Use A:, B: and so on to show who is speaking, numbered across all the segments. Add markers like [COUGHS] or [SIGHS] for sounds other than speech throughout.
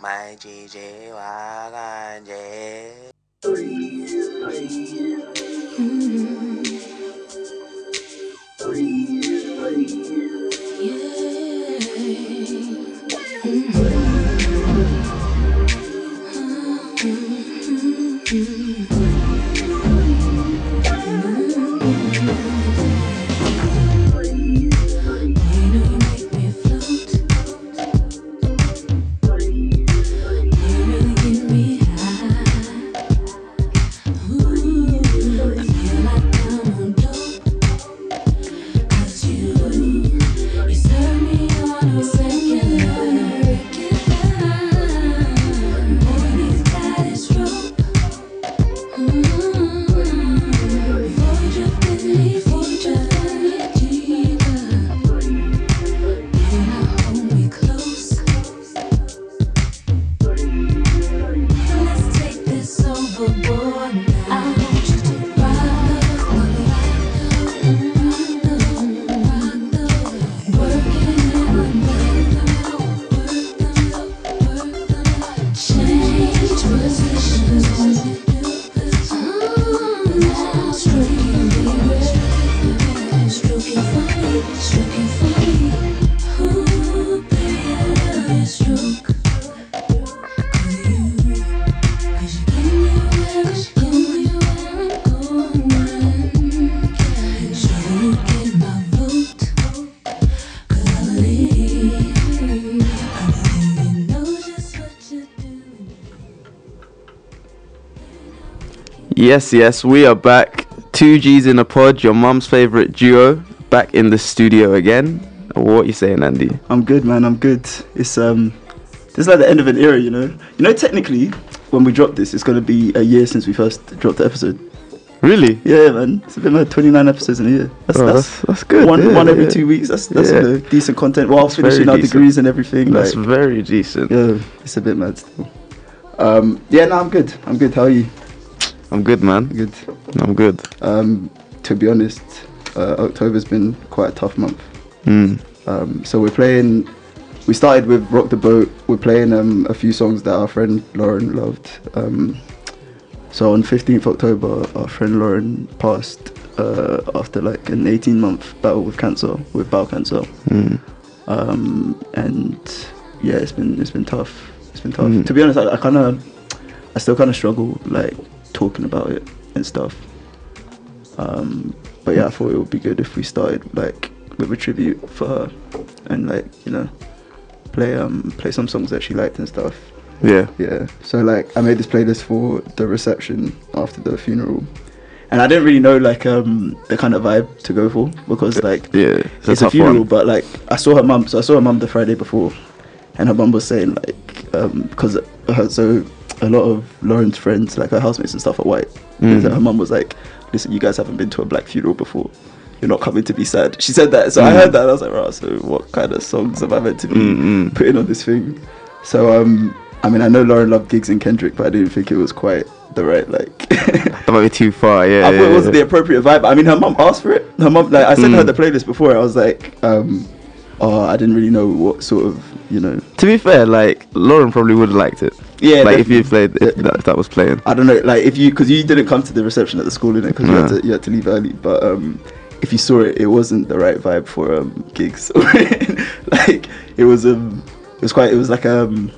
A: my Gigi Waganje.
B: Yes, yes, we are back. Two G's in a pod, your mum's favorite duo, back in the studio again. What you saying, Andy?
C: I'm good, man. I'm good. It's um, this is like the end of an era, you know. You know, technically, when we drop this, it's gonna be a year since we first dropped the episode.
B: Really?
C: Yeah, man. It's been like 29 episodes in a year. That's
B: Oh,
C: that's,
B: that's that's good.
C: one
B: yeah,
C: one every
B: yeah.
C: two weeks. That's that's
B: Yeah.
C: you know, decent content. While
B: That's
C: finishing
B: very
C: our
B: decent.
C: degrees and everything,
B: That's
C: like,
B: very decent.
C: yeah, it's a bit mad still. Um, yeah, no, I'm good. I'm good. How are you?
B: I'm good, man.
C: Good.
B: I'm good.
C: Um, to be honest, uh, October's been quite a tough month.
B: Mm.
C: Um, so we're playing. We started with Rock the Boat. We're playing um, a few songs that our friend Lauren loved. Um, so on 15th October, our friend Lauren passed uh, after like an 18 month battle with cancer, with bowel cancer.
B: Mm.
C: Um, and yeah, it's been it's been tough. It's been tough.
B: Mm.
C: To be honest, I, I kind of, I still kind of struggle like talking about it and stuff. Um, but yeah, I thought it would be good if we started like with a tribute for her, and like you know, play um play some songs that she liked and stuff.
B: Yeah.
C: Yeah. So like I made this playlist for the reception after the funeral. And I didn't really know like um the kind of vibe to go for because like
B: Yeah.
C: it's, a,
B: tough
C: funeral,
B: one.
C: but like I saw her mum. So I saw her mum the Friday before, and her mum was saying like um because her so a lot of Lauren's friends like her housemates and stuff are white.
B: Mm.
C: So her mum was like, "Listen, you guys haven't been to a black funeral before. You're not coming to be sad." She said that, so I
B: Mm.
C: heard that. And I was like, "Right, so what kind of songs am I meant to be
B: Mm, mm.
C: putting on this thing?" So um, I mean, I know Lauren loved gigs and Kendrick, but I didn't think it was quite the right like. [LAUGHS]
B: That might be too far. Yeah.
C: I
B: yeah,
C: thought it wasn't
B: yeah.
C: the appropriate vibe. I mean, her mum asked for it. Her mum, like, I sent her
B: Mm.
C: the playlist before. I was like, um, oh, I didn't really know what sort of, you know,
B: To be fair, like Lauren probably would have liked it.
C: yeah.
B: like if
C: definitely.
B: you played, if
C: Yeah.
B: that, if that was playing.
C: I don't know, like if you, because you didn't come to the reception at the school in it, because you, had
B: No.
C: to- you had to leave early. But um, if you saw it, it wasn't the right vibe for um gigs. [LAUGHS] like it was um, it was quite, it was like um,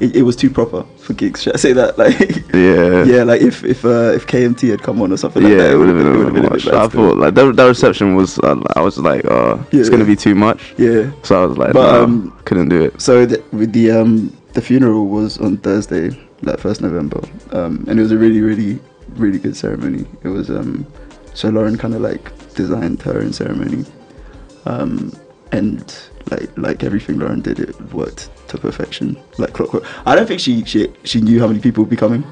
C: it, it was too proper for gigs. Should I say that? [LAUGHS] Like.
B: Yeah.
C: Yeah, like if if uh, if KMT had come on or something like
B: yeah,
C: that,
B: it would have been,
C: it
B: a
C: would've
B: bit much.
C: bad
B: I
C: still.
B: thought like that, that reception was. Uh, I was like, oh,
C: Yeah,
B: it's gonna
C: yeah.
B: be too much.
C: Yeah,
B: So I was like,
C: But,
B: nah,
C: um,
B: couldn't do it.
C: So the, with the um the funeral was on Thursday, like first November, um, and it was a really really really good ceremony. It was um so Lauren kind of like designed her own ceremony, um, and like like everything Lauren did, it worked to perfection, like clockwork. I don't think she she she knew how many people would be coming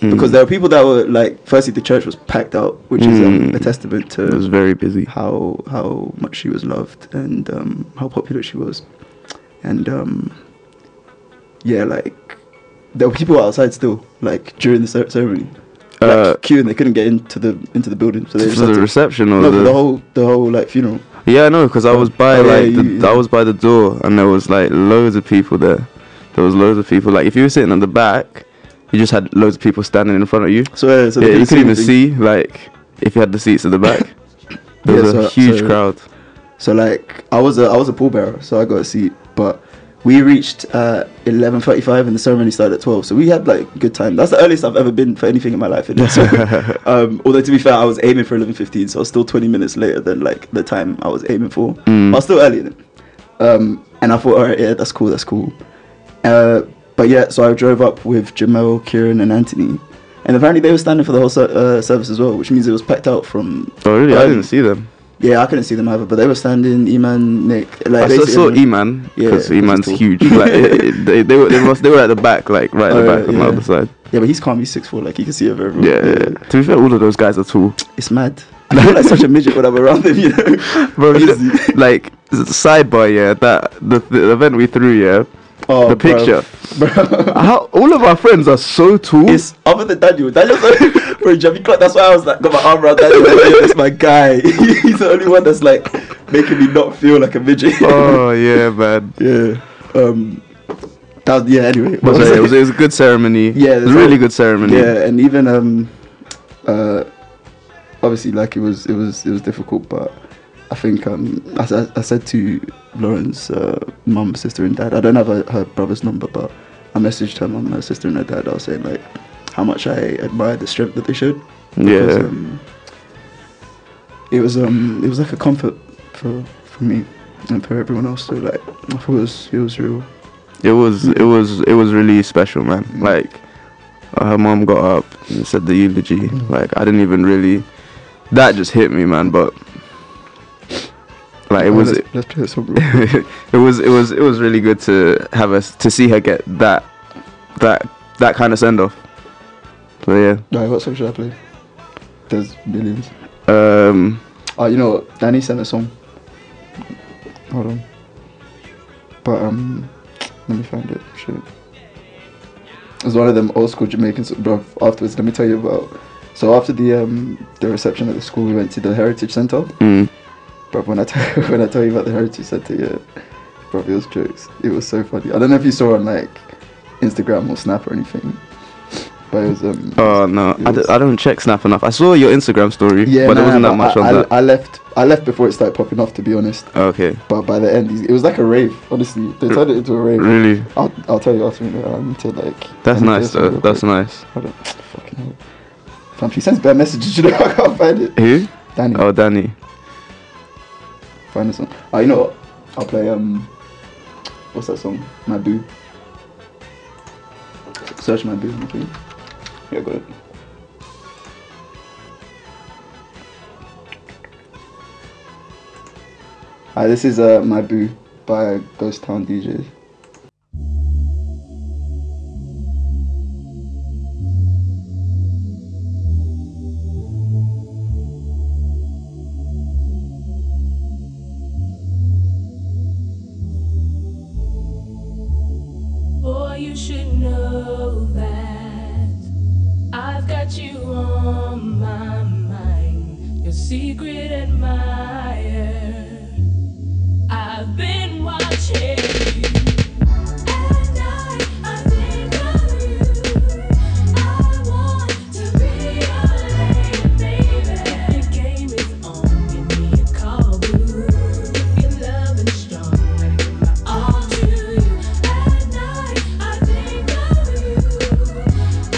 B: Hmm.
C: because there were people that were like firstly the church was packed out, which is um,
B: Mm.
C: a testament to
B: it was very busy.
C: how how much she was loved and um, how popular she was, and um, yeah, like there were people outside still, like during the cer- ceremony, like
B: Uh,
C: queuing. They couldn't get into the into the building, so they just
B: for
C: had
B: the
C: to-
B: reception or
C: no,
B: the,
C: for the whole the whole like funeral.
B: yeah, I know because I was by
C: Oh, yeah,
B: like the,
C: you-
B: I was by the door and there was like loads of people there.
D: There was loads of people. Like if you were sitting at the back, you just had loads of people standing in front of you.
C: So yeah, so they
D: yeah, you couldn't even
C: anything.
D: see like if you had the seats at the back.
C: [LAUGHS]
D: There
C: Yeah,
D: was a
C: so-
D: huge
C: so-
D: crowd.
C: So like I was a I was a pallbearer, so I got a seat. But we reached uh, eleven thirty five, and the ceremony started at twelve. So we had like good time. That's the earliest I've ever been for anything in my life. innit? So, um, although to be fair, I was aiming for eleven fifteen, so I was still twenty minutes later than like the time I was aiming for. But I was still early. Then. Um, and I thought, all right, yeah, that's cool, that's cool. Uh, but yeah, so I drove up with Jamel, Kieran, and Anthony. And apparently they were standing for the whole ser- uh, service as well, which means it was packed out from.
D: Oh really? I
C: early.
D: didn't see them.
C: Yeah, I couldn't see them either, but they were standing. Iman, Nick, like
D: I saw,
C: basically
D: saw
C: everyone-
D: E-Man
C: Yeah,
D: because
C: yeah,
D: E-Man's
C: he's tall.
D: huge. Like it, it- they, they were they, must, they were at the back, like right at
C: [LAUGHS]
D: the
C: Oh,
D: back on
C: yeah.
D: the other side.
C: Yeah, but he's calm. He's six four. Like he can see over everyone.
D: Yeah, yeah. To be fair, all of those guys are tall.
C: it's mad. I feel like such a midget when I'm around him. You know,
D: [LAUGHS] Bro, you
C: Honestly.
D: know, like s- sidebar, yeah. That the, the event we threw, yeah.
C: Oh,
D: the
C: bruv.
D: picture.
C: Bruv.
D: How all of our friends are so
C: [LAUGHS]
D: tall.
C: It's other than Daniel. Daniel's like, [LAUGHS] bro, Jamie Clark. That's why I was like, got my arm around Daniel. Like, yeah, that's my guy. [LAUGHS] he's the only one that's like making me not feel like a midget.
D: oh yeah, man.
C: [LAUGHS] yeah. Um. That, yeah. Anyway, what
D: But
C: was
D: yeah,
C: I-
D: it was, it was a good ceremony.
C: Yeah,
D: it was
C: that's
D: a really
C: all-
D: good ceremony.
C: Yeah, and even um, uh, obviously like it was it was it was difficult, but I think um, I, s- I said to Lauren's uh, mum, sister, and dad. I don't have her, her brother's number, but I messaged her mum, her sister, and her dad. I was saying like how much I admired the strength that they showed. because,
D: Yeah.
C: um, it was um it was like a comfort for for me and for everyone else. So like I thought it was it was real.
D: It was it was it was really special, man. Like her mom got up and said the eulogy.
C: Mm-hmm.
D: Like I didn't even really that just hit me, man. But like it
C: Oh,
D: was
C: let's,
D: it,
C: let's play this song.
D: [LAUGHS] was it was it was really good to have us to see her get that that that kind of send off. So yeah,
C: no, what song should I play? There's millions.
D: um,
C: Oh, you know, what? Danny sent a song. Hold on. But um, let me find it. Shit. It's one of them old school Jamaicans, bro. Afterwards, let me tell you about. So after the um the reception at the school, we went to the Heritage Center.
D: mm,
C: Bro, when I tell [LAUGHS] when I tell you about the Heritage Center, yeah, bro, it was jokes. It was so funny. I don't know if you saw on like Instagram or Snap or anything, but it was um.
D: oh no, I, d- I don't check Snap enough. I saw your Instagram story,
C: yeah,
D: but there
C: nah,
D: wasn't that
C: but
D: much
C: I,
D: on
C: I,
D: that.
C: I left. I left before it started popping off. To be honest.
D: okay,
C: But by the end, it was like a rave. Honestly, they turned it into a rave.
D: really,
C: I'll, I'll tell you after. I need to like.
D: that's nice though. That's
C: nice.
D: nice.
C: Hold on. Fucking hell. Fam, she sends bad messages. [LAUGHS] You know I can't find it.
D: Who?
C: Danny,
D: Oh, Danny.
C: find the song. Oh, you know what? I'll play um. What's that song? My boo. Search my boo. Okay. Yeah, I got it. Hi, this is uh, My Boo by Ghost Town DJs.
E: Boy, you should know that I've got you on my mind, your secret admirer. I've been watching you. At night, I think of you. I want to be your baby. Your game is on, give me a call, boo. Your love is strong, I give my all to you. At night, I think of you.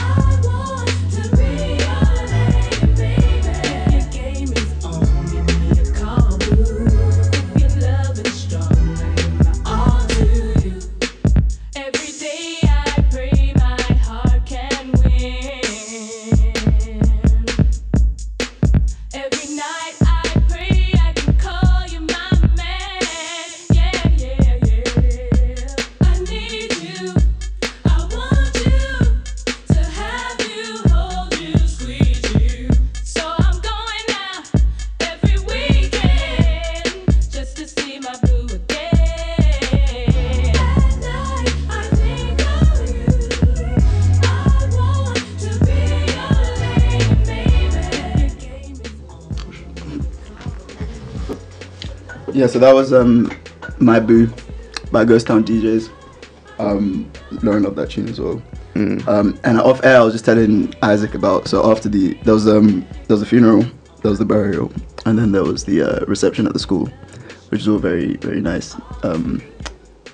E: I want to be your baby. Your game is on, give me a call, boo. Your love is strong, I give my all to you. Every day I pray my heart can win. Every night I pray I can call you my man. Yeah, yeah, yeah. I need you. I want you to have you, hold you, squeeze you. So I'm going out every weekend just to see my blue again. At night I think of you. I want to be your baby. Your game is
C: Yeah, so that was um my boo by Ghost Town DJs. um, Lauren loved that tune as well.
B: Mm.
C: Um, and off air, I was just telling Isaac about. So after the there was um there was the funeral, there was the burial, and then there was the uh, reception at the school, which is all very very nice. Um,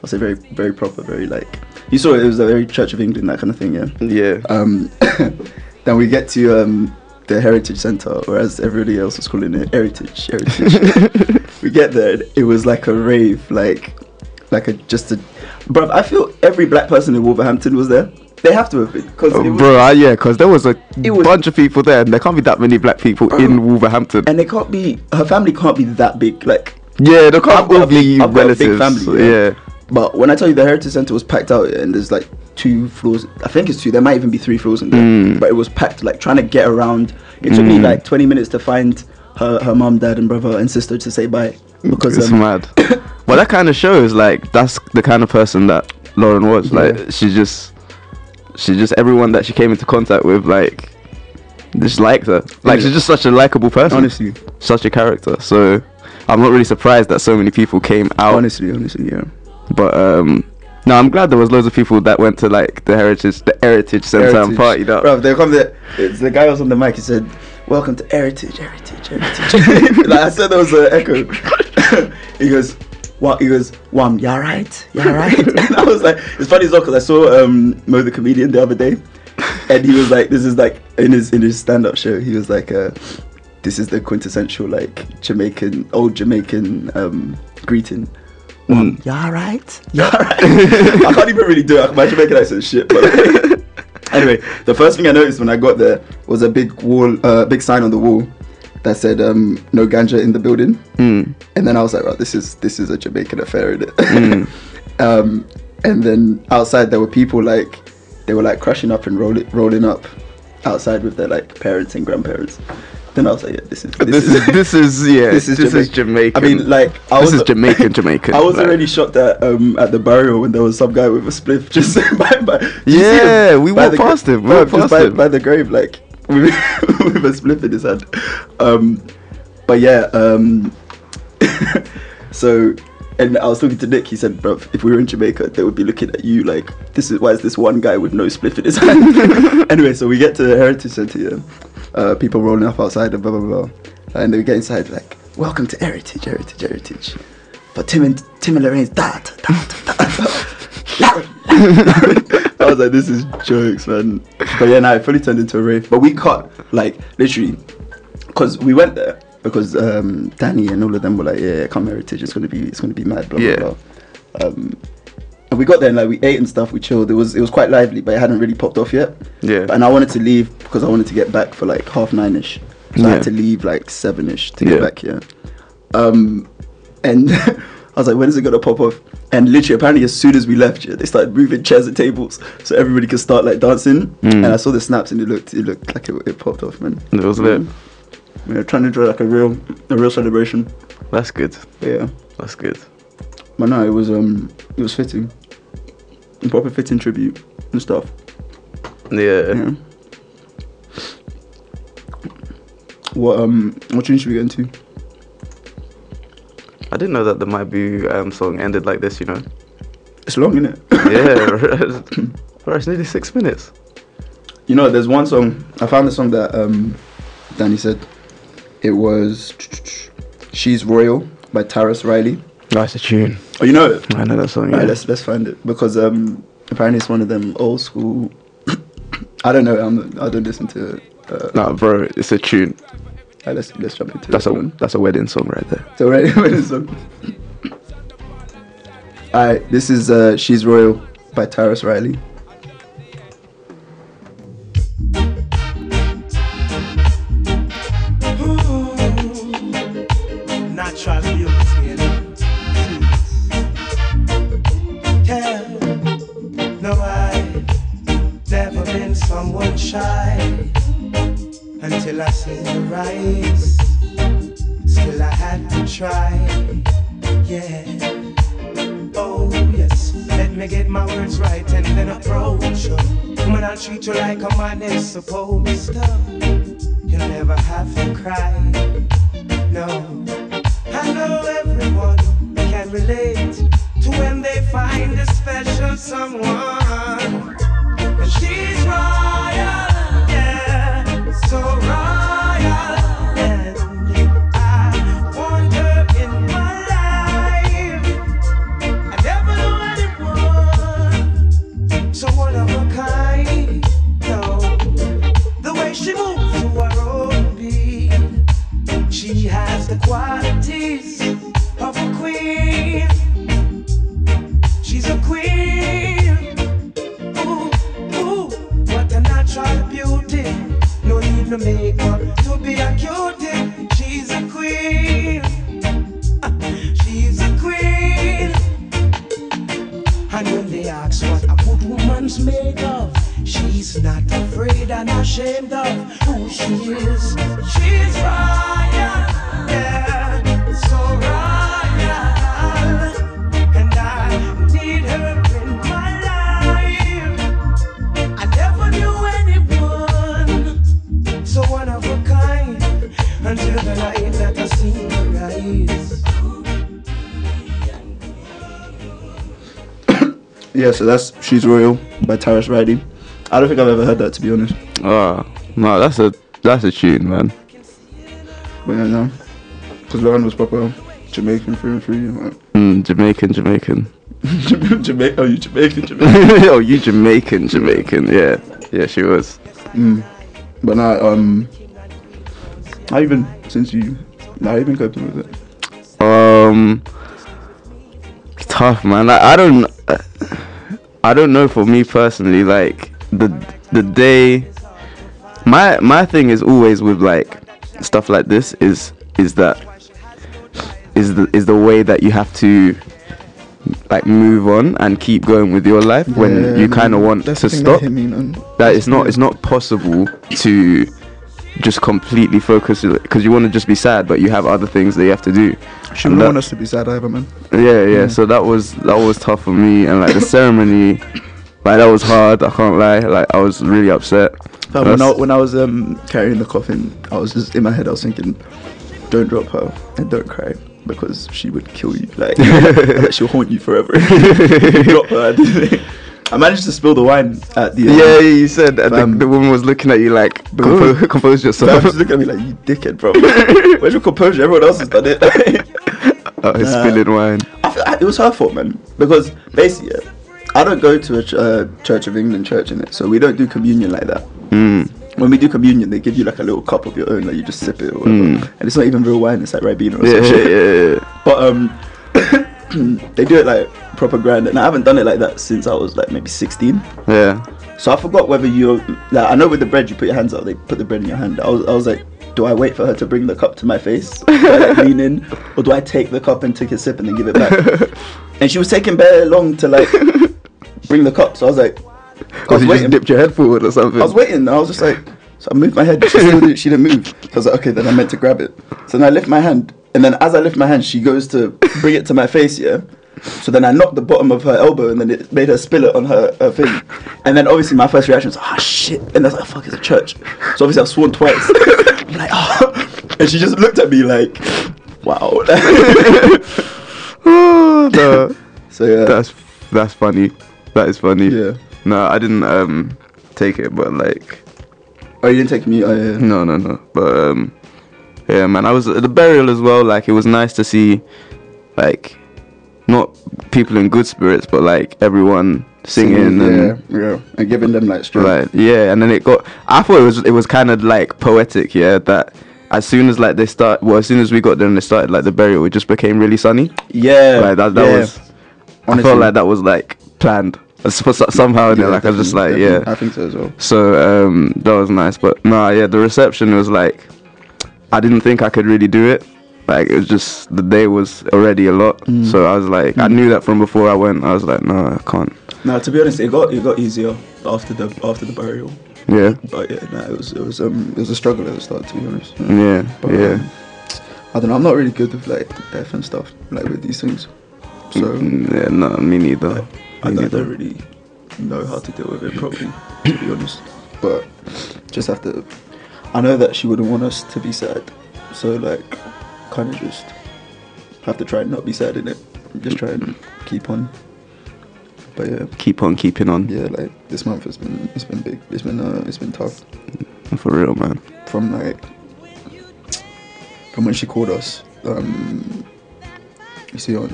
C: I'll say very very proper, very like you saw it. It was a very Church of England that kind of thing, yeah.
D: [LAUGHS]
B: Yeah.
C: Um, [COUGHS] then we get to um, the Heritage Center, or as everybody else was calling it, Heritage. Heritage. [LAUGHS] we get there, and it was like a rave, like, like a just a, bro. I feel every black person in Wolverhampton was there. They have to have been, cause it
B: Oh,
C: was-
B: bro, I, yeah, because there was a
C: It was-
B: bunch of people there, and there can't be that many black people
C: Bro.
B: in Wolverhampton.
C: and they can't be. Her family can't be that big, like.
B: yeah, there can't
C: I've got
B: all
C: a big-
B: be
C: I've got a big
B: relatives.
C: family, yeah.
B: yeah.
C: But when I tell you the Heritage Center was packed out, and there's like two floors. I think it's two. There might even be three floors in there. But it was packed. Like trying to get around. It took me like 20 minutes to find her, her mom, dad, and brother and sister to say bye because
B: it's
C: um,
B: mad. [COUGHS] well, that kind of shows like that's the kind of person that Lauren was. Like
C: Yeah.
B: she just, she just everyone that she came into contact with, like, just liked her. Like
C: Yeah.
B: she's just such a likable person.
C: honestly,
B: such a character. So I'm not really surprised that so many people came out.
C: honestly, honestly, yeah.
B: But um, no, I'm glad there was loads of people that went to like the heritage, the heritage center and
C: Heritage.
B: partied up. [LAUGHS]
C: Bruv, they come there. It's the guy was on the mic. He said, "Welcome to Heritage, Heritage, Heritage." [LAUGHS] like I said, there was an echo. [LAUGHS] he goes, "What?" He goes, "Wam, you right? You right?" [LAUGHS] and I was like, "It's funny as well because I saw um, Mo the comedian the other day, and he was like, this is like in his in his stand up show. He was like, uh, this is the quintessential like Jamaican old Jamaican um, greeting." Wam, you alright? You alright? I can't even really do it. My Jamaican accent is shit, but
B: [LAUGHS]
C: anyway, the first thing I noticed when I got there was a big wall, uh, big sign on the wall that said um, "No ganja in the building,"
B: Mm.
C: and then I was like, "Right, this is this is a Jamaican affair, is it?"
B: Hmm.
C: [LAUGHS] um, and then outside there were people like they were like crushing up and roll rolling up outside with their like parents and grandparents. Then I was like, "Yeah, this is
B: This,
C: [LAUGHS]
B: is this is yeah.
C: this
B: This
C: is
B: is,
C: Jamaica-
B: Jamaican.
C: I mean, like, I
B: this
C: was-
B: is Jamaican.
C: [LAUGHS]
B: Jamaican.
C: I was
B: like-
C: already shocked at um at the burial when there was some guy with a spliff [LAUGHS] just by by. did you see
B: Yeah,
C: him?
B: we
C: By
B: walked
C: the gra-
B: past him, we
C: Bro,
B: walked
C: just
B: past
C: by,
B: him.
C: by the grave, like [LAUGHS] with, with a spliff in his hand. Um, but yeah, um, [LAUGHS] so and I was talking to Nick. He said, "Bruv, if we were in Jamaica, they would be looking at you like this is why is this one guy with no spliff in his hand." anyway, so we get to the Heritage Centre. Yeah. Uh, people rolling up outside and blah blah blah, and they get inside like, "Welcome to Heritage, Heritage, Heritage." But Tim and Tim and Lorraine's da da da da da. da. Larry, Larry, Larry. I was like, this is jokes, man. But yeah, no, it fully turned into a rave. But we cut, like, literally, because we went there because um, Danny and all of them were like, yeah, yeah, come heritage, it's gonna be, it's gonna be mad, blah blah
B: Yeah.
C: blah. Um, and we got there and like we ate and stuff, we chilled. It was it was quite lively, but it hadn't really popped off yet.
B: Yeah.
C: And I wanted to leave because I wanted to get back for like half nine ish. So I had
B: Yeah.
C: to leave like seven ish to get
B: Yeah.
C: back here. Um, and [LAUGHS] I was like, when is it gonna pop off? And literally, apparently, as soon as we left, yeah, they started moving chairs and tables so everybody could start like dancing. And I saw the snaps, and it looked, it looked like it, it popped off, man.
B: Mm. It was lit.
C: We were trying to draw like a real, a real celebration.
B: That's good.
C: Yeah,
B: That's good.
C: but no, it was um, it was fitting, a proper fitting tribute and stuff.
B: Yeah.
C: Yeah. What um, what tune should we get into?
B: I didn't know that the My Boo um, song ended like this. You [LAUGHS] know.
C: It's long, isn't it?
B: Yeah. Bro, it's nearly six minutes.
C: You know, there's one song. I found a song that um, Danny said. It was "She's Royal" by Taras Riley.
B: Nice a tune.
C: Oh, you know it.
B: I know that song.
C: Alright, let's let's find it because um, apparently it's one of them old school. [COUGHS] I don't know. I'm, I don't listen to. It. Uh,
B: Nah, bro, it's a tune.
C: alright, let's let's jump into
B: That's
C: it.
B: a that's a wedding song right there.
C: So [LAUGHS] right when it's on. Alright, this is uh, "She's Royal" by Taras Riley.
F: natural beauty and Yeah, no, I've never been someone shy until I seen your eyes. Still, I had to try. Yeah. Oh yes, let me get my words right and then approach you. Woman, I'll treat you like a man is supposed to. You'll never have to cry. No, I know everyone can relate to when they find a special of someone. And she's royal, yeah, so royal. And I want her in my life. I never knew anyone so one of a kind. No, the way she moves to her own beat. She has the qualities of a queen. She's a queen. Ooh, ooh, what a natural beauty. No need no makeup to be a cutie. She's a queen. [LAUGHS] She's a queen. And when they ask what a good woman's made of, she's not afraid and ashamed of who she is. She's royal, yeah, so royal. And I need her in my life. I never knew anyone so one of a kind. Until the light that I see her rise.
C: Yeah, so that's She's Royal by Taris Riley. I don't think I've ever heard that to be honest.
B: Ah, no, that's a that's a tune, man.
C: But yeah, no. Because Lauren was proper Jamaican through and through. You know,
B: Mm, Jamaican, [LAUGHS] Jamaican.
C: Jama- Jamaica, oh, you [LAUGHS] Jamaican, Jamaican.
B: oh, you Jamaican, Jamaican. Yeah, yeah, she was.
C: but now, um, how you been since you, now you been coping with it?
B: Um, tough, man. Like, I don't, I don't know. For me personally, like the the day, my my thing is always with like stuff like this is is that is the is the way that you have to like move on and keep going with your life when you kind of want to stop
C: That hit me, man.
B: that it's not it's not possible to just completely focus because you want to just be sad but you have other things that you have to do
C: She
B: And
C: wouldn't
B: that-
C: want us to be sad either, man.
B: yeah yeah so that was that was tough for me and like the ceremony like that was hard i can't lie like i was really upset
C: But when, I,
B: That's-
C: when I was um, carrying the coffin, I was just in my head. I was thinking, "Don't drop her and don't cry because she would kill you.
B: [LAUGHS]
C: Like I bet she'll haunt you forever. [LAUGHS] drop her." I didn't- I managed to spill the wine at the um, end.
B: yeah, you said that the,
C: Fam.
B: the woman was looking at you like compose, [LAUGHS]
C: Good.
B: compose
C: So I
B: yourself.
C: was looking
B: [LAUGHS]
C: at me like, "You dickhead, bro. [LAUGHS] Where's your composure? Everyone else has done it." [LAUGHS]
B: oh, it's
C: Nah.
B: spilling wine.
C: I feel, it was her fault, man. Because basically, yeah, I don't go to a ch- uh, Church of England church in it, so we don't do communion like that.
B: Mm.
C: when we do communion, they give you like a little cup of your own, like you just sip it or whatever. And it's not even real wine, it's like Ribena or
B: Hmm. Yeah,
C: some
B: yeah,
C: shit.
B: yeah, yeah.
C: But um, [COUGHS] they do it like proper grand. And I haven't done it like that since I was like maybe 16.
B: yeah.
C: So I forgot whether you, like, I know with the bread, you put your hands out, they put the bread in your hand. I was, I was like, do I wait for her to bring the cup to my face, do I,
B: [LAUGHS]
C: like, lean in, or do I take the cup and take a sip and then give it back? and she was taking very long to
B: [LAUGHS]
C: like bring the cup. So I was like, I
B: Because
C: was
B: you
C: waiting.
B: just dipped your head forward or something.
C: I was waiting. And I was just like, so I moved my head. She still didn't, she didn't move. So I was like, okay, then I meant to grab it. So then I lift my hand, and then as I lift my hand, she goes to bring it to my face. Yeah. So then I knocked the bottom of her elbow, and then it made her spill it on her, her thing. And then obviously my first reaction was, ah shit. And I was like, fuck, it's a church. So obviously I've sworn twice. [LAUGHS] I'm like, oh. And she just looked at me like, wow. [LAUGHS]
B: [SIGHS] No.
C: so yeah.
B: that's that's funny. That is funny.
C: Yeah.
B: No, I didn't um take it, but like
C: oh, you didn't take me. Oh, yeah.
B: no, no, no. But um, yeah, man, I was at the burial as well. Like it was nice to see, like, not people in good spirits, but like everyone singing
C: yeah,
B: and.
C: yeah, and giving them like strength.
B: Right, yeah, and then it got. I thought it was it was kind of like poetic, yeah. That as soon as like they start, well, as soon as we got there and they started like the burial, it just became really sunny.
C: Yeah,
B: Like that, that
C: yeah.
B: was. I
C: Honestly.
B: felt like that was like planned It's for- somehow. and
C: Yeah,
B: then like I was just like,
C: definitely, definitely.
B: yeah.
C: I think so as well.
B: So um, that was nice. But nah, yeah, the reception was like, I didn't think I could really do it. Like it was just the day was already a lot.
C: Mm.
B: So I was like, I knew that from before I went. I was like, no, I can't.
C: Now, to be honest, it got it got easier after the after the burial.
B: Yeah,
C: But yeah, no, it was it was um it was a struggle at the start. To be honest,
B: yeah,
C: But, um,
B: yeah.
C: I don't know. I'm not really good with like death and stuff like with these things, so
B: Mm, yeah, no, me neither.
C: like, I,
B: Me
C: don't, I
B: neither.
C: don't really know how to deal with it properly. to be honest, but just have to. I know that she wouldn't want us to be sad, so like kind of just have to try and not be sad in it. Just try and keep on But yeah,
D: Keep on keeping on.
C: yeah, like this month has been it's been big. It's been uh, it's been tough.
D: For real, man.
C: From like from when she called us. Um, you see on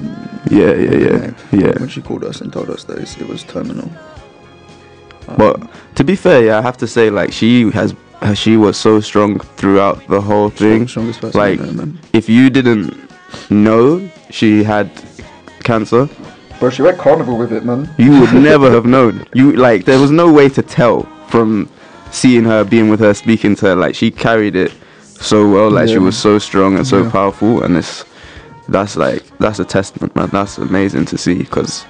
D: Yeah, yeah, yeah,
C: Like,
D: yeah.
C: When she called us and told us that it's- it was terminal. Um,
D: But to be fair, yeah, I have to say, like, she has, she was so strong throughout the whole thing.
C: strongest person I
D: Like,
C: know, man.
D: if you didn't know she had cancer,
C: Bro, she went carnival with it, man.
D: you would never have known. You like, there was no way to tell from seeing her, being with her, speaking to her. Like, she carried it so well. Like, she
C: Yeah.
D: was so strong and so
C: Yeah.
D: powerful, and it's that's like that's a testament, man. That's amazing to see because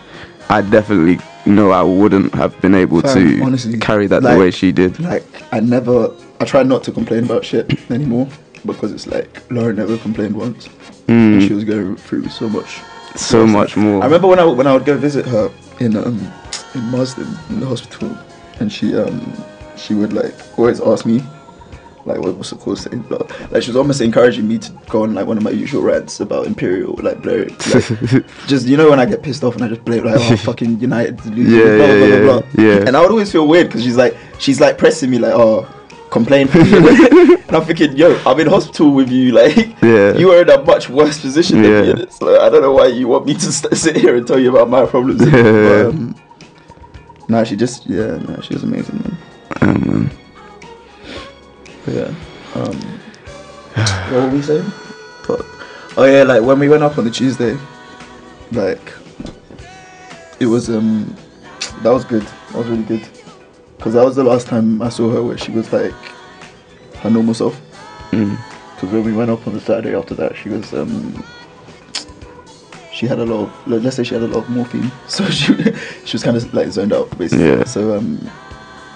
D: I definitely know I wouldn't have been able
C: Fam,
D: to
C: honestly,
D: carry that
C: like-
D: the way she did.
C: Like, I never, I try not to complain about shit anymore because it's like Lauren never complained once. And
D: Hmm.
C: she was going through so much.
D: so much more.
C: I remember when I when I would go visit her in um in Marsden in the hospital, and she um she would like always ask me like what, what's the cause thing blah. like she was almost encouraging me to go on like one of my usual rants about Imperial like blur it like,
D: [LAUGHS]
C: just you know when I get pissed off and I just blame like oh fucking United losing,
D: [LAUGHS] Yeah,
C: blah,
D: yeah,
C: blah,
D: yeah,
C: blah, blah.
D: yeah.
C: and I would always feel weird because she's like she's like pressing me like oh complain [LAUGHS] and I'm thinking yo I'm in hospital with you like
D: Yeah.
C: you are in a much worse position than me
D: Yeah.
C: in it. So I don't know why you want me to st- sit here and tell you about my problems.
D: Yeah.
C: But, um, nah, she just yeah, nah, she was amazing, man.
D: Um,
C: But yeah. [SIGHS] Um, what were we saying? Fuck. Oh yeah, like when we went up on the Tuesday, like it was um that was good. That was really good. Cause that was the last time I saw her where she was like her normal self.
D: mm,
C: Because when we went up on the Saturday after that, she was um, she had a lot of let- let's say she had a lot of morphine, [LAUGHS] so she she was kind of like zoned out basically.
D: Yeah.
C: So um,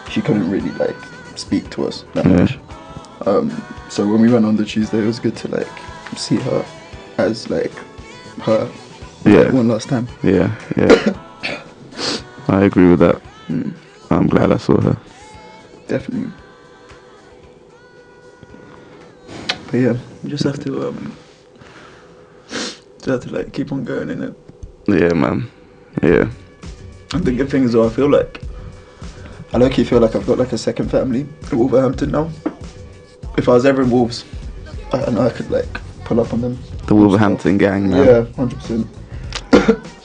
C: she couldn't really like speak to us that
D: Yeah.
C: much. Um, so when we went on the Tuesday, it was good to like see her as like her
D: Yeah.
C: like, one last time.
D: yeah, yeah. I agree with that.
C: Hmm.
D: I'm glad I saw her.
C: Definitely. But yeah, you just have to um, just have to like keep on going in it.
D: Yeah, man. Yeah.
C: And the good thing is, though, I feel like I low-key feel like I've got like a second family in Wolverhampton now. If I was ever in Wolves, I, I know I could like pull up on them.
D: The Wolverhampton gang, man.
C: Yeah, hundred percent.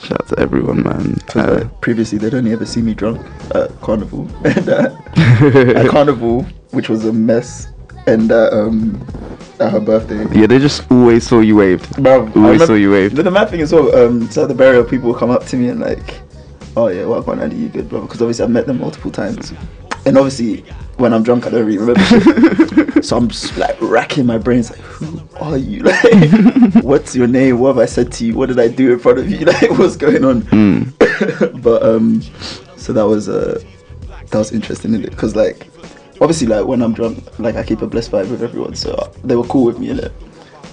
D: Shout out to everyone, man.
C: Because
D: Uh,
C: like, previously they'd only ever see me drunk at carnival, [LAUGHS] and uh,
D: [LAUGHS]
C: at carnival, which was a mess, and uh, um, at her birthday.
D: yeah, they just always saw you
C: [LAUGHS]
D: waved.
C: Bro,
D: Ooh, I saw you waved.
C: The, the mad thing is, well, um, so at the burial, people will come up to me and like, oh yeah, well, going on, you good, bro? Because obviously I've met them multiple times, and obviously when I'm drunk, I don't really
D: [LAUGHS]
C: remember. shit. [LAUGHS] so I'm just, like racking my brains, like, who are you? [LAUGHS]
D: [LAUGHS]
C: Like, what's your name? What have I said to you? What did I do in front of you? [LAUGHS] Like, what's going on? [COUGHS]
D: Mm.
C: but um, so that was uh, that was interesting in it because like. Obviously, like when I'm drunk, like I keep a blessed vibe with everyone, so uh, they were cool with me in it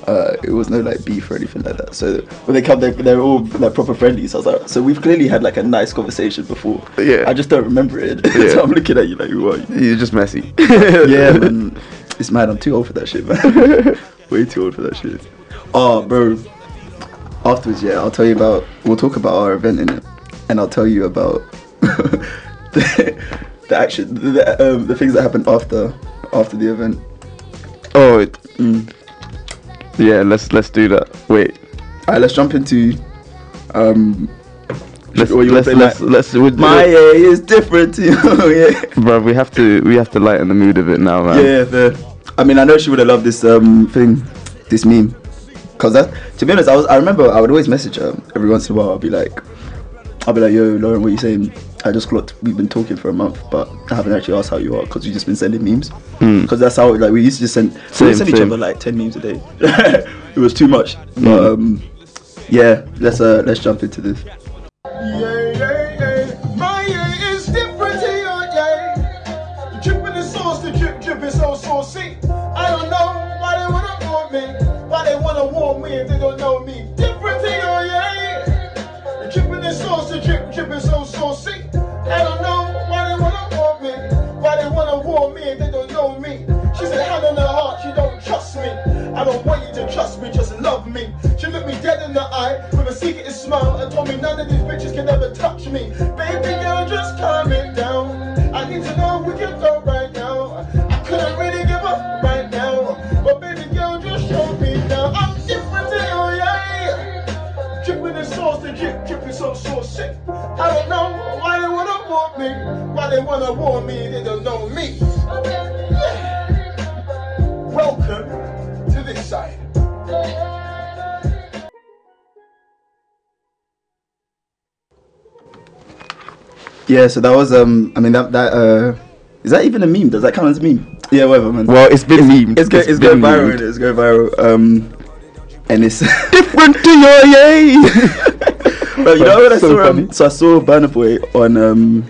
C: uh, it was no like beef or anything like that. So when they come, they're, they're all like proper friendly. So I was like, so we've clearly had like a nice conversation before.
D: Yeah.
C: I just don't remember it. [LAUGHS]
D: Yeah.
C: so I'm looking at you like, who are you?
D: You're just [LAUGHS] messy.
C: [LAUGHS] yeah, man. It's mad. I'm too old for that shit, [LAUGHS] man. Way too old for that shit. Oh, bro. Afterwards, yeah, I'll tell you about. We'll talk about our event in it, and I'll tell you about [LAUGHS] the, the action, the, um, the things that happened after after the event.
D: Oh. It,
C: Mm.
D: Yeah, let's let's do that. Wait.
C: All right, let's jump into. Um,
D: Let's
C: or you wanna
D: let's
C: play
D: let's,
C: my-
D: let's we
C: My A is different to you. [LAUGHS] yeah.
D: Bro, we have to we have to lighten the mood a bit now, man.
C: Yeah, the. I mean, I know she would have loved this um thing, this meme, cause that. To be honest, I was. I remember I would always message her every once in a while. I'd be like, I'd be like, Yo, Lauren, what you saying? I just clocked. We've been talking for a month, but I haven't actually asked how you are because you've just been sending memes. Because that's how like we used to just send. we
D: Same,
C: would send each
D: same.
C: other like ten memes a day. [LAUGHS] it was too much. But um, yeah, let's uh let's jump into this.
G: Yeah, yeah, yeah. My yeah is different to your yeah. Dripping the sauce, the drip drip is so so sick. I don't know why they wanna want me, why they wanna want me if they don't know me. Different to your yeah. Dripping the sauce, the drip drip is so so sick. I don't know why they wanna want me, why they wanna want me if they don't know me. She said hand on her heart, she don't trust me. I don't want you to trust me, just love me. She looked me dead in the eye with a secret smile and told me none of these bitches can ever touch me. me. Baby girl, just calm it down. I need to know we can go right now. I couldn't really give up right now. But baby girl, just show me now. I'm different to you, yeah. Dripping the sauce, the drip, dripping so, so sick. I don't know why they wanna want me. Why they wanna want me, they don't know me. Welcome to this side.
C: Yeah, so that was um. I mean that that uh, is that even a meme? Does that count as a meme? Yeah, whatever, man.
B: Well, it's been memed.
C: it's, go, it's, going
B: been
C: viral.
B: memed.
C: innit? It's going viral. Um, and
B: [LAUGHS]
C: it's
B: Different to your
C: [LAUGHS]
B: yay.
C: Bro, you know what I
B: So
C: saw
B: funny.
C: him? So I saw Burna Boy on um,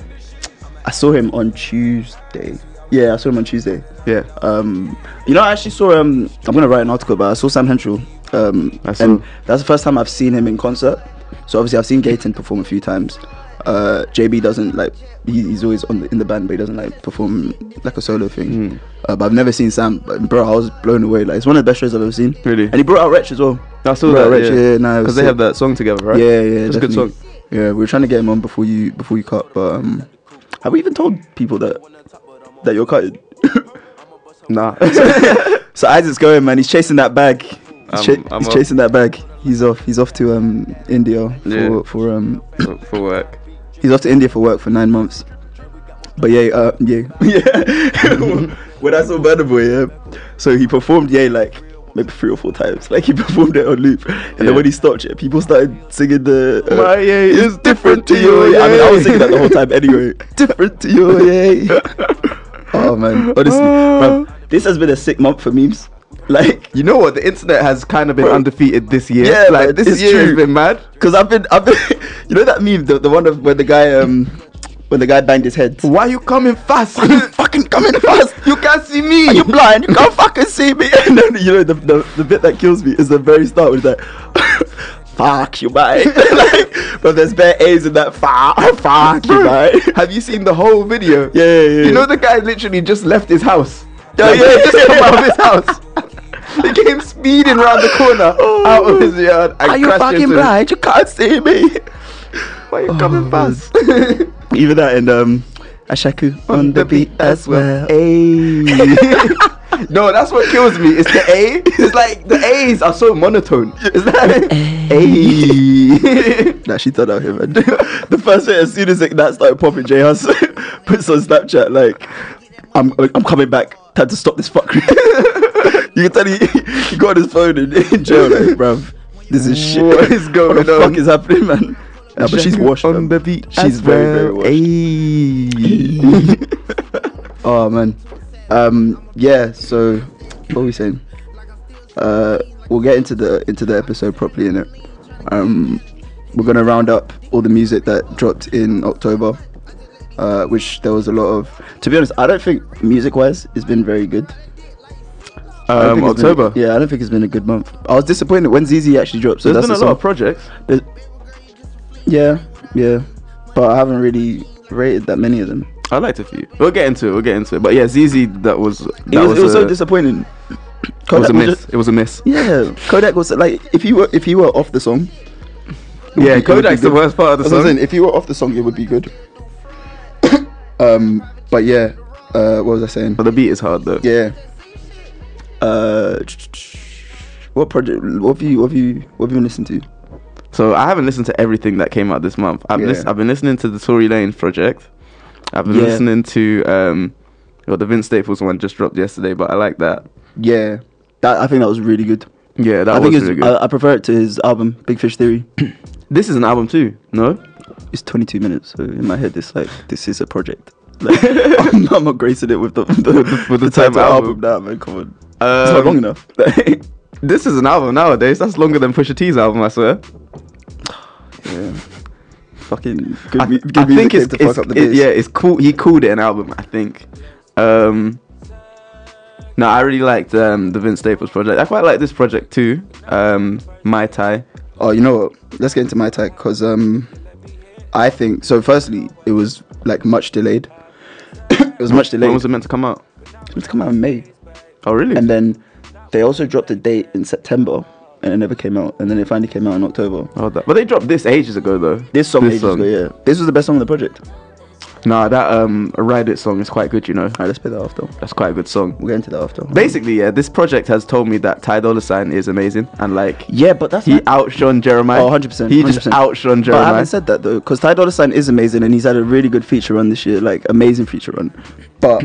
C: I saw him on Tuesday. Yeah, I saw him on Tuesday.
B: yeah.
C: Um, you know, I actually saw um, I'm gonna write an article, but I saw Sam Henshaw. Um,
B: I saw.
C: and that's the first time I've seen him in concert. So obviously, I've seen Gayton perform a few times. Uh, JB doesn't like he, he's always on the, in the band, but he doesn't like perform like a solo
B: Hmm.
C: thing. Uh, but I've never seen Sam. But bro, I was blown away. Like it's one of the best shows I've ever seen.
B: Really?
C: And he brought out Wretch as well.
B: I saw
C: Bro,
B: that.
C: Wretch,
B: yeah,
C: yeah, nah, it was
B: because they
C: sick.
B: have that song together, right?
C: Yeah, yeah,
B: It's a good
C: definitely.
B: song.
C: Yeah, we were trying to get him on before you before you cut, but um, have we even told people that that you're [LAUGHS] cutting?
B: Nah,
C: So Isaac's going, man. He's chasing that bag. He's, cha-
B: I'm- I'm
C: he's
B: off.
C: chasing that bag. He's off. He's off to um India for
B: Yeah.
C: for um.
B: for,
D: [LAUGHS]
B: for work.
C: He's off to India for work for nine months. But yeah, uh, yeah, [LAUGHS] yeah. when I saw Burna Boy, yeah. So he performed, yeah, like maybe three or four times. [LAUGHS] Like he performed it on loop, and
B: Yeah.
C: then when he stopped, yeah, people started singing the. uh,
B: [LAUGHS] My yay is different to
C: your
B: your
C: yay. I mean, I was
B: yay.
C: thinking that the whole time
B: [LAUGHS]
C: anyway. [LAUGHS] Different to your yay. oh man, honestly, bro,
B: Ah.
C: this has been a sick month for memes. Like,
B: You know what? The internet has kind of been
C: Bro.
B: undefeated this year.
C: Yeah,
B: like
C: man,
B: this
C: it's
B: year has
C: true.
B: been mad.
C: cause I've been, I've been, [LAUGHS] you know that meme, the, the one of when the guy, um, when the guy banged his head.
B: Why you coming
C: [LAUGHS]
B: fast? [LAUGHS]
C: You fucking coming fast.
B: You can't see me. [LAUGHS]
C: Are you blind? You can't fucking see me. [LAUGHS] And then, you know, the, the, the bit that kills me is the very start where it's like, [LAUGHS] fuck you, mate. [LAUGHS] like, but there's bare A's in that, fuck, fuck you, mate.
B: [LAUGHS] Have you seen the whole video?
C: Yeah, yeah, yeah.
B: You know the guy literally just left his house.
C: Yeah,
B: Like,
C: yeah,
B: he just
C: yeah,
B: come
C: yeah.
B: out of his house.
C: [LAUGHS]
B: he came speeding round the corner
C: Oh.
B: out of his yard.
C: [LAUGHS]
B: And
C: Are you
B: crashed
C: fucking
B: into him.
C: blind? You can't see me.
B: [LAUGHS]
C: Oh,
B: Why you coming
C: man. [LAUGHS]
B: fast?
C: Even that and, um, Ashaku on, the, beat as well.
B: Ayy. [LAUGHS] no, that's what kills me. It's the A. It's like the A's are so monotone. It's like
C: [LAUGHS]
B: A.
C: [LAUGHS] Nah, she turned out here, man. the first day, as soon as it, that started popping, J Hus [LAUGHS] puts on Snapchat like, "I'm I'm coming back. Time to stop this fuckery." [LAUGHS] you can tell he, he got on his phone in, in jail, like, bruv. This is shit.
B: What is
C: [LAUGHS]
B: going
C: what the
B: on?
C: fuck is happening, man? Nah, but she's washed.
B: on
C: man.
B: the beach.
C: She's
B: as
C: very, very
B: well.
C: washed.
B: Ayy.
C: oh man. Um. Yeah. So, what were we saying? Uh, we'll get into the into the episode properly in it. Um, we're gonna round up all the music that dropped in October. Uh, which there was a lot of. To be honest, I don't think music-wise it's been very good. I don't
B: [LAUGHS] Um,
C: think it's been-
B: October.
C: yeah, I don't think it's been a good month. I was disappointed when ZZ actually dropped. So
B: There's
C: that's
B: been
C: the
B: a lot of
C: song-
B: projects.
C: there's- yeah, yeah, but I haven't really rated that many of them.
B: I liked a few. We'll get into it. We'll get into it. But yeah, ZZ, that was that
C: it was, it was
B: a,
C: so disappointing.
B: it was a
C: Kodak was
B: miss.
C: just-
B: it was a miss.
C: yeah, Kodak was like, if you were if you were off the song,
B: Yeah,
C: be- it would be
B: Kodak's the
C: good.
B: worst part of the
C: that's what I'm saying,
B: song.
C: if you were off the song, it would be good. [COUGHS] um, but yeah, uh, what was I saying?
B: But the beat is hard though.
C: Yeah. Uh, what project? What have you? What have you? What have you listened to?
B: So I haven't listened to everything that came out this month. I've,
C: Yeah.
B: lis- I've been listening to the Tory Lane project. I've been
C: Yeah.
B: listening to um, well, the Vince Staples one just dropped yesterday, but I like that.
C: Yeah, that I think that was really good.
B: Yeah, that
C: I
B: was
C: think it's,
B: really good.
C: I, I prefer it to his album Big Fish Theory. [COUGHS]
B: this is an album too.
C: [LAUGHS]
B: No, [LAUGHS]
C: it's 22 minutes, so in my head it's like this is a project. Like, [LAUGHS] I'm, I'm not gracing it with the with the,
B: With the
C: title
B: time album.
C: Nah, man, come on, it's
B: Um,
C: not long enough. [LAUGHS]
B: This is an album nowadays. That's longer than Pusha T's album. I swear.
C: yeah. Fucking good,
B: I,
C: mu-
B: I
C: good music
B: think
C: came
B: it's,
C: to
B: it's
C: fuck up the
B: it-
C: biz.
B: yeah, it's cool. He called it an album, I think. Um, no, I really liked um, the Vince Staples project. I quite like this project too. Um, My Tai.
C: Oh, you know what? Let's get into my attack because um, I think so. Firstly, it was like much delayed. [COUGHS] it was much delayed.
B: When was it meant to come out?
C: It's meant to come out in May,
B: Oh, really?
C: and then they also dropped a date in September, and it never came out. And then it finally came out in October.
B: Hold up. Oh, But they dropped this ages ago though.
C: Oh, This song, ages ago, yeah. This was the best song on the project. All
B: Nah, that um Ride It song is quite good, you know.
C: right, let's play that after.
B: That's quite a good song.
C: We'll get into that after.
B: Basically, yeah, this project has told me that Ty Dolla Sign is amazing and like
C: yeah, but that's
B: he
C: not-
B: outshone Jeremiah.
C: Oh, 100%.
B: He just
C: 100%.
B: outshone
C: But I
B: Jeremiah.
C: haven't said that though, because Ty Dolla Sign is amazing, and he's had a really good feature run this year, like amazing feature run. But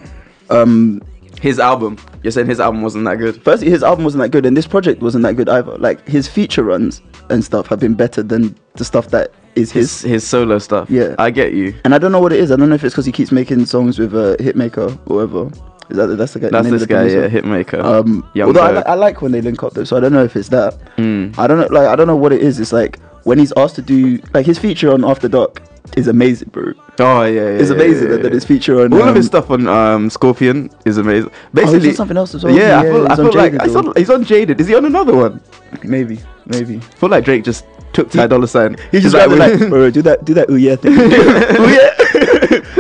C: um,
B: his album. You're saying his album wasn't that good?
C: firstly, his album wasn't that good, and this project wasn't that good either. Like his feature runs and stuff have been better than the stuff that is his.
B: His his solo stuff.
C: Yeah.
B: I get you.
C: And I don't know what it is. I don't know if it's because he keeps making songs with a uh, hitmaker or whatever. Is that that's the guy? the
B: That's
C: name of
B: this
C: the
B: guy, yeah,
C: producer?
B: hitmaker.
C: Um,
B: Young
C: although I, li-
B: Thug.
C: I like when they link up though, so I don't know if it's that.
B: Mm.
C: I don't know, like I don't know what it is. It's like when he's asked to do like his feature on After Dark is amazing, bro.
B: Oh yeah, yeah
C: It's
B: yeah,
C: amazing
B: yeah,
C: that, that
B: yeah.
C: his feature on
B: All of his
C: um,
B: stuff on um, Scorpion is amazing.
C: he's on
B: Basically,
C: something else as well,
B: Yeah, I
C: isn't he?
B: feel,
C: Yeah, he's on Jaded
B: I feel like I
C: though.
B: saw, he's on Jaded. Is he on another one?
C: Maybe, maybe.
B: I feel like Drake just took Ty Dolla Sign.
C: He's just
B: He's
C: like, like, bro,
B: [LAUGHS]
C: bro, do that, do that, ooh yeah thing, ooh yeah, [LAUGHS]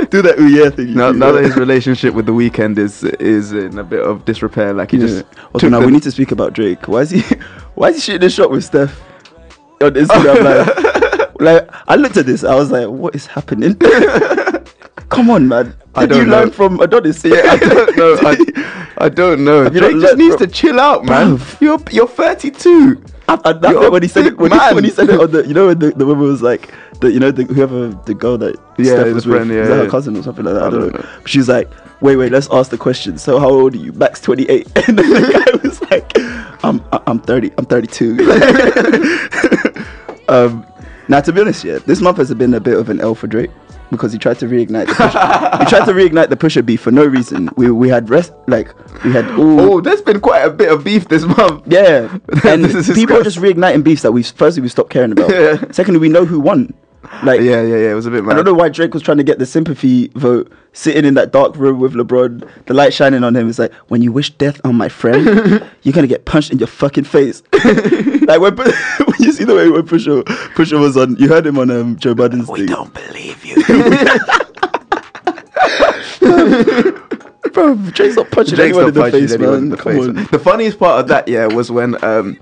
C: do that, ooh yeah thing.
B: now, now that his relationship with the weekend is is in a bit of disrepair, like
C: [LAUGHS]
B: he
C: yeah.
B: just
C: okay, now
B: the-
C: we need to speak about Drake. Why is he, [LAUGHS] why is he shooting a shot with Steph on
B: [LAUGHS]
C: Instagram? like, like, I looked at this, I was like, what is happening? [LAUGHS] Come on, man. Did
B: I don't
C: you
B: know.
C: learn from
B: [LAUGHS]
C: Adonis?
B: Yeah, I don't know. I, I don't know.
C: you not
B: Drake just
C: learnt,
B: needs
C: bro?
B: to chill out, man. You're you're 32.
C: I, I, I
B: You're
C: felt
B: a
C: when he said
B: big
C: it when he,
B: man.
C: when he said it on the you know when the, the woman was like the you know the whoever the girl that
B: Yeah,
C: Steph
B: the
C: was
B: friend,
C: with
B: yeah,
C: was that
B: yeah.
C: her cousin or something like that I, don't, know.
B: know.
C: She was like wait wait let's ask the question so how old are you Max 28 [LAUGHS] and then the guy was like I'm I- I'm 30 I'm [LAUGHS]
B: [LAUGHS]
C: 32 um now to be honest yeah this month has been a bit of an L for Drake because he tried to reignite the
B: [LAUGHS]
C: pusher, he tried to reignite the pusher beef for no reason we we had rest like we had all
B: Oh, there's been quite a bit of beef this month.
C: yeah, and
B: [LAUGHS] This is
C: people are
B: disgusting.
C: just reigniting beefs that we firstly we stopped caring
B: [LAUGHS]
C: about.
B: Yeah.
C: Secondly, we know who won. Like,
B: yeah, yeah, yeah. It was a bit. Mad.
C: I don't know why Drake was trying to get the sympathy vote, sitting in that dark room with LeBron, the light shining on him. It's like when you wish death on my
B: [LAUGHS]
C: friend, you're gonna get punched in your fucking face. [LAUGHS] like when, [LAUGHS] Pu- when you see the way when Pusha Pusha was on, you heard him on um, Joe Biden's
A: We
C: thing.
A: don't believe you.
C: [LAUGHS] Bro, Drake's not punching
B: Drake's
C: anyone in
B: not
C: the
B: punching
C: face,
B: anyone in
C: man.
B: the
C: Come
B: face.
C: on.
B: The funniest part of that, yeah, was when um,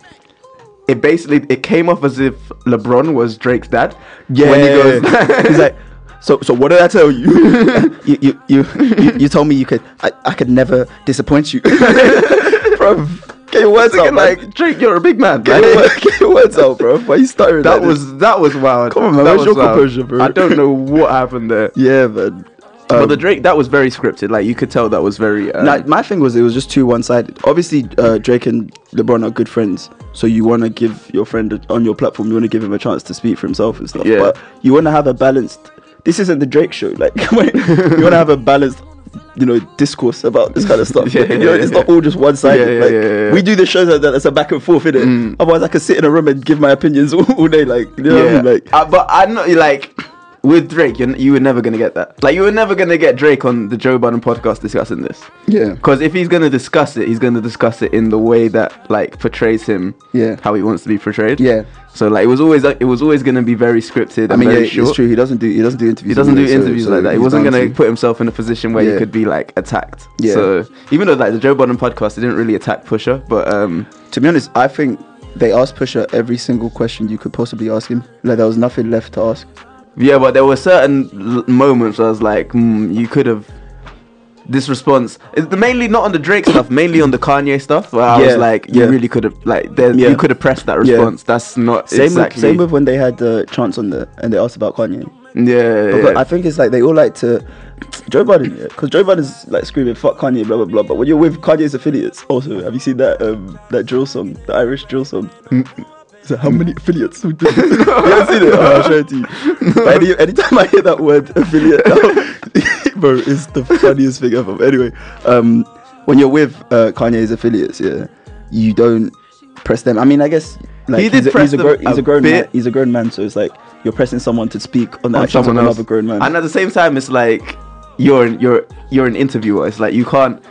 B: it basically it came off as if LeBron was Drake's dad.
C: Yeah,
B: when he [LAUGHS]
C: [LAUGHS]
B: goes,
C: he's like, so so what did I tell you? [LAUGHS] you, you, you you you told me you could I, I could never [LAUGHS] disappoint you, bro. Get your words out,
B: thinking
C: like
B: like Drake, you're a big man.
C: get
B: man."
C: your,
B: [LAUGHS]
C: wor- get your words out, bro. Why you stuttering?
B: that
C: like this?
B: was that was wild.
C: Come on, man,
B: That
C: where's
B: was
C: your
B: wild.
C: composure, bro?
B: I don't know what happened there.
C: yeah, man.
B: but
C: Um,
B: the Drake that was very scripted. Like you could tell that was very. Um,
C: Nah, my thing was it was just too one-sided. Obviously, uh, Drake and LeBron are good friends, so you want to give your friend a, on your platform, you want to give him a chance to speak for himself and stuff.
B: Yeah.
C: But you want to have a balanced. This isn't the Drake show. Like [LAUGHS] you want to have a balanced, you know, discourse about this kind of stuff. [LAUGHS]
B: Yeah,
C: you know, it's not
B: yeah.
C: all just one-sided.
B: Yeah, yeah,
C: like
B: yeah, yeah.
C: we do the shows like that. That's a back and forth, innit? Otherwise, I could sit in a room and give my opinions [LAUGHS] all, all day. Like you know what I mean? Like
B: Uh, but I know, like, with Drake, you're, n- you were never gonna get that. Like, you were never gonna get Drake on the Joe Budden podcast discussing this.
C: Yeah.
B: Because if he's gonna discuss it, he's gonna discuss it in the way that like portrays him.
C: Yeah.
B: How he wants to be portrayed.
C: Yeah.
B: So like, it was always like, it was always gonna be very scripted.
C: I mean, yeah,
B: very short.
C: it's true. He doesn't do he doesn't do interviews.
B: He doesn't do
C: anyway, so-
B: interviews
C: so
B: like that. He
C: he's
B: wasn't
C: bound
B: gonna
C: to-
B: put himself in a position where
C: Yeah.
B: he could be like attacked.
C: Yeah.
B: So even though like the Joe Budden podcast, they didn't really attack Pusher, but um,
C: To be honest, I think they asked Pusher every single question you could possibly ask him. Like there was nothing left to ask.
B: Yeah, but there were certain l- moments where I was like, mm, you could have. This response, it's the- mainly not on the Drake stuff, mainly on the Kanye stuff. Where I was
C: Yeah,
B: like, you
C: yeah.
B: really could have, like, there,
C: Yeah.
B: you could have pressed that
C: Yeah.
B: response. That's not
C: Same
B: exactly.
C: with, same with when they had uh, Chance on there and they asked about Kanye.
B: yeah, yeah,
C: But I think it's like they all like to Joe Biden, yeah, because Joe Biden's like screaming "fuck Kanye," blah blah blah. But when you're with Kanye's affiliates, also have you seen that um, that drill song, the Irish drill song? So how many affiliates? do [LAUGHS] this? you haven't seen it? Oh, I'll show it to you. But any, anytime I hear that word affiliate, now, [LAUGHS] bro, it's the funniest thing ever. But anyway, um, when you're with uh, Kanye's affiliates, yeah, you don't press them. I mean, I guess like
B: He did
C: he's, a,
B: press
C: he's a gro-
B: them
C: he's
B: a
C: a grown man.
B: bit.
C: He's a grown man, so it's like you're pressing someone to speak on the
B: on
C: actions
B: someone
C: of
B: else.
C: another grown man.
B: And at the same time, it's like you're an, you're you're an interviewer. It's like you can't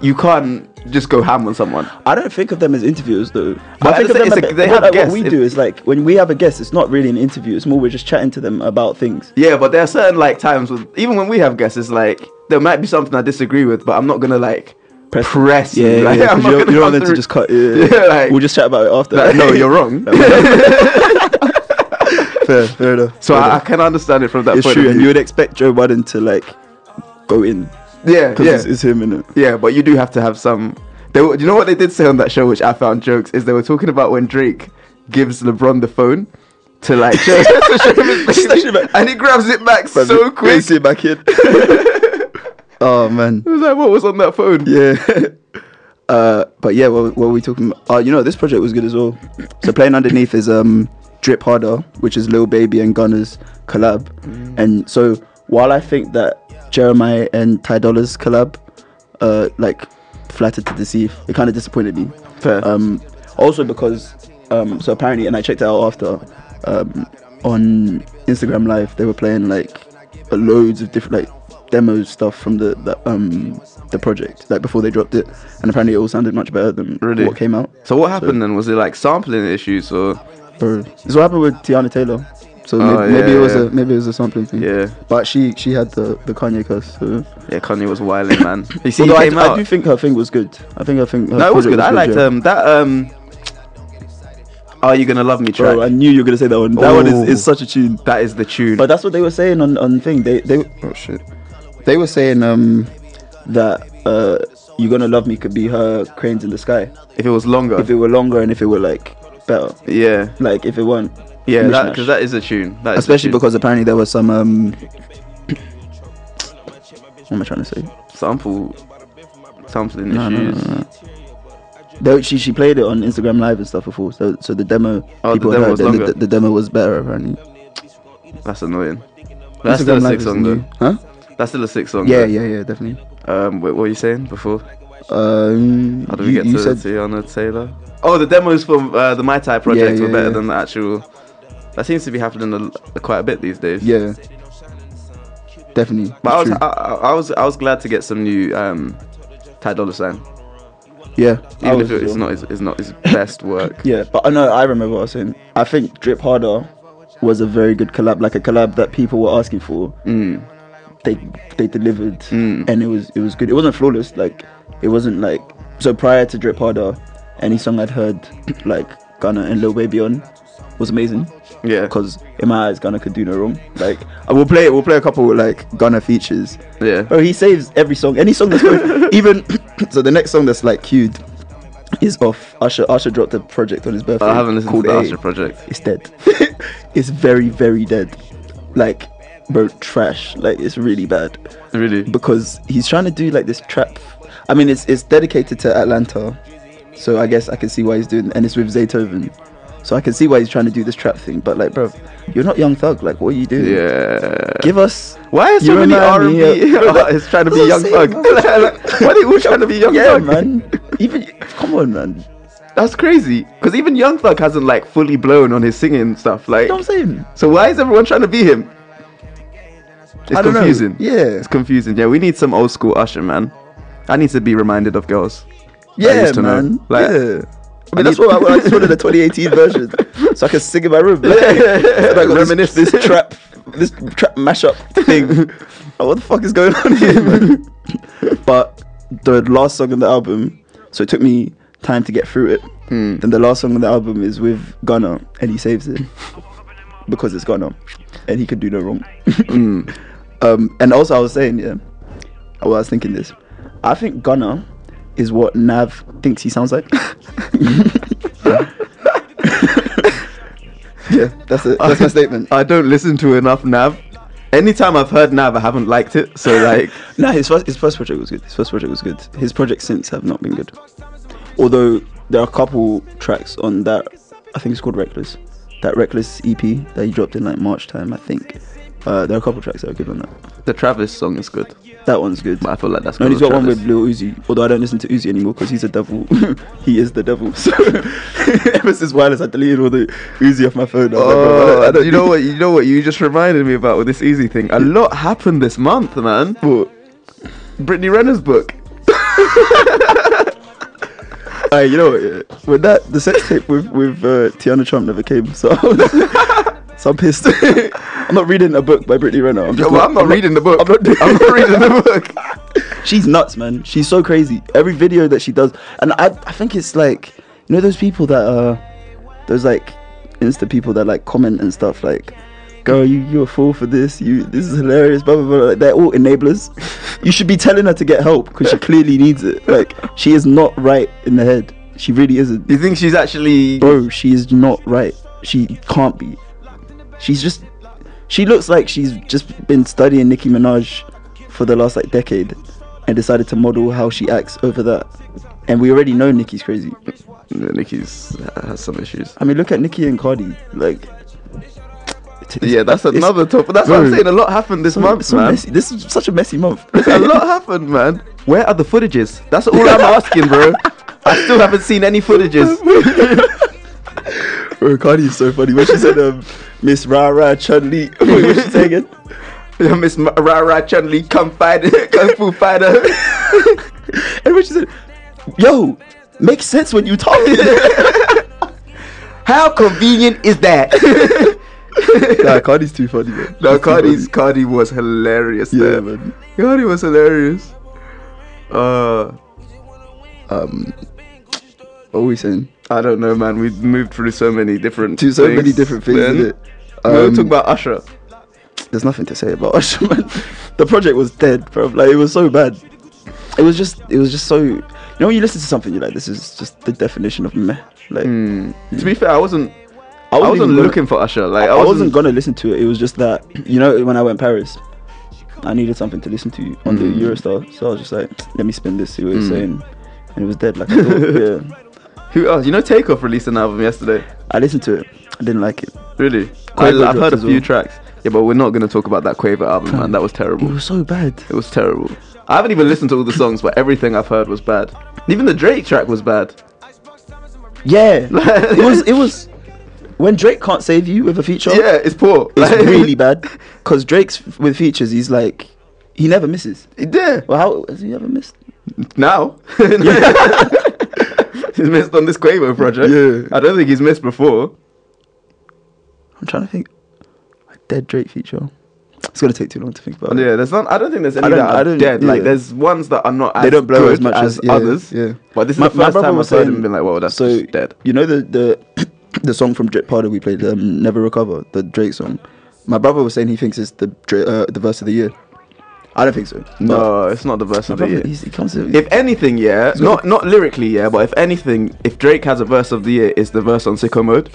B: you can't just go ham on someone.
C: I don't think of them as interviews though.
B: But
C: I think
B: it's
C: of
B: a-
C: them
B: it's a-
C: a bit-
B: they
C: but
B: have
C: like
B: guests.
C: What we
B: It-
C: do is like when we have a guest, it's not really an interview. It's more we're just chatting to them about things.
B: Yeah, but there are certain like times with even when we have guests, it's like there might be something I disagree with, but I'm not gonna like press.
C: Press. Yeah,
B: Yeah,
C: yeah. [LAUGHS]
B: like, [LAUGHS]
C: yeah 'cause
B: I'm not
C: you don't-
B: gonna
C: you don't want
B: come
C: them to
B: through-
C: just [LAUGHS] cut. Yeah,
B: Yeah, like-
C: we'll just chat about it after.
B: Like, no,
C: [LAUGHS]
B: you're wrong.
C: fair, fair enough.
B: so
C: fair
B: I, I
C: enough.
B: can understand it from that
C: it's
B: point
C: true,
B: of
C: and you
B: view.
C: would expect Joe Biden to like go in
B: yeah,
C: because
B: yeah,
C: it's, it's him in it.
B: yeah. But you do have to have some. They, were- you know what they did say on that show, which I found jokes, is they were talking about when Drake gives LeBron the phone to like [LAUGHS] show,
C: [LAUGHS]
B: to show him his
C: Snatch it
B: baby,
C: back.
B: and he grabs it back so quick.
C: see my
B: [LAUGHS]
C: kid. oh man,
B: It was like, what was on that [LAUGHS] phone?
C: yeah. Uh, but yeah, what, what were we talking about? Oh, you know, this project was good as well. So playing underneath is um Drip Harder, which is Lil Baby and Gunner's collab. And so while I think that Jeremiah and Ty Dolla's collab, uh, like flattered to deceive, it kind of disappointed me.
B: Fair.
C: Um, also because um, so apparently, and I checked it out after um, on Instagram Live, they were playing like uh, loads of different like demo stuff from the, the um the project like before they dropped it, and apparently it all sounded much better than
B: Really?
C: what came out.
B: so what happened then? Was it like sampling issues or?
C: Bro, this is what happened with Tiana Taylor. So
B: Oh,
C: maybe, maybe
B: yeah,
C: it was
B: yeah.
C: a maybe it was a sampling thing.
B: Yeah.
C: But she she had the the Kanye curse. So.
B: Yeah, Kanye was wilding, man. You see,
C: Although
B: he
C: I,
B: came
C: I
B: out.
C: do think her thing was good. I think her thing. Her
B: no, it was
C: project
B: good. I liked
C: yeah.
B: um that um. Are you gonna love me track?
C: Bro, I knew you were gonna say that one. That one is,
B: Oh.
C: is such a tune.
B: that is the tune.
C: But that's what they were saying on on thing. They they oh shit. They were saying um that uh you gonna love me could be her cranes in the sky
B: if it was longer,
C: if it were longer and if it were like better
B: yeah,
C: like if it weren't
B: yeah,
C: mishmash.
B: because that is a tune. That is a
C: especially
B: tune.
C: because apparently there was some um [CLEARS THROAT] what am I trying to say
B: sample sampling
C: No, no, no,
B: issues.
C: no, no. Though she she played it on Instagram Live and stuff before so so the demo
B: Oh, the
C: people
B: demo
C: heard
B: was
C: that the,
B: longer.
C: the, demo was better apparently
B: That's annoying. That's still a
C: Live
B: six
C: is
B: song
C: new.
B: though.
C: huh
B: That's still a six song.
C: yeah
B: though.
C: yeah yeah definitely
B: Um, wait, what were you saying before?
C: um
B: How did we
C: you,
B: get
C: you
B: to
C: said
B: Tiana Taylor? Oh, the demos from uh, the My Tai project
C: Yeah,
B: were
C: yeah,
B: better
C: yeah.
B: than the actual. That seems to be happening a, quite a bit these days.
C: Yeah. Definitely.
B: But I was,
C: True.
B: I, I, I was, I was glad to get some new um, Ty Dolla Sign.
C: yeah. I
B: Even
C: was
B: if it-
C: as
B: it's
C: well.
B: not, his, it's not his
C: [LAUGHS]
B: best work.
C: Yeah, but I know I remember what I was saying. I think Drip Harder was a very good collab, like a collab that people were asking for.
B: Mm.
C: They they delivered,
B: Mm.
C: and it was it was good. It wasn't flawless. Like it wasn't like so prior to Drip Harder, any song I'd heard [CLEARS THROAT] like Gunna and Lil Baby on was amazing.
B: Yeah.
C: Because in my eyes, Gunna could do no wrong. Like I will play we'll play a couple like Gunna features.
B: Yeah.
C: Bro, Oh, he saves every song. Any song that's going, [LAUGHS] even [CLEARS THROAT] so the next song that's like queued is off. Usher Usher dropped a project on his birthday.
B: I haven't listened to
C: called
B: the
C: A.
B: Usher project.
C: It's dead. [LAUGHS] it's very very dead. Like bro, trash. Like it's really bad
B: Really?
C: because he's trying to do like this trap. I mean, it's it's dedicated to Atlanta, so I guess I can see why he's doing, and it's with Zaytoven. So I can see why he's trying to do this trap thing, but like, bro, you're not Young Thug. Like, what are you doing?
B: Yeah.
C: Give us
B: Why are so
C: You
B: many R and
C: remind me uh,
B: B [LAUGHS]
C: of- [LAUGHS]
B: artists trying to be young
C: That's what I'm
B: thug? [LAUGHS] Like, Why are they all trying to be young
C: yeah,
B: thug?
C: man. [LAUGHS] Even come on, man. You
B: That's crazy. Because even young thug hasn't like fully blown on his singing stuff. Like,
C: know what I'm saying?
B: so why is everyone trying to be him? It's
C: I don't know.
B: confusing.
C: Yeah.
B: it's confusing. Yeah, we need some old school Usher, man. I need to be reminded of
C: [LAUGHS]
B: girls.
C: Yeah,
B: used to know.
C: man.
B: Like-
C: yeah. I
B: I
C: mean, that's
B: need-
C: what I, I just
B: [LAUGHS]
C: wanted a 2018 version, so I can sing in my room. [LAUGHS] Like, so I got
B: Reminisce.
C: this, this trap, this trap mashup
B: [LAUGHS]
C: thing. Like, what the fuck is going on here? Man? but the last song on the album, so it took me time to get through it.
B: Hmm.
C: Then the last song on the album is with Gunna, and he saves it because it's Gunna, and he could do no wrong.
B: Hmm.
C: [LAUGHS] Um, and also, I was saying, yeah, well, I was thinking this. I think Gunna is what Nav thinks he sounds
B: [LAUGHS]
C: like. [LAUGHS] yeah, that's it. That's my statement.
B: I don't listen to enough Nav. Anytime I've heard Nav, I haven't liked it. So [LAUGHS] like,
C: [LAUGHS] Nah, his first his first project was good. His first project was good. His projects since have not been good. Although there are a couple tracks on that I think it's called Reckless. That Reckless EP that he dropped in like March time, I think. Uh, there are a couple tracks that are good on that.
B: the Travis song is good,
C: That one's good.
B: but I feel like that's
C: No,
B: not
C: he's got one
B: Travis.
C: with Lil Uzi. Although I don't listen to Uzi anymore because he's a devil. [LAUGHS] he is the devil. [LAUGHS] So ever since wireless, I deleted all the Uzi off my phone. I was like, bro, I don't- I
B: Oh,
C: don't
B: you know what? You know what? You just reminded me about with this easy thing. A lot happened this month, man.
C: But
B: Brittany Renner's book.
C: uh, you know what? Yeah. When that the sex tape with with uh, Tiana Trump never came, so [LAUGHS] I was- so I'm pissed. [LAUGHS] I'm not reading a book by Brittany Renner. I'm, just
B: Yo, well, [LAUGHS] I'm not reading the book.
C: I'm not doing- [LAUGHS]
B: I'm not reading the book.
C: She's nuts, man. She's so crazy. Every video that she does, and I, I think it's like, you know, those people that uh, those like, Insta people that like comment and stuff like, girl, you you a fool for this. You this is hilarious. Blah blah blah. Like, they're all enablers. [LAUGHS] you should be telling her to get help because she clearly needs it. Like, she is not right in the head. She really isn't.
B: You think she's actually?
C: bro she is not right she can't be she's just she looks like she's just been studying nicki minaj for the last like decade and decided to model how she acts over that and we already know nicki's crazy
B: Yeah, Nicki's uh, has some issues.
C: i mean look at nicki and cardi like it's-
B: Yeah, that's
C: it's-
B: another topic. That's what I'm
C: Bro.
B: saying. A lot happened this
C: so-
B: month,
C: so
B: man.
C: messy. this is such a messy
B: [LAUGHS]
C: month
B: a lot happened, man. Where are the footages? That's all I'm asking, bro. I still haven't seen any [LAUGHS] footages.
C: [LAUGHS] bro cardi is so funny when she said um, miss ra ra chun li wait [LAUGHS] what she say again
B: Miss Ma- Ra Ra Chun Li, come fight, [LAUGHS] kung fu fighter.
C: and when she said yo makes sense when you
B: [LAUGHS]
C: talk
B: How convenient is [LAUGHS] that?
C: nah, Cardi's too funny, man.
B: no,
C: She's too
B: Cardi's Cardi was hilarious.
C: funny.
B: there.
C: yeah, man.
B: Cardi was hilarious. Uh,
C: Um, what were we saying?
B: I don't know, man. We've moved through so many different
C: To so
B: things,
C: many different things.
B: man.
C: innit?
B: no,
C: Um,
B: talk about Usher.
C: There's nothing to say about Usher, [LAUGHS] man. The project was dead, bro. Like it was so bad. It was just, it was just so. You know, when you listen to something, you're like, this is just the definition of meh. Like,
B: To be fair, I wasn't. I
C: wasn't
B: wasn't
C: even gonna-
B: looking for Usher. Like
C: I, I wasn't gonna listen to it. It was just that, you know, when I went Paris, I needed something to listen to on the Eurostar. So I was just like, let me spin this, see what it's saying. And it was dead, like I [LAUGHS] thought. yeah.
B: Who else? You know, Takeoff released an album yesterday.
C: I listened to it. I didn't like it.
B: Really? I,
C: Quavo
B: I've heard
C: dropped
B: a
C: as
B: few
C: well.
B: tracks. Yeah, but we're not gonna talk about that Quaver album, man. That was
C: It
B: terrible.
C: was so bad.
B: It was terrible. I haven't even listened to all the songs, but everything I've heard was bad. Even the Drake track was bad.
C: Yeah, it was. It was when Drake can't save you with a feature.
B: [LAUGHS] Yeah, it's poor.
C: it's really
B: [LAUGHS]
C: bad. [LAUGHS] Cause Drake's f- with features, he's like, he never misses.
B: Yeah.
C: Well, how has he ever missed?
B: Now. [LAUGHS] he's missed on this Quavo project.
C: Yeah.
B: I don't think he's missed before.
C: I'm trying to think. A dead Drake feature. It's gonna take too long to think about. it.
B: Yeah, there's not. I don't think there's any
C: don't-
B: that are
C: I don't-
B: dead. Like
C: yeah.
B: there's ones that are not.
C: They
B: as
C: don't blow
B: good
C: as much as- yeah,
B: others.
C: yeah.
B: But this is
C: My-
B: the
C: my
B: first
C: brother
B: time I've
C: was
B: heard him
C: saying-
B: been like, "Well, that's
C: so
B: just dead."
C: you know the the [CLEARS THROAT] the song from Drake Parter we played, um, "Never Recover," the Drake song. My brother was saying he thinks it's the Drake, uh, the verse of the year. I don't think so. But
B: No, it's not the verse
C: my
B: of the
C: brother,
B: year.
C: he's- he comes to
B: If anything, yeah, not not lyrically, yeah, but if anything, if Drake has a verse of the year, it's the verse on Sicko Mode.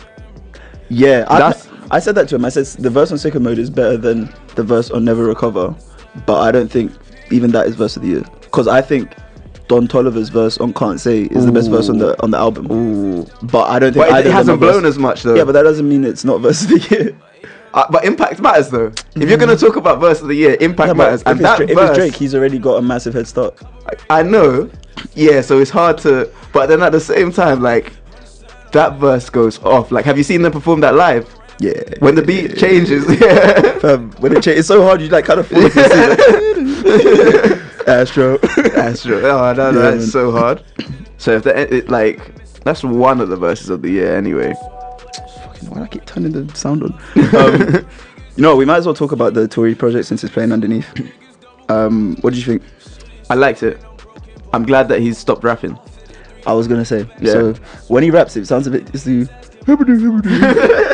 C: Yeah, I,
B: That's-
C: I said that to him. I said the verse on Sicko Mode is better than the verse on Never Recover, but I don't think even that is verse of the year because I think Don Toliver's verse on Can't Say is the best verse on the on the album. But I don't think
B: But
C: either
B: it, it
C: of them
B: hasn't
C: are verse-
B: blown as much though.
C: Yeah, but that doesn't mean it's not verse of the
B: [LAUGHS]
C: year.
B: Uh, but impact matters though. If you're gonna talk about verse of the year, impact
C: Mm. Yeah, but
B: matters,
C: if,
B: and
C: it's,
B: that
C: Dra- if
B: verse,
C: it's Drake, he's already got a massive head start.
B: I know. Yeah, so it's hard to. But then at the same time, like that verse goes off. Like, have you seen them perform that live?
C: Yeah.
B: When [LAUGHS] the beat changes,
C: [LAUGHS]
B: yeah.
C: Um, when it cha- it's so hard, you like kind of force it.
B: [LAUGHS]
C: [LAUGHS] Astro.
B: That's true. Oh no, no
C: Yeah,
B: that's
C: man.
B: so hard. So if the it, like that's one of the verses of the year
C: [LAUGHS]
B: anyway.
C: Fucking why do I keep turning the sound
B: [LAUGHS]
C: on? Um, you know, what, we might as well talk about the Tory project since it's playing underneath. Um, what do you think?
B: I liked it. I'm glad that he's stopped rapping.
C: I was gonna say.
B: Yeah.
C: So when he raps, it sounds a bit. It's [LAUGHS] the,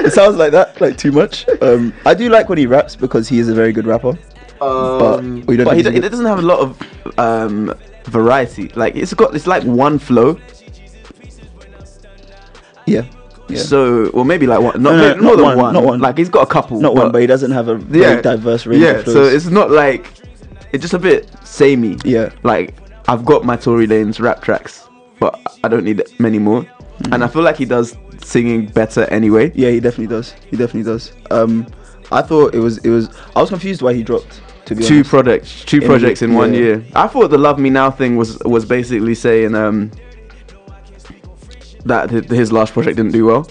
C: it sounds like that, like too much. Um, I do like when he raps because he is a very good rapper.
B: Um,
C: But we don't
B: but he,
C: think he's a
B: do- he
C: good-
B: doesn't have a lot of um, variety. Like it's got it's like one flow.
C: Yeah. Yeah.
B: So well maybe like one, not,
C: No, no,
B: maybe
C: not
B: more than
C: one,
B: one.
C: not one.
B: Like he's got a couple.
C: Not one, but he doesn't have a very diverse range.
B: Yeah,
C: of flows.
B: so it's not like it's just a bit samey.
C: Yeah.
B: like I've got my Tory Lanez rap tracks, but I don't need many more.
C: Mm.
B: And I feel like he does singing better anyway.
C: Yeah, he definitely does. He definitely does. Um, I thought it was it was. I was confused why he dropped. To be
B: two
C: honest.
B: projects, two
C: In-
B: projects in one
C: yeah.
B: year. I thought the "Love Me Now" thing was was basically saying um that hi- his last project didn't do well.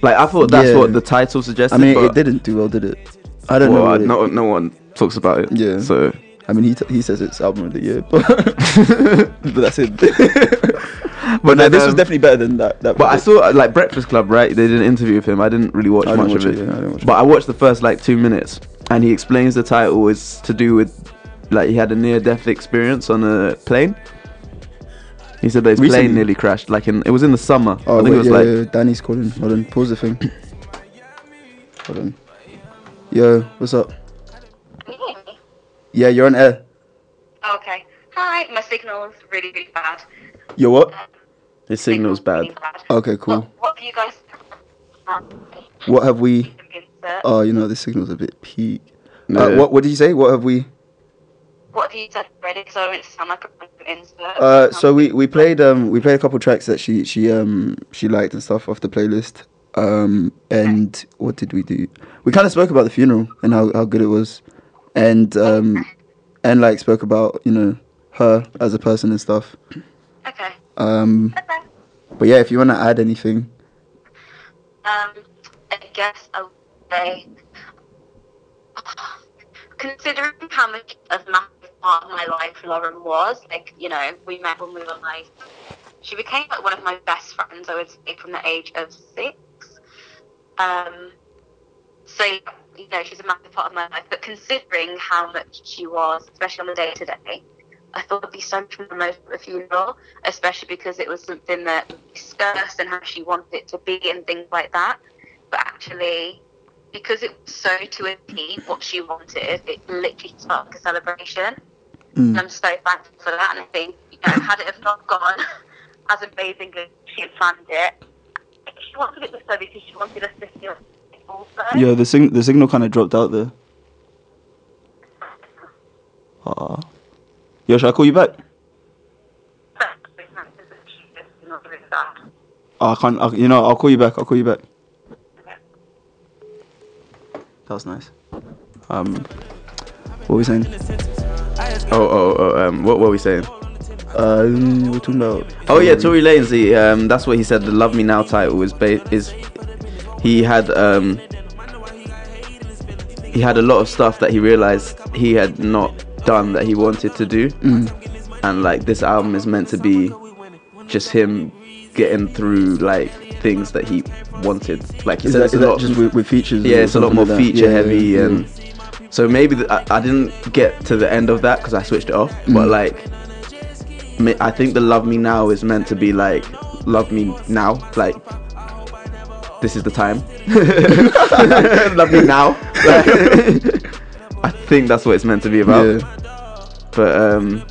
B: Like I thought that's
C: Yeah.
B: what the title suggested.
C: I mean,
B: but,
C: it didn't do well, did it? I don't
B: Well,
C: know.
B: I-
C: what it-
B: no, no one talks about it.
C: Yeah.
B: So [LAUGHS]
C: I mean, he, t- he says it's album of the year, [LAUGHS] but, but that's it. but no,
B: then,
C: this
B: um,
C: was definitely better than that. that
B: But I
C: project.
B: saw uh, like Breakfast Club, right? They did an interview with him. I didn't really watch
C: I didn't
B: much
C: watch
B: of
C: it,
B: it,
C: yeah, I didn't watch
B: but I watched the first like two minutes, and he explains the title is to do with like he had a near death experience on a plane. He said that his
C: Recently?
B: plane nearly crashed. Like in it was in the summer.
C: Oh,
B: I think
C: wait,
B: it was
C: yeah,
B: like
C: yeah, Danny's calling. Hold on, pause the thing. Hold on. Yo, what's up? Yeah, you're on air.
H: Okay. Hi, my signal is really, really bad.
C: Yo, what?
B: his signal's
H: Signal's
B: bad.
C: Uh,
H: really bad.
C: Okay, cool.
H: What, what have you guys um,
C: What have we?
H: insert?
C: Oh, you know the signal's a bit peak. Uh,
B: Yeah.
C: what? What did you say? What have we?
H: What have you said already? So I don't sound like a random insert.
C: Uh, so we we played um we played a couple tracks that she she um she liked and stuff off the playlist. Um, and what did we do? We kind of spoke about the funeral and how how good it was, and um, and like spoke about you know her as a person and stuff.
H: Okay.
C: Um,
H: Okay.
C: But yeah, if you want to add anything,
H: Um, I guess I would say, considering how much of a massive part of my life Lauren was, like, you know, we met when we were like, she became like one of my best friends, I would say, from the age of six. Um, so, you know, she's a massive part of my life, but considering how much she was, especially on the day to day, I thought it'd be so much more emotional at a funeral, especially because it was something that we discussed and how she wanted it to be and things like that. But actually, because it was so to a T what she wanted, it literally sparked a celebration. And I'm so thankful for that. And I think, you know, had it have not gone [LAUGHS] as amazingly as she had planned it, she wanted it so because she wanted us to feel it also.
C: yeah, the sing- the signal kind of dropped out there. Ah, yo, should I call you back?
H: But it's not- it's just not really that.
C: Oh, I can't. I, you know, I'll call you back. I'll call you back. That was nice. Um, what were we saying?
B: Oh oh oh. Um, what were we saying?
C: Um, we're talking about.
B: Oh yeah, Tory Lanez. He, um, that's what he said. The "Love Me Now" title is ba- is he had um he had a lot of stuff that he realized he had not done that he wanted to do,
C: Mm.
B: and like this album is meant to be just him getting through like things that he wanted. Like he
C: Is
B: said,
C: that,
B: it's
C: is
B: a
C: that
B: lot
C: just with, with features?
B: yeah,
C: or
B: it's a lot
C: something
B: more
C: like that?
B: feature
C: Yeah, yeah,
B: heavy
C: yeah.
B: and so maybe the, I, I didn't get to the end of that because I switched it off.
C: Mm.
B: But like, ma- I think the "Love Me Now" is meant to be like "Love Me Now," like this is the time. [LAUGHS] Love me now. [LAUGHS] Like, I think that's what it's meant to be about.
C: yeah.
B: But um,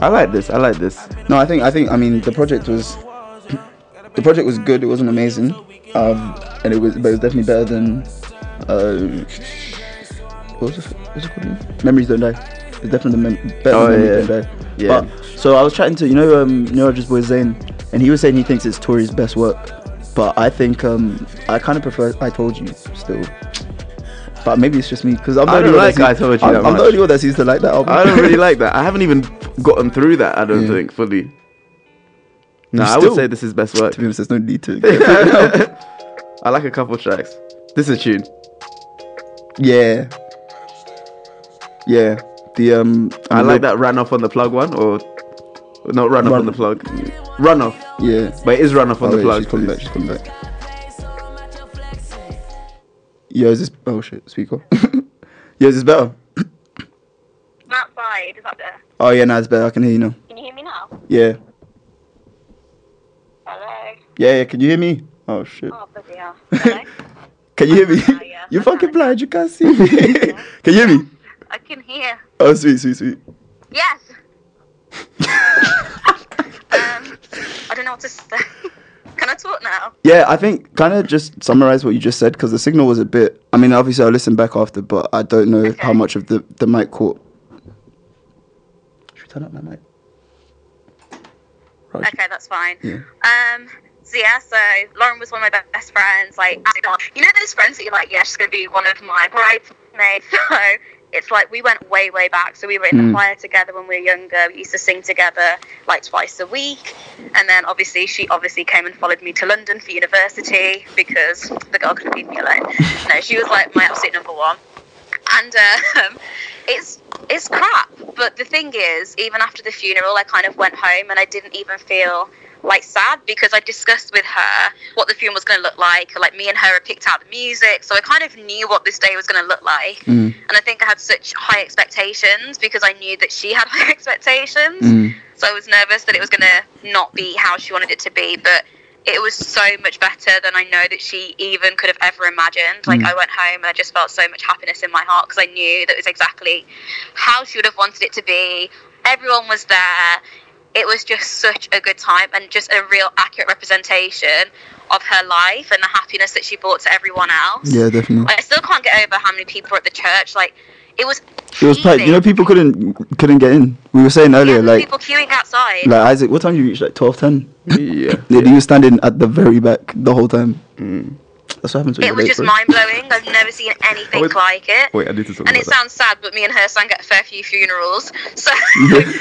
B: I like this. I like this.
C: No, I think I think I mean the project was [CLEARS THROAT] the project was good. It wasn't amazing, um, and it was but it was definitely better than uh, what was it, what was it called? again? Memories don't die. It's definitely mem- better
B: Oh,
C: than Memories
B: yeah.
C: don't die.
B: Yeah.
C: But so I was chatting to you know um, neurologist boy Zane, and he was saying he thinks it's Tori's best work, but I think um, I kind of prefer I told you still. But maybe it's just me because I'm the
B: I
C: only
B: don't
C: one
B: like
C: that
B: I
C: seems-
B: Told You
C: I'm,
B: that
C: I'm the
B: much.
C: only one that seems to like that album.
B: I don't
C: [LAUGHS]
B: really like that. I haven't even gotten through that. I don't
C: Yeah.
B: think fully. No, I
C: still-
B: would say this is best work.
C: To be honest, there's no need to.
B: [LAUGHS] I like a couple tracks. This is a tune.
C: Yeah. Yeah. The um
B: I like that run off on the plug one or not run off
C: Run-
B: on the plug. Run off.
C: Yeah.
B: But it is run off on
C: Oh,
B: the
C: wait,
B: plug.
C: she's calling back, she's calling back. Yo, is this oh shit, [LAUGHS] speaker. Yo, is this better?
H: I'm outside. Is that better?
C: Oh yeah, no, it's better. I can hear you now.
H: Can you hear me now?
C: Yeah.
H: Hello.
C: Yeah, yeah, can you hear me? Oh [LAUGHS] shit.
H: Oh, bloody hell. Hello?
C: Can you hear me?
H: Oh, yeah.
C: You're fucking blind, you can't see [LAUGHS] me. can you hear me?
H: I can hear.
C: Oh sweet, sweet, sweet. [LAUGHS]
H: Yes. um, I don't know what to say. [LAUGHS] Can I talk now?
C: Yeah, I think kind of just summarize what you just said because the signal was a bit. I mean, obviously I listened back after, but I don't know how much of the the mic caught. Should we turn up my mic? Right.
H: Okay, that's fine.
C: Yeah.
H: Um, so yeah, so Lauren was one of my be- best friends. Like, I got- you know those friends that you're like, yeah, she's gonna be one of my bridesmaids. [LAUGHS] So it's like we went way, way back. So we were in
C: Mm.
H: the choir together when we were younger. We used to sing together like twice a week. And then obviously she obviously came and followed me to London for university because the girl couldn't leave
C: [LAUGHS]
H: me alone. No, she was like my absolute number one and um, [LAUGHS] it's it's crap. But the thing is, even after the funeral, I kind of went home and I didn't even feel like sad because I discussed with her what the film was going to look like. Like me and her had picked out the music, so I kind of knew what this day was going to look like. And I think I had such high expectations because I knew that she had [LAUGHS] high expectations. So I was nervous that it was going to not be how she wanted it to be, but it was so much better than I know that she even could have ever imagined.
C: Mm.
H: Like I went home and I just felt so much happiness in my heart because I knew that it was exactly how she would have wanted it to be. Everyone was there. It was just such a good time and just a real accurate representation of her life and the happiness that she brought to everyone else.
C: Yeah, definitely.
H: Like, I still can't get over how many people were at the church. Like it was.
C: It was packed. You know,
H: heaving.
C: people couldn't couldn't get in. We were saying
H: Yeah,
C: earlier,
H: there were
C: like
H: people queuing outside.
C: like Isaac, what time did you reach? Like twelve ten. [LAUGHS]
B: Yeah.
C: Yeah, Mm. you were standing at the very back the whole time. That's what happens when
H: it
C: you're
H: was
C: late,
H: just
C: bro.
H: mind blowing. I've never seen anything
B: Wait-
H: like it.
B: Wait, I need to talk about
H: and it
B: that.
H: sounds sad, but me and her sang at a fair few funerals. [LAUGHS] So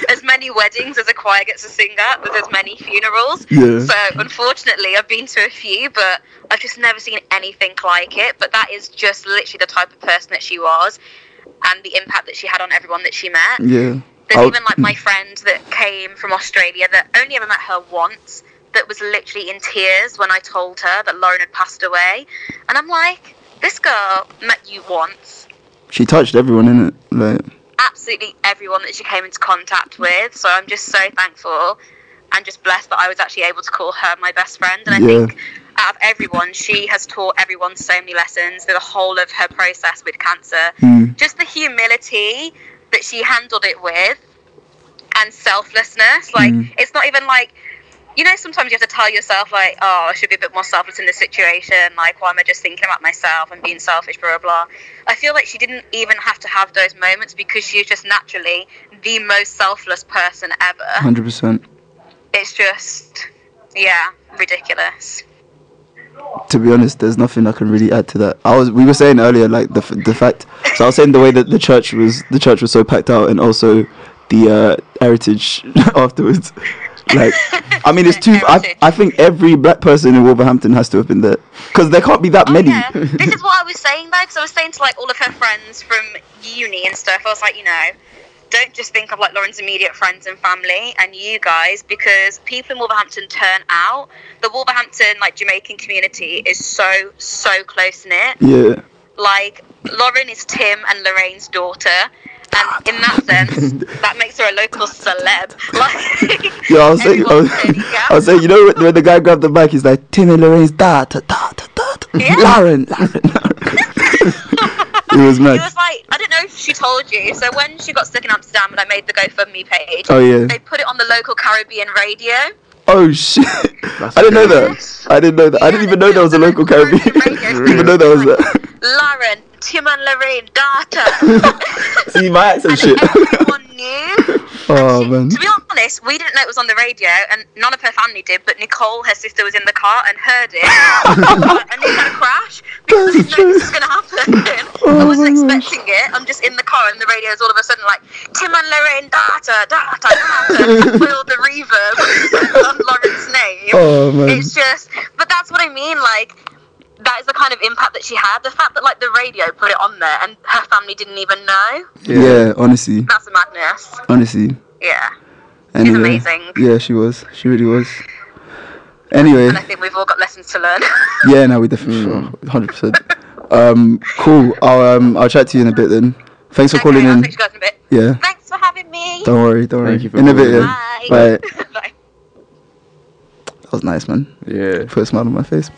H: as many weddings as a choir gets to sing at, there's as many funerals.
C: Yeah.
H: So unfortunately, I've been to a few, but I've just never seen anything like it. But that is just literally the type of person that she was, and the impact that she had on everyone that she met.
C: Yeah.
H: There's
C: I'll-
H: even like my friend that came from Australia that only ever met her once that was literally in tears when I told her that Lauren had passed away. And I'm like, this girl met you once.
C: She touched everyone in it. Like
H: Absolutely everyone that she came into contact with. So I'm just so thankful and just blessed that I was actually able to call her my best friend. And I
C: Yeah.
H: think out of everyone, she has taught everyone so many lessons through the whole of her process with cancer. Just the humility that she handled it with and selflessness. Like it's not even like you know sometimes you have to tell yourself like oh I should be a bit more selfless in this situation. Like why am I just thinking about myself and being selfish? Blah blah. blah. I feel like she didn't even have to have those moments because she's just naturally the most selfless person ever.
C: hundred percent.
H: It's just yeah ridiculous.
C: to be honest, there's nothing I can really add to that. I was we were saying earlier like the f- the fact. So I was saying the way that the church was the church was so packed out, and also the uh, heritage [LAUGHS] afterwards. Like, I mean, it's too. I,
H: Heritage.
C: I think every black person in Wolverhampton has to have been there because there can't be that
H: Oh,
C: many.
H: yeah.
C: [LAUGHS]
H: [LAUGHS] this is what I was saying though, because I was saying to like all of her friends from uni and stuff. I was like, you know, don't just think of like Lauren's immediate friends and family and you guys, because people in Wolverhampton turn out. The Wolverhampton like Jamaican community is so so close knit
C: Yeah,
H: like Lauren is Tim and Lorraine's daughter. And in Ah, [LAUGHS] that sense, that makes her a local celeb. [LAUGHS] Like,
C: yeah. I was saying, I was,
H: everyone's saying,
C: I was saying, you know, when- when the guy grabbed the mic, he's like, Tim and Lorraine's da da da da da. da.
H: Yeah.
C: Lauren, Lauren, Lauren.
H: [LAUGHS]
C: it was mad.
H: It was like I don't know if she told you. So when she got stuck in Amsterdam and I made the GoFundMe page,
C: Oh, yeah.
H: they put it on the local Caribbean radio.
C: Oh shit!
B: That's
C: I didn't know
B: terrible.
C: that. I didn't know that. I didn't
H: Yeah,
C: even know
H: they put
C: there
H: it
C: was a
H: on the
C: local Caribbean.
H: [LAUGHS] radio
C: [LAUGHS] didn't even know there was that.
H: station. Lauren, Tim and Lorraine, daughter.
C: See my accent [LAUGHS] shit.
H: Everyone knew.
C: [LAUGHS] oh
H: She-
C: man.
H: To be honest, we didn't know it was on the radio, and none of her family did. But Nicole, her sister, was in the car and heard
C: [LAUGHS]
H: it, and they had a crash because
C: That's
H: they didn't know this was going to happen.
C: [LAUGHS]
H: I wasn't
C: Oh my gosh.
H: expecting it. I'm just in the car, and the radio is all of a sudden like Tim and Lorraine, data, data,
C: [LAUGHS]
H: data, with all the reverb [LAUGHS] on Lauren's name.
C: Oh man.
H: It's just, but that's what I mean. Like, that is the kind of impact that she had. The fact that like the radio put it on there, and her family didn't even know.
C: Yeah. honestly,
H: That's madness.
C: honestly.
H: Yeah.
C: Anyway,
H: amazing.
C: Yeah, she was. She really was. Anyway,
H: and I think we've all got lessons to learn. [LAUGHS]
C: yeah, no, we definitely
B: Mm.
C: hundred percent. Um, cool. I'll um, I'll chat to you in a bit then. Thanks for calling
H: okay, I'll
C: in.
H: speak to you guys in a bit.
C: Yeah,
H: Thanks for having me.
C: don't worry, don't worry.
B: Thank you for
C: in a bit.
B: calling.
C: Yeah.
H: Bye.
C: Bye.
H: [LAUGHS] Bye.
C: That was nice, man.
B: Yeah.
C: Put a smile on my face.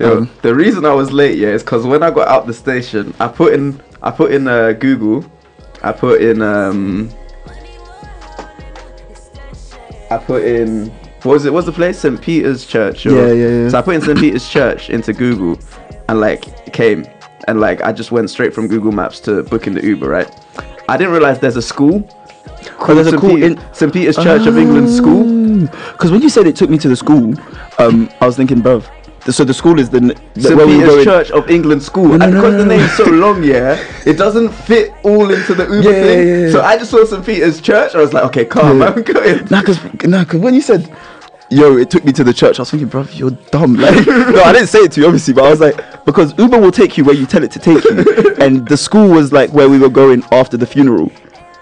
B: Yo,
C: Um,
B: the reason I was late, yeah, is because when I got out the station, I put in, I put in uh, Google, I put in, um, I put in, what was it? What's the place? St Peter's Church. or-
C: Yeah, yeah, yeah.
B: So I put in St Peter's Church into Google, and like it came, and like I just went straight from Google Maps to booking the Uber, right? I didn't realize there's a school. called
C: Oh, there's a
B: St.
C: cool
B: Peter-
C: in- Oh.
B: St Peter's Church of England School.
C: Because when you said it took me to the school, um, I was thinking, bruv. th- So the school is the, n- the
B: St.
C: where we
B: Peter's
C: going.
B: Church of England School.
C: no,
B: and
C: no,
B: because
C: no,
B: the
C: no.
B: name's so long, yeah, it doesn't fit all into the Uber
C: Yeah, yeah,
B: thing.
C: yeah, yeah.
B: So I just saw St. Peter's Church. I was like, okay, calm,
C: Yeah.
D: [LAUGHS]
B: I'm going.
C: Nah, cause nah, 'cause when you said, yo, it took me to the church. I was thinking, bruv, you're dumb. [LAUGHS] Like, no, I didn't say it to you obviously, but I was like, because
D: [LAUGHS]
C: Uber will take you where you tell it to take you, and the school was like where we were going after the funeral.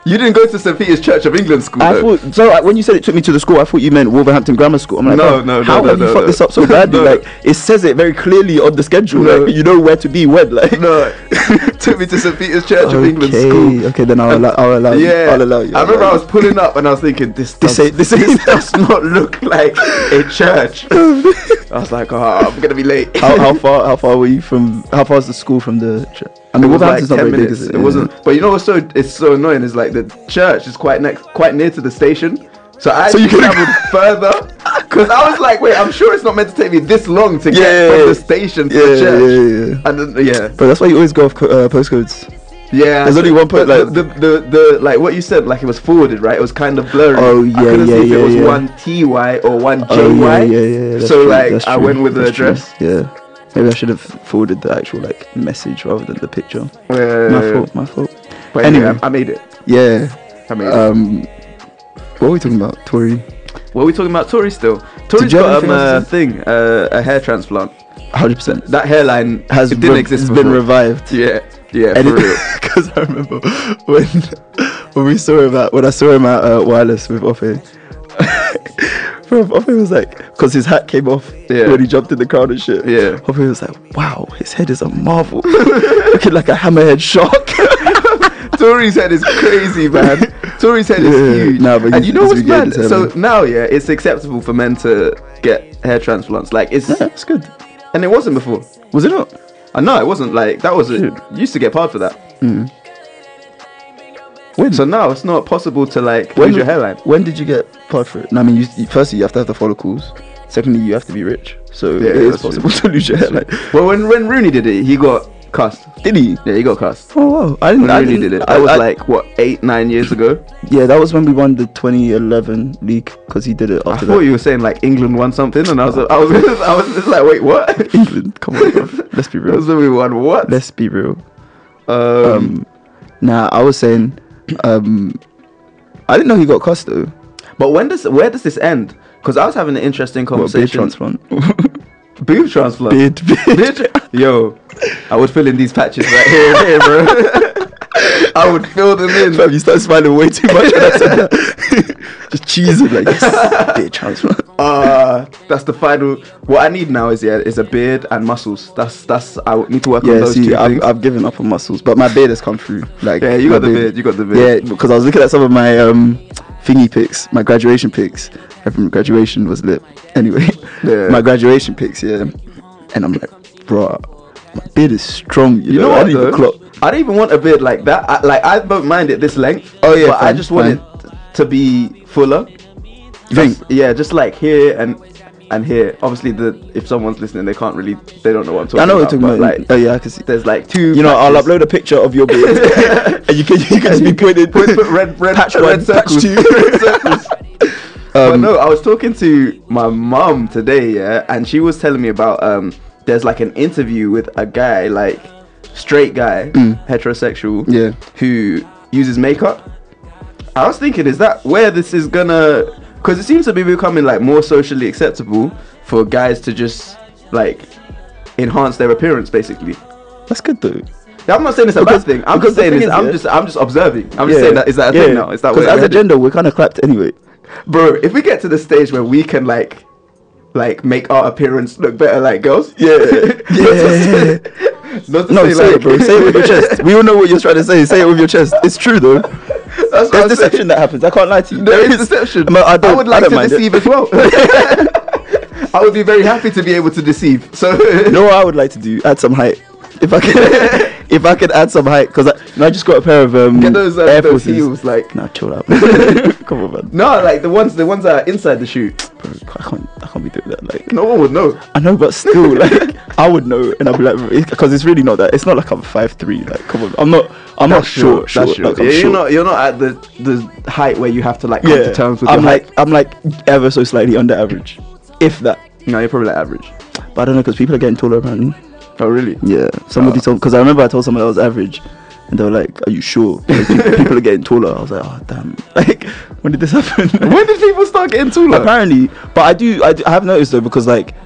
D: You didn't go to St. Peter's Church of England school.
C: I
D: though.
C: thought so. Like, when you said it took me to the school, I thought you meant Wolverhampton Grammar School. I'm like,
D: No,
C: oh,
D: no, no,
C: How
D: no,
C: have
D: no,
C: you fucked
D: no.
C: this up so badly?
D: No.
C: Like, it says it very clearly on the schedule.
D: No.
C: Like, you know where to be when. Like, [LAUGHS]
D: [LAUGHS] No, [LAUGHS] took me to St. Peter's Church of England
C: Okay,
D: school.
C: Okay, then I'll allow. I'll allow you.
D: Yeah,
C: I'll allow you.
D: I
C: I'll
D: remember
C: allow
D: I
C: you.
D: was pulling up and I was thinking, this
C: This
D: does,
C: ain't- this ain't-
D: does not look like a
C: [LAUGHS]
D: church. I was like, oh, I'm gonna be late.
C: how, how far? How far were you from? How far is the school from the? church? I
D: It
C: mean,
D: was like
C: Wolverhampton's not
D: 10
C: very big,
D: minutes.
C: is
D: It
C: Yeah.
D: wasn't. But you know what's so it's so annoying is like the church is quite next, quite near to the station. So I
C: So you could've-
D: traveled
C: [LAUGHS]
D: further because I was like, wait, I'm sure it's not meant to take me this long to get
C: Yeah,
D: from
C: yeah,
D: the station to
C: yeah,
D: the church.
C: yeah, yeah.
D: And then, yeah,
C: But that's why you always go off co- uh, postcodes.
D: yeah.
C: There's only one point,
D: but
C: like-
D: the, the the the like what you said, like it was forwarded, right? It was kind of blurry.
C: Oh,
D: I
C: yeah,
D: couldn't
C: yeah,
D: see if
C: yeah,
D: it was
C: yeah.
D: one T Y or one J Y.
C: Oh, yeah, yeah, yeah, yeah, that's
D: so
C: true,
D: like
C: that's
D: I
C: true,
D: went with the
C: that's true.
D: address.
C: Yeah. Maybe I should have forwarded the actual like message rather than the picture. my
D: Yeah, yeah, yeah.
C: fault. My fault.
D: But anyway,
C: Anyway.
D: I, I made it.
C: Yeah.
D: I made it.
C: Um. What are we talking about, Tori?
D: What are we talking about? Tory still. Tory's
C: you have
D: got um,
C: anything
D: a
C: else to
D: thing, uh, a hair transplant.
C: Hundred percent.
D: That hairline
C: Has
D: it didn't
C: re-
D: exist.
C: It's
D: before.
C: been revived.
D: Yeah, yeah, for real. [LAUGHS]
C: [LAUGHS] Because I remember when when we saw him at when I saw him at uh, Wireless with Offe. [LAUGHS] Bro, Offe was like, because his hat came off
D: Yeah.
C: when he jumped in the crowd and shit.
D: Yeah.
C: Offe was like, wow, his head is a marvel, [LAUGHS] looking like a hammerhead shark. [LAUGHS]
D: Tory's head is crazy, man. Tory's head
C: Yeah,
D: is huge.
C: nah, but
D: and
C: he's-
D: you know
C: he's
D: what's
C: been getting
D: mad?
C: this
D: So
C: hairline.
D: now, yeah, it's acceptable for men to get hair transplants. Like it's,
C: That's good.
D: and it wasn't before.
C: Was it not?
D: I know it wasn't like that was it. You used to get paid for that.
C: Mm. When?
D: So now it's not possible to like
C: When
D: lose your hairline.
C: When did you get part for it? No, I mean, you, you- firstly, you have to have the follicles. Secondly, you have to be rich. So
D: Yeah,
C: it is
D: that's true.
C: possible [LAUGHS] to lose your hairline.
D: Well, when when Rooney did it, he got cast.
C: Did he?
D: Yeah, he got cast.
C: Oh wow! I didn't.
D: When
C: I
D: Rooney
C: didn't-
D: did it,
C: I
D: that was
C: I-
D: like what eight nine years ago.
C: yeah, that was when we won the 2011 league because he did it
D: I
C: after
D: thought
C: that. [LAUGHS]
D: you were saying like England won something, and I was I was [LAUGHS] I was just like, wait, what? [LAUGHS]
C: England, come on, bruv. let's be
D: That was
C: real.
D: when we won what?
C: Let's be real.
D: um,
C: Um, nah, I was saying, um, I didn't know he got cost though.
D: but when does where does this end? Because I was having an interesting
C: What beard
D: conversation.
C: transplant? [LAUGHS]
D: Boob transplant.
C: beard,
D: [LAUGHS]
C: beard.
D: Beard tra- Yo, I would fill in these patches right here, and here bro. [LAUGHS] I would fill them in.
C: Fam, you start smiling way too much when I said that. [LAUGHS] Just cheesing like yes, beard transplant.
D: Uh, that's the final. What I need now is yeah, is a beard and muscles. That's that's I would need to work on
C: [LAUGHS] Yeah,
D: those
C: see,
D: two
C: I've,
D: things.
C: I've given up on muscles, but my beard has come through. Like,
D: yeah, you got
C: my
D: the beard. You got the beard.
C: Yeah, because I was looking at some of my um thingy pics, my graduation pics. Everyone graduation was lit. [LAUGHS] Anyway,
D: Yeah.
C: my graduation pics, yeah. And I'm like, bro, my beard is strong. You,
D: You
C: know,
D: know what?
C: I didn't even
D: though?
C: clock.
D: I don't even want a beard like that. I, like I don't mind it this length.
C: Oh, yeah,
D: but I
C: fine,
D: just want it to be fuller.
C: You think?
D: Yeah, just like here and and here. Obviously, the if someone's listening, they can't really, they don't know what I'm talking.
C: I know what
D: about,
C: you're talking about.
D: but,
C: oh
D: Like
C: yeah, I can see.
D: there's like two.
C: You know, I'll
D: patches.
C: upload a picture of your beard,
D: [LAUGHS]
C: [LAUGHS] and you can you can just be pointed.
D: Put- put red red
C: patch
D: red
C: one, patch
D: circles.
C: two.
D: [LAUGHS] Red circles.
C: Um,
D: but no, I was talking to my mom today, yeah, and she was telling me about um there's like an interview with a guy, like straight guy,
C: Mm.
D: heterosexual,
C: Yeah.
D: who uses makeup. I was thinking, is that where this is gonna? Because it seems to be becoming like more socially acceptable for guys to just like enhance their appearance, basically.
C: That's good though.
D: I'm not saying it's a
C: Because-
D: bad thing. I'm
C: because
D: just
C: the
D: saying
C: thing
D: it's,
C: is,
D: I'm
C: yeah.
D: just I'm just observing. I'm just saying that is that a thing now? Is that
C: because
D: where
C: as
D: we're
C: a
D: headed?
C: gender, we're kind of clapped anyway.
D: bro? If we get to the stage where we can like like make our appearance look better like girls, [LAUGHS] yeah,
C: Yeah.
D: Not to
C: No,
D: say,
C: say
D: like,
C: it, bro. Say it with your
D: [LAUGHS]
C: chest. We all know what you're trying to say. Say it with your chest. It's true, though. [LAUGHS]
D: That's what
C: There's
D: I'm
C: deception
D: saying.
C: that happens. I can't lie to you.
D: There is deception.
C: No, I, don't,
D: would like
C: Oh, I don't
D: to
C: mind
D: deceive
C: it.
D: as
C: [LAUGHS]
D: well. I would be very happy to be able to deceive. [LAUGHS] So
C: You know what I would like to do? Add some height. If I could, [LAUGHS] if I could add some height, because I, you know, I just got a pair of um,
D: get those, uh,
C: Air
D: those
C: Forces.
D: heels like.
C: Nah, chill
D: [LAUGHS]
C: out. [LAUGHS] Come on, man.
D: No, like the ones, the ones that are inside the shoe.
C: Bro, I can't, I can't be doing that. Like,
D: No one would know.
C: I know, but
D: [LAUGHS]
C: still, like, I would know, and I'd be like, because it's really not that. It's not like I'm five three. Like, come on, I'm not, I'm not short, short.
D: That's
C: Like, I'm
D: yeah, you're
C: short.
D: not, you're not at the the height where you have to like come to terms with
C: I'm
D: your height.
C: like, I'm like ever so slightly under average, if that.
D: No, you're probably like average.
C: But I don't know because people are getting taller apparently.
D: Oh really?
C: Yeah, somebody told because I remember I told someone I was average, and they were like, "Are you sure?" Like,
B: [LAUGHS]
C: pe- people are getting taller. I was like, "Oh damn!" [LAUGHS] Like, when did this
B: [LAUGHS]
C: happen?
D: When did people start getting
C: [LAUGHS]
D: taller?
C: apparently, but I do, I do, I have noticed though because like,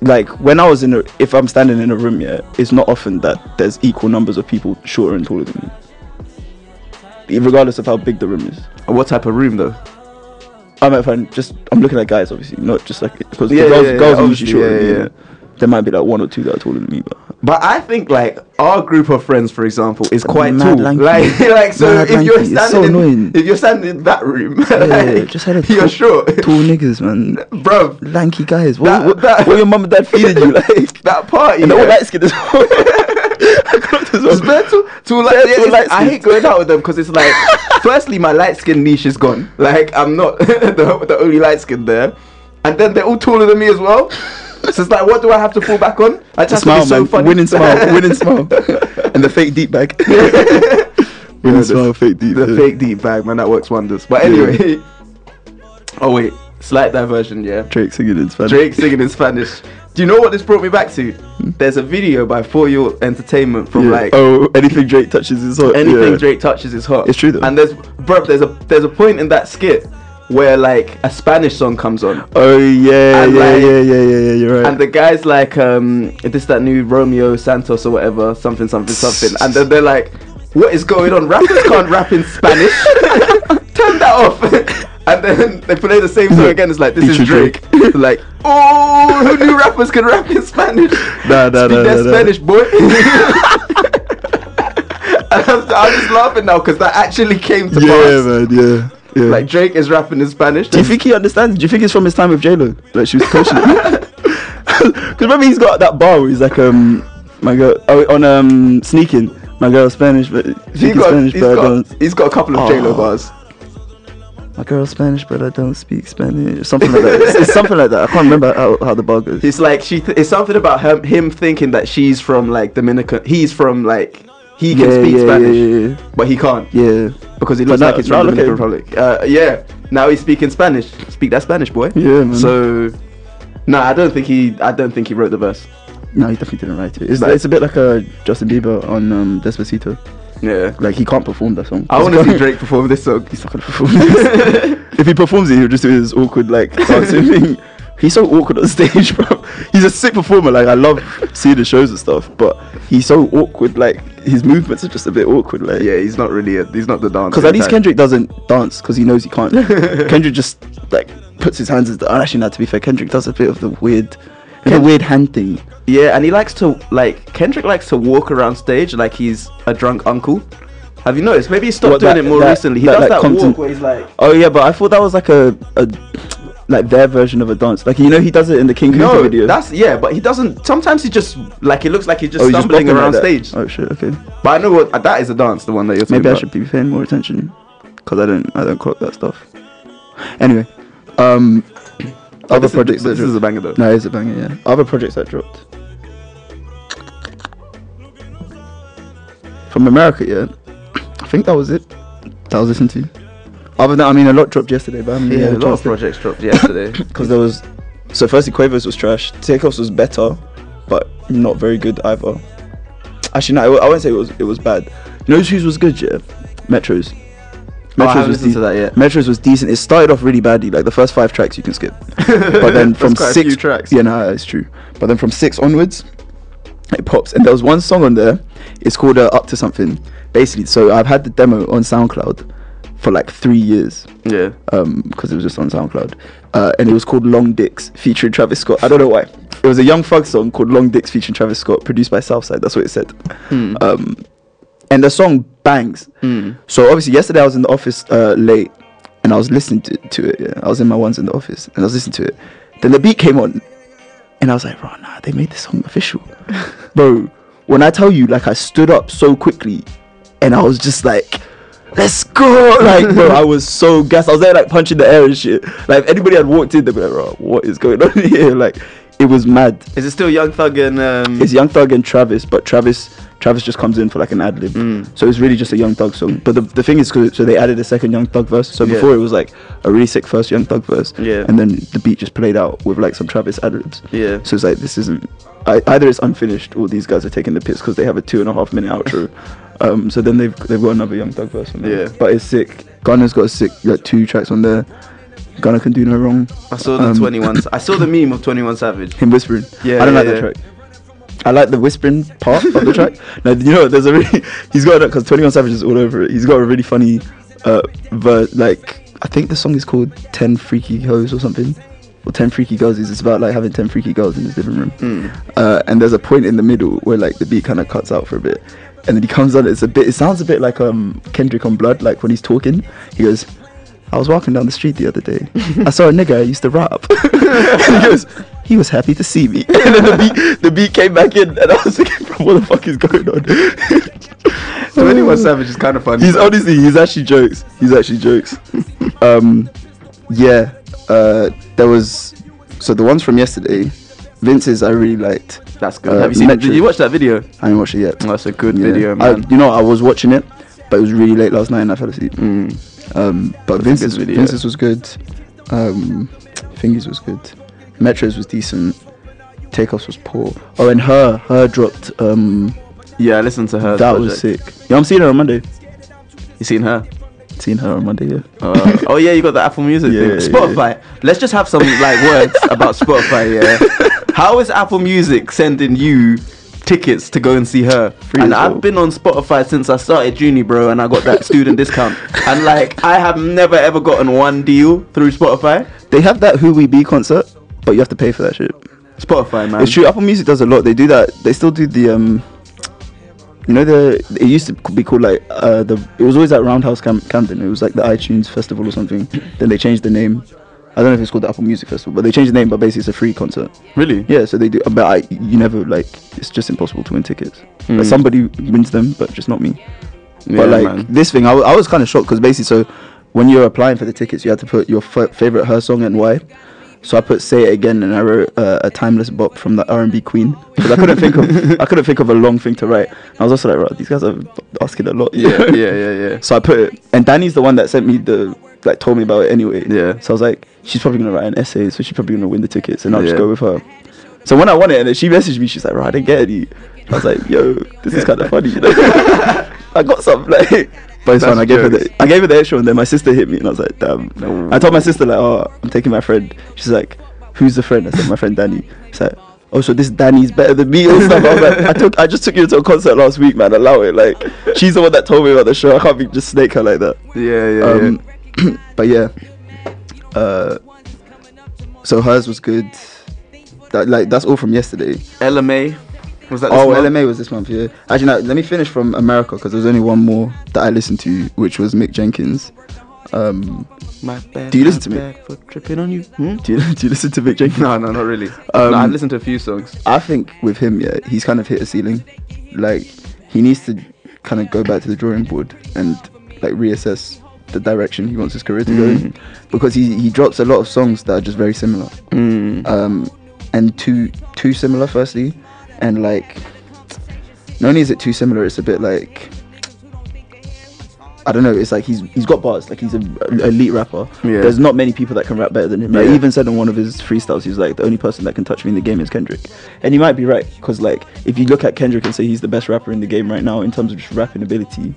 C: like when I was in, a, if I'm standing in a room, yeah, it's not often that there's equal numbers of people shorter and taller than me. E, regardless of how big the room is.
B: What type of room though?
C: I might find just I'm looking at guys obviously, not just like because
B: Yeah,
C: the girls,
B: yeah, yeah,
C: girls are
B: obviously,
C: usually shorter
B: yeah,
C: than me.
B: yeah.
C: There might be like one or two that are taller than me, but
B: But I think like our group of friends, for example, is quite
C: Mad
B: tall.
C: lanky.
D: [LAUGHS]
B: Like, like so
C: Mad
B: if you're
C: lanky. It's so
B: standing,
C: annoying.
B: in, if you're standing in
D: [LAUGHS]
B: that room,
C: yeah, yeah,
B: like,
C: just had
B: [LAUGHS]
C: a
B: you're
C: talk-
B: short,
C: tall niggas,
B: [LAUGHS]
C: man, [LAUGHS]
B: bro.
C: lanky guys. What,
B: That-
C: what,
B: that-
C: what your mum and dad feeding you like?
B: [LAUGHS] That party,
C: And they're all
B: yeah.
C: light skinned [LAUGHS] as well. I grew up as well.
B: [LAUGHS] It's better to, to like,
C: Bare
B: yeah,
C: tall
B: it's-
C: light
B: I
C: skin.
B: hate going out with them because
C: [LAUGHS]
B: it's like, firstly, my light skin niche is gone. Like, I'm not [LAUGHS] the, the only light skin there. And then they're all taller than me as well. So it's like, what do I have to fall back on? I just
C: smile,
B: have to be so
C: man.
B: funny.
C: Winning
B: [LAUGHS]
C: smile, winning smile, and the fake deep bag. winning
B: this-
C: smile, fake deep.
B: the
C: yeah.
B: fake deep bag, man, that works wonders. But anyway, [LAUGHS] oh wait, slight diversion, yeah.
C: Drake singing in Spanish.
B: Drake singing in Spanish. Do you know what this brought me back to? There's a video by For Your Entertainment from
C: Hmm. Yeah.
B: like
C: oh, anything Drake touches is hot.
B: anything
C: yeah.
B: Drake touches is hot.
C: It's true though.
B: And there's bro, there's a there's a point in that skit where like a Spanish song comes on.
C: Oh yeah,
B: And
C: yeah,
B: like-
C: yeah, yeah, yeah, yeah. You're right.
B: And the guy's like, um, this that new Romeo Santos or whatever, something, something, something. And then they're like, what is going on? Rappers can't rap in Spanish. [LAUGHS] Turn that off. [LAUGHS] and then they play the same song again. It's like, this
C: Teacher
B: is Drake. [LAUGHS] like, oh, who knew rappers can rap in Spanish?
C: [LAUGHS] Nah, nah,
B: Speak
C: nah,
B: that
C: nah, nah.
B: Spanish, boy. [LAUGHS] And I'm, I'm just laughing now because that actually came to
C: yeah,
B: pass.
C: man, yeah, yeah.
B: Like Drake is rapping in Spanish.
C: do you think he understands? Do you think it's from his time with J Lo? Like she was coaching him. [LAUGHS] Because remember he's got that bar where he's like, um, my girl oh, on um sneaking. My girl Spanish, but
B: He's
C: speaking
B: got,
C: Spanish,
B: he's
C: but I
B: got,
C: don't.
B: he's got a couple of J-Lo
C: Oh.
B: bars.
C: My girl Spanish, but I don't speak Spanish. Something like that. It's, it's something like that. I can't remember how, how the bar goes.
B: It's like she. Th- it's something about him, him thinking that she's from like Dominican. He's from like he can speak Spanish,
C: yeah,
B: but he can't
C: yeah,
B: because he looks
C: now-
B: like he's
C: now
B: from
C: look at
B: Dominican Republic. Uh, yeah, now he's speaking Spanish. Speak that Spanish, boy.
C: Yeah, man.
B: So, no, I don't think he. I don't think he wrote the verse.
C: No, he definitely didn't write it. It's,
B: Like-
C: it's a bit like uh, Justin Bieber on um, Despacito.
B: Yeah.
C: Like he can't perform that song.
B: I want to see Drake perform this song.
C: He's not gonna perform this. if he performs it, he'll just do his awkward like dancing thing. He's so awkward on stage, bro. He's a sick performer. Like I love seeing the shows and stuff, but he's so awkward. Like his movements are just a bit awkward. Like
B: Yeah, he's not really. A, he's not the dancer.
C: Because at least
B: type.
C: Kendrick doesn't dance because he knows he
B: [LAUGHS]
C: can't. Kendrick just like puts his hands. As, actually, not to be fair, Kendrick does a bit of the weird, the weird hand thing.
B: Yeah, and he likes to like Kendrick likes to walk around stage like he's a drunk uncle. Have you noticed? Maybe he stopped
C: What,
B: doing
C: that-
B: it more
C: that-
B: recently. He
C: that,
B: does
C: like,
B: that
C: Compton-
B: walk where he's like.
C: Oh yeah, but I thought that was like a, a like their version of a dance. Like you know, he does it in the King Cooper
B: No,
C: video.
B: that's yeah, but he doesn't. Sometimes he just like it looks like he's just
C: Oh, he's just
B: stumbling
C: bopping like
B: around
C: that.
B: stage.
C: Oh shit. Okay.
B: But I know what uh, that is a dance, the one that you're talking
C: Maybe I
B: about.
C: should be paying more attention because I don't I don't clock that stuff. Anyway, um, other
B: Oh, This is-
C: projects
B: This
C: that
B: is a
C: dropped.
B: banger though.
C: No, it's a banger. Yeah, other projects that dropped from America. Yeah, I think that was it. That I was listening to. Other than I mean, a lot dropped yesterday, but I haven't really
B: Yeah,
C: had
B: a lot of projects
C: [LAUGHS]
B: dropped yesterday. Oh,
C: because there was. So firstly, Quavers was trash. Takeoffs was better, but not very good either. Actually, no, I w- I won't say it was it was bad. You know whose was good? Yeah, Metros.
B: Oh, I haven't
C: was
B: listened to that yet.
C: Metros was decent. It started off really badly. Like the first five tracks you can
B: [LAUGHS]
C: skip, but then from
B: quite a
C: six
B: few tracks.
C: Yeah, no, it's true. But then from six onwards, it pops. And there was one song on there. It's called uh, "Up to Something." Basically, so I've had the demo on SoundCloud for like three years
B: yeah,
C: um because it was just on SoundCloud, uh, and it was called Long Dicks featuring Travis Scott. I don't know why. It was a Young Thug song called Long Dicks featuring Travis Scott, produced by Southside. That's what it said. Um, and the song bangs. So obviously, yesterday I was in the office uh, late, and I was listening to, to it. Yeah, I was in my ones in the office, and I was listening to it. Then the beat came on, and I was like, "Bro, nah, they made this song official, [LAUGHS] bro." When I tell you, like, I stood up so quickly, and I was just like, "Let's go!" [LAUGHS] Like, bro, I was so gassed. I was there, like, punching the air and shit. Like, if anybody had walked in, they'd be like, "Bro, what is going on [LAUGHS] here?" Like, it was mad.
B: is it still Young Thug and um?
C: It's Young Thug and Travis, but Travis Travis just comes in for like an ad lib.
B: Mm.
C: So it's really just a Young Thug song. But the, the thing is, 'cause- so they added a second Young Thug verse. So
B: Yeah.
C: before it was like a really sick first Young Thug verse.
B: Yeah.
C: And then the beat just played out with like some Travis ad libs.
B: Yeah.
C: So it's like, this isn't. I, either it's unfinished or these guys are taking the piss because they have a two and a half minute outro. Um, so then they've they've got another Young Thug verse from there.
B: Yeah.
C: But it's sick. Gunner's got a sick, like two tracks on there. Gunner can do no wrong.
B: I saw the
C: um, [LAUGHS]
B: Twenty One. I saw the meme of Twenty One Savage.
C: Him whispering.
B: Yeah,
C: I don't
B: yeah,
C: like
B: yeah.
C: that track. I like the whispering part of the
B: [LAUGHS]
C: track. Now you know there's a really he's got because Twenty One Savage is all over it. He's got a really funny, uh, but like I think the song is called Ten Freaky Hoes or something, or Ten Freaky Girls. It's about like having ten freaky girls in his living room.
B: Hmm.
C: Uh, and there's a point in the middle where like the beat kind of cuts out for a bit, and then he comes on. It's a bit. It sounds a bit like um Kendrick on Blood, like when he's talking. He goes. I was walking down the street the other
B: [LAUGHS]
C: day. I saw a nigga I used to [LAUGHS] rob. and he goes, he was happy to see me. [LAUGHS] And then the beat, the beat came back in, and I was thinking, bro, what the fuck is going on?
B: So anyone savage is kind of funny.
C: [LAUGHS] he's honestly, he's actually jokes. He's actually jokes. [LAUGHS] um, yeah, uh, there was. So the ones from yesterday, Vince's I really liked.
B: That's good.
C: Uh, Oh,
B: Have you seen?
C: Metro-
B: Did you watch that video?
C: I haven't watched it yet.
B: That's a good
C: Yeah.
B: video,
C: I,
B: man.
C: you know, I was watching it, but it was really late last night and I fell asleep.
B: Mm.
C: Um, but Vince's,
B: video.
C: Vince's was good. Um, Fingers was good. Metro's was decent. Takeoffs was poor. Oh, and her, her dropped. Um,
B: yeah, I listened to her.
C: that was
B: project.
C: sick. Yeah, I'm seeing her on Monday.
B: You seen her?
C: Seeing her on Monday. Yeah.
B: Uh, oh yeah, you got the Apple Music
C: Yeah,
B: thing.
C: yeah,
B: Spotify. Let's just have some like words about
C: [LAUGHS]
B: Spotify. Yeah. How is Apple Music sending you tickets to go and see her? and
C: as
B: I've
C: well.
B: been on Spotify since I started uni, bro, and I got that student discount. And like, I have never ever gotten one deal through Spotify.
C: They have that Who We Be concert, but you have to pay for that shit.
B: Spotify, man.
C: It's true. Apple Music does a lot. They do that. They still do the um. You know the it used to be called like uh the it was always at Roundhouse Cam- Camden. It was like the iTunes Festival or something. then they changed the name. I don't know if it's called the Apple Music Festival, but they changed the name. But basically, it's a free concert.
B: Really?
C: Yeah, so they do. But I, you never like. It's just impossible to win tickets.
B: Hmm.
C: Like somebody wins them, but just not me.
B: Yeah,
C: but like
B: man.
C: this thing, I, wa- I was kind of shocked because basically, so when you're applying for the tickets, you had to put your f- favorite her song and why. So I put "Say It Again" and I wrote uh, a timeless bop from the R&B Queen because I couldn't think of I couldn't think of a long thing to write. I was also like, right, these guys are asking a [LAUGHS] lot.
B: Yeah, yeah, yeah, yeah.
C: So I put it, and Danny's the one that sent me the like told me about it anyway.
B: Yeah.
C: So I was like, she's probably gonna write an essay, so she's probably gonna win the tickets, and I'll
B: Yeah.
C: just go with her. So when I won it, and then she messaged me, she's like, "Right, I didn't get any." I was like, "Yo, this is kind of funny." You know? [LAUGHS] I got some like. But it's
B: That's
C: fine. I gave her
B: jokes.
C: the I gave her the extra, and then my sister hit me, and I was like, "Damn!" I told my sister like, "Oh, I'm taking my friend." She's like, "Who's the friend?" I said, "My friend Danny." She's like, "Oh, so this Danny's better than me [LAUGHS] or something?" I was like, "I took I just took you to a concert last week, man. Allow it." Like, she's the one that told me about the show. I can't be just snake her like that.
B: [LAUGHS] Yeah, yeah,
C: Um, [CLEARS THROAT] but yeah, uh, so hers was good. That, like that's all from yesterday.
B: yeah. LMA. Was that? This
C: Oh,
B: month?
C: LMA was this month, yeah. Actually, no, let me finish from America because there's only one more that I listened to, which was Mick Jenkins. Um,
B: My bad,
C: Do you
B: my
C: listen to me?
B: bad For tripping on you. Hmm?
C: do you [LAUGHS] do you listen to Mick Jenkins?
B: No, no, not really.
C: Um,
B: no, I listened to a few songs.
C: I think with him, yeah, he's kind of hit a ceiling. Like he needs to kind of go back to the drawing board and like reassess the direction he wants his career to go in because he he drops a lot of songs that are just very similar. Um, and too too similar. Firstly, and like not only is it too similar, it's a bit like. I don't know. It's like he's he's got bars. Like he's an elite rapper.
B: Yeah.
C: There's not many people that can rap better than him. Like,
B: Yeah.
C: Even even said in one of his freestyles, he's like, the only person that can touch me in the game is Kendrick. And he might be right, because like, if you look at Kendrick and say he's the best rapper in the game right now in terms of just rapping ability,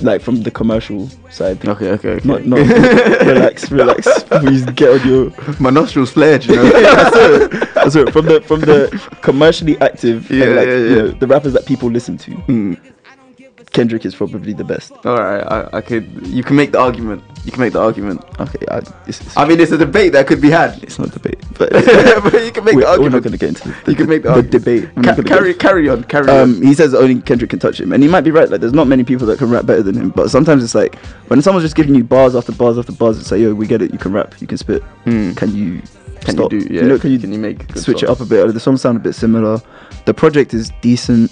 C: like from the commercial side.
B: Okay, okay, okay.
C: Not, [LAUGHS]
B: [LAUGHS]
C: not, relax, relax. Please get on your. [LAUGHS]
B: [LAUGHS] My nostrils flared, you know.
C: That's it. That's it. From the from the commercially active,
B: Yeah,
C: and like,
B: yeah,
C: you
B: yeah.
C: know, the rappers that people listen to, Kendrick is probably the best.
B: Hmm. All right, I, I could. You can make the argument. You can make the argument.
C: Okay, I, it's, it's,
B: I mean, it's a debate that could be had.
C: it's not a debate, [LAUGHS] but
B: but [LAUGHS] you can make
C: we're,
B: the
C: we're not
B: argument.
C: going to get into the,
B: you can make the,
C: the
B: argument.
C: debate. We're
B: Ca-
C: not gonna get
B: carry, carry on, carry
C: um, he says only Kendrick can touch him, and he might be right. Like, there's not many people that can rap better than him. But sometimes it's like when someone's just giving you bars after bars after bars, it's like, yo, we get it. You can rap, you can spit. Can you
B: Can you
C: stop?
B: do- Hmm. yeah,
C: know, can you,
B: can you make good
C: switch it
B: songs?
C: up a bit? Or the songs sound a bit similar. The project is decent.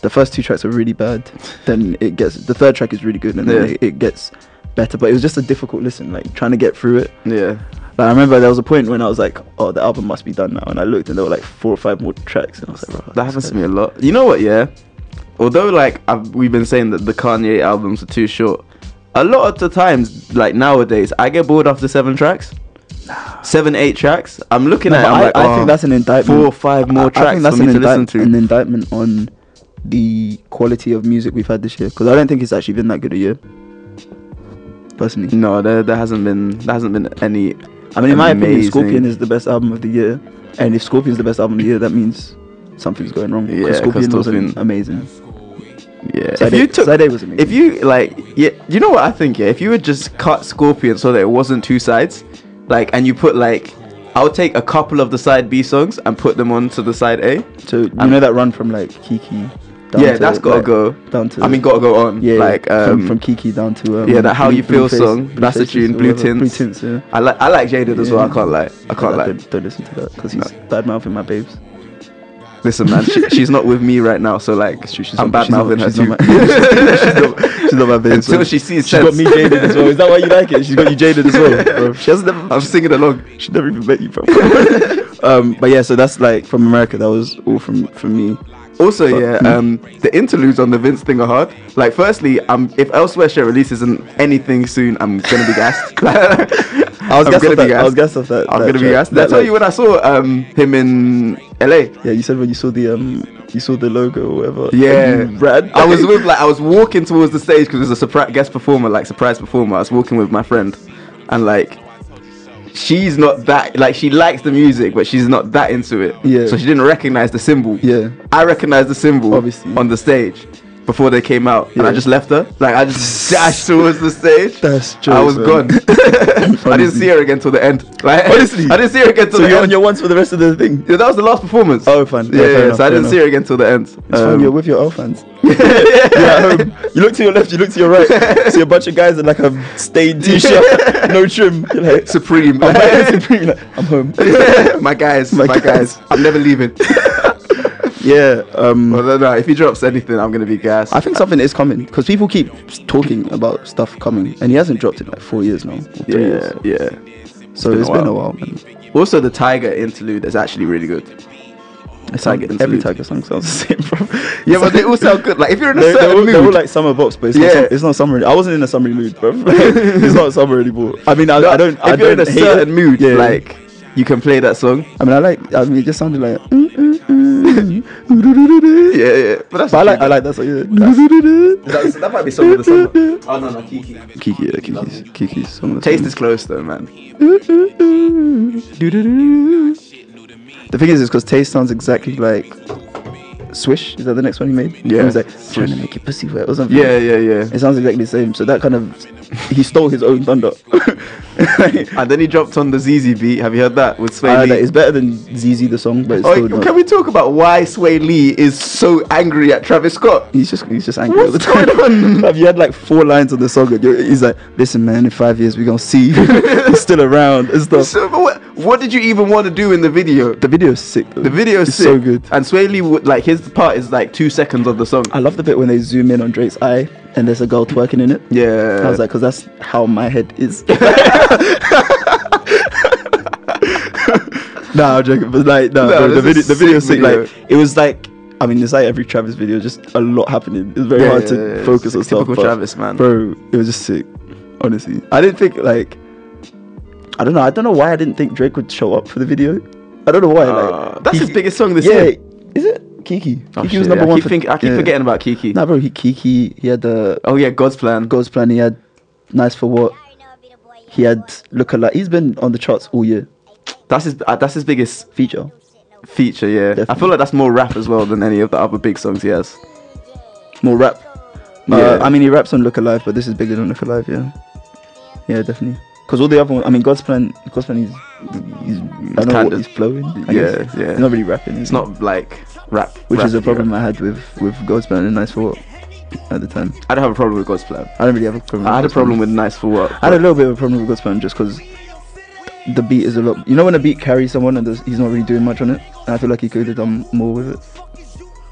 C: The first two tracks are really bad. Then it gets the third track is really good, and then
B: Yeah.
C: it, it gets better. But it was just a difficult listen, like trying to get through it.
B: on. Yeah.
C: Like, I remember there was a point when I was like, oh, the album must be done now, and I looked, and there were like four or five more tracks, and I was like, "Bruh, this
B: That happens to
C: guy-
B: me a lot. You know what? Yeah. Although, like, I've, we've been saying that the Kanye albums are too short. A lot of the times, like nowadays, I get bored after seven tracks, seven, eight tracks. I'm looking
C: No,
B: at. It,
C: but
B: I'm
C: I,
B: like,
C: I
B: oh,
C: think that's an indictment.
B: Four or five more
C: I-
B: tracks
C: I think that's
B: for me
C: an,
B: to listen
C: indict-
B: to.
C: an indictment on the quality of music we've had this year. Because I don't think it's actually been that good a year. Personally,
B: No, there, there hasn't been there hasn't been any.
C: I mean, in my opinion,
B: amazing-
C: Scorpion is the best album of the year. And if Scorpion's the best album of the year, that means something's going wrong. 'Cause
D: Yeah, 'cause
C: Scorpion was
D: Scorpion-
C: an- amazing.
D: Yeah.
C: Sade-
D: if you took,
C: Sade was amazing.
D: if you like, yeah, you know what I think. Yeah, if you would just cut Scorpion so that it wasn't two sides, like, and you put like, I'll take a couple of the side B songs and put them onto the side A.
C: So you
D: Um,
C: know that run from like Kiki. Down
D: yeah,
C: to,
D: that's gotta
C: like,
D: go.
C: Down to
D: I mean, gotta go on.
C: yeah,
D: like um,
C: from, from Kiki down to um,
D: yeah, that How
C: Blue-
D: You Feel
C: Blueface-
D: song. That's the
C: Bluefaces
D: tune.
C: or
D: Blue
C: whatever.
D: Tints.
C: Blue tints. Yeah.
D: I like I like Jaded as well. I
C: Yeah.
D: can't lie. I can't
C: Like,
D: lie.
C: Don't, don't listen to that because he's
D: No.
C: bad mouthing my babes.
D: Listen,
C: [LAUGHS]
D: man, she, she's not with me right now, so like, I'm
C: not-
D: bad
C: she's not-
D: mouthing her
C: she's
D: too. [LAUGHS]
C: not my- [LAUGHS] she's not my babe.
D: Until
C: so-
D: she sees
C: She's got
D: sense.
C: me jaded as well. Is that why you like it? She's got you jaded as [LAUGHS] well.
D: [LAUGHS]
C: Bro.
D: She has never. I'm singing along.
C: She never even met you, bro. [LAUGHS] um, but yeah, so that's like from America. That was all from from me.
D: Also, yeah, um, the interludes on the Vince thing are hard. Like, firstly, um, if Elsewhere Share releases an anything soon, I'm gonna be gassed. [LAUGHS] I
C: was gassed off that- I was gassed off that-
D: I'm
C: that
D: gonna be
C: track.
D: gassed.
C: That,
D: Did I tell
C: like-
D: you when I saw um him in LA?
C: Yeah, you said when you saw the um, you saw the logo or whatever.
D: Yeah,
C: and you ran.
D: I was with like I was walking towards the stage because there's a surpri- guest performer, like surprise performer. I was walking with my friend, and like she's not that like she likes the music, but she's not that into it.
C: Yeah.
D: So she didn't recognize the symbol.
C: Yeah.
D: I recognized the symbol
C: Obviously.
D: on the stage before they came out, and I
C: Yeah.
D: just left her. Like I just dashed towards the stage.
C: That's
D: I
C: jokes,
D: was
C: man. [LAUGHS]
D: gone. [LAUGHS] I didn't
C: Honestly.
D: see her again till the end. Like [LAUGHS]
C: Honestly?
D: I didn't see her again till
C: So
D: the
C: you're
D: end.
C: on your ones for the rest of the thing.
D: yeah, that was the last performance.
C: Oh, fine. Yeah,
D: Yeah,
C: fair
D: yeah,
C: enough,
D: so I
C: fair
D: didn't
C: enough.
D: see her again till the end.
C: It's fine,
D: Um, [LAUGHS]
C: you're with your L fans. You're at home. Um, You look to your left, you look to your right. See a bunch of guys in like a stained t-shirt, no trim. You're like, [LAUGHS]
D: Supreme.
C: I'm,
D: [LAUGHS]
C: back in Supreme. Like, [LAUGHS] I'm home.
D: my guys, my,
C: My
D: guys.
C: guys.
D: I'm never leaving. [LAUGHS]
C: Yeah. Um,
D: well, no, no, if he drops anything, I'm gonna be gassed.
C: I think something is coming because people keep talking about stuff coming, and he hasn't dropped in like four years now, or three
D: yeah,
C: years.
D: yeah.
C: So
D: been
C: it's
D: a
C: been a while,
D: while.
C: man.
D: Also, the Tiger interlude is actually really good.
C: It's
D: Tiger
C: like every
D: Interlude.
C: Tiger song sounds the same, bro.
D: Yeah, but they all sound good. Like if you're in a
C: They're, they're all,
D: certain
C: they're all,
D: mood,
C: like summer bops, but it's,
D: Yeah.
C: not, sum- it's not summer. I wasn't in a summery mood, bro. [LAUGHS] it's not summer anymore. I mean, I,
D: No,
C: I don't.
D: If
C: I
D: you're
C: don't
D: in a
C: hate it.
D: certain mood,
C: Yeah.
D: like you can play
C: [LAUGHS]
D: that song.
C: I mean, I like. I mean, it just sounded like. mm, mm, mm.
D: Yeah, yeah. But that's
C: But I like. I like that song. Yeah.
D: that's, that might be song of the summer. Oh no, no, Kiki.
C: Kiki, yeah, Kiki's, Kiki's song. of the
D: Taste
C: summer.
D: is close
C: [LAUGHS]
D: though, man.
C: The thing is, is because Taste sounds exactly like Swish. Is that the next one he made?
D: Yeah.
C: He was like
D: Swish.
C: trying to make your pussy wet or something.
D: Yeah, yeah, yeah. [LAUGHS]
C: It sounds exactly the same. So that kind of he stole his own thunder. [LAUGHS]
D: And then he dropped on the ZZ beat. Have you heard that with Sway
C: Uh,
D: Lee?
C: that is better than ZZ the song, but it's
D: Oh,
C: still not.
D: can we talk about why Sway Lee is so angry at Travis Scott?
C: He's just he's just angry. [LAUGHS]
D: What's
C: all the time.
D: going on?
C: Have you had like four lines on the song? And you're- he's like, "Listen, man, in five years we gonna see [LAUGHS] you still around and stuff."
D: [LAUGHS] So, but what, what did you even want to do in the video?
C: the video is sick. Though.
D: The video is
C: It's
D: sick.
C: so good.
D: And Sway Lee, would- like his part is like two seconds of the song.
C: I love the bit when they zoom in on Drake's eye and there's a girl twerking in it.
D: Yeah.
C: I was like, because that's how my head
D: [LAUGHS]
C: is. nah, I'm joking. But like, no,
D: No,
C: the, the
D: this
C: video,
D: is
C: the video,
D: sick
C: sick,
D: video.
C: like, it was like, I mean, it's like every Travis video, just a lot happening. It's very
D: Yeah,
C: hard
D: yeah,
C: to
D: yeah,
C: focus
D: it's
C: on stuff.
D: typical
C: but,
D: Travis, man.
C: Bro, it was just sick. Honestly, I didn't think like, I don't know, I don't know why I didn't think Drake would show up for the video. I don't know why.
D: Uh,
C: like,
D: that's
C: he-
D: his biggest song this
C: yeah,
D: year.
C: is it Kiki?
D: Oh,
C: Kiki
D: shit,
C: was number
D: I
C: one.
D: Keep
C: for-
D: think, I keep
C: yeah.
D: forgetting about Kiki.
C: Nah, bro, he Kiki. He had the
D: Oh yeah, God's plan.
C: God's plan. He had nice for what. He had look alike. He's been on the charts all year.
D: That's his. Uh, that's his biggest
C: Feature.
D: feature. Yeah. I feel
C: Definitely.
D: like that's more rap as well than any of the other big songs he has.
C: More rap.
D: Yeah.
C: Uh, I mean, he raps on Look Alive, but this is bigger than Look Alive. Yeah. Yeah, definitely. Cause all the other ones, I mean, God's plan. God's plan. He's he's. I don't know
D: kinda-
C: what he's flowing. I
D: yeah,
C: guess.
D: yeah.
C: He's not really rapping.
D: It's not like rap.
C: Which is
D: rap-y
C: a problem
D: rap.
C: I had with with God's plan and Nice for what at the time.
D: I don't have a problem with God's plan.
C: I don't really have a problem.
D: I had a
C: God's Plan.
D: problem with Nice for What.
C: I had a little bit of a problem with God's plan just because the beat is a lot. You know when a beat carries someone and there's- he's not really doing much on it, and I feel like he could have done more with it.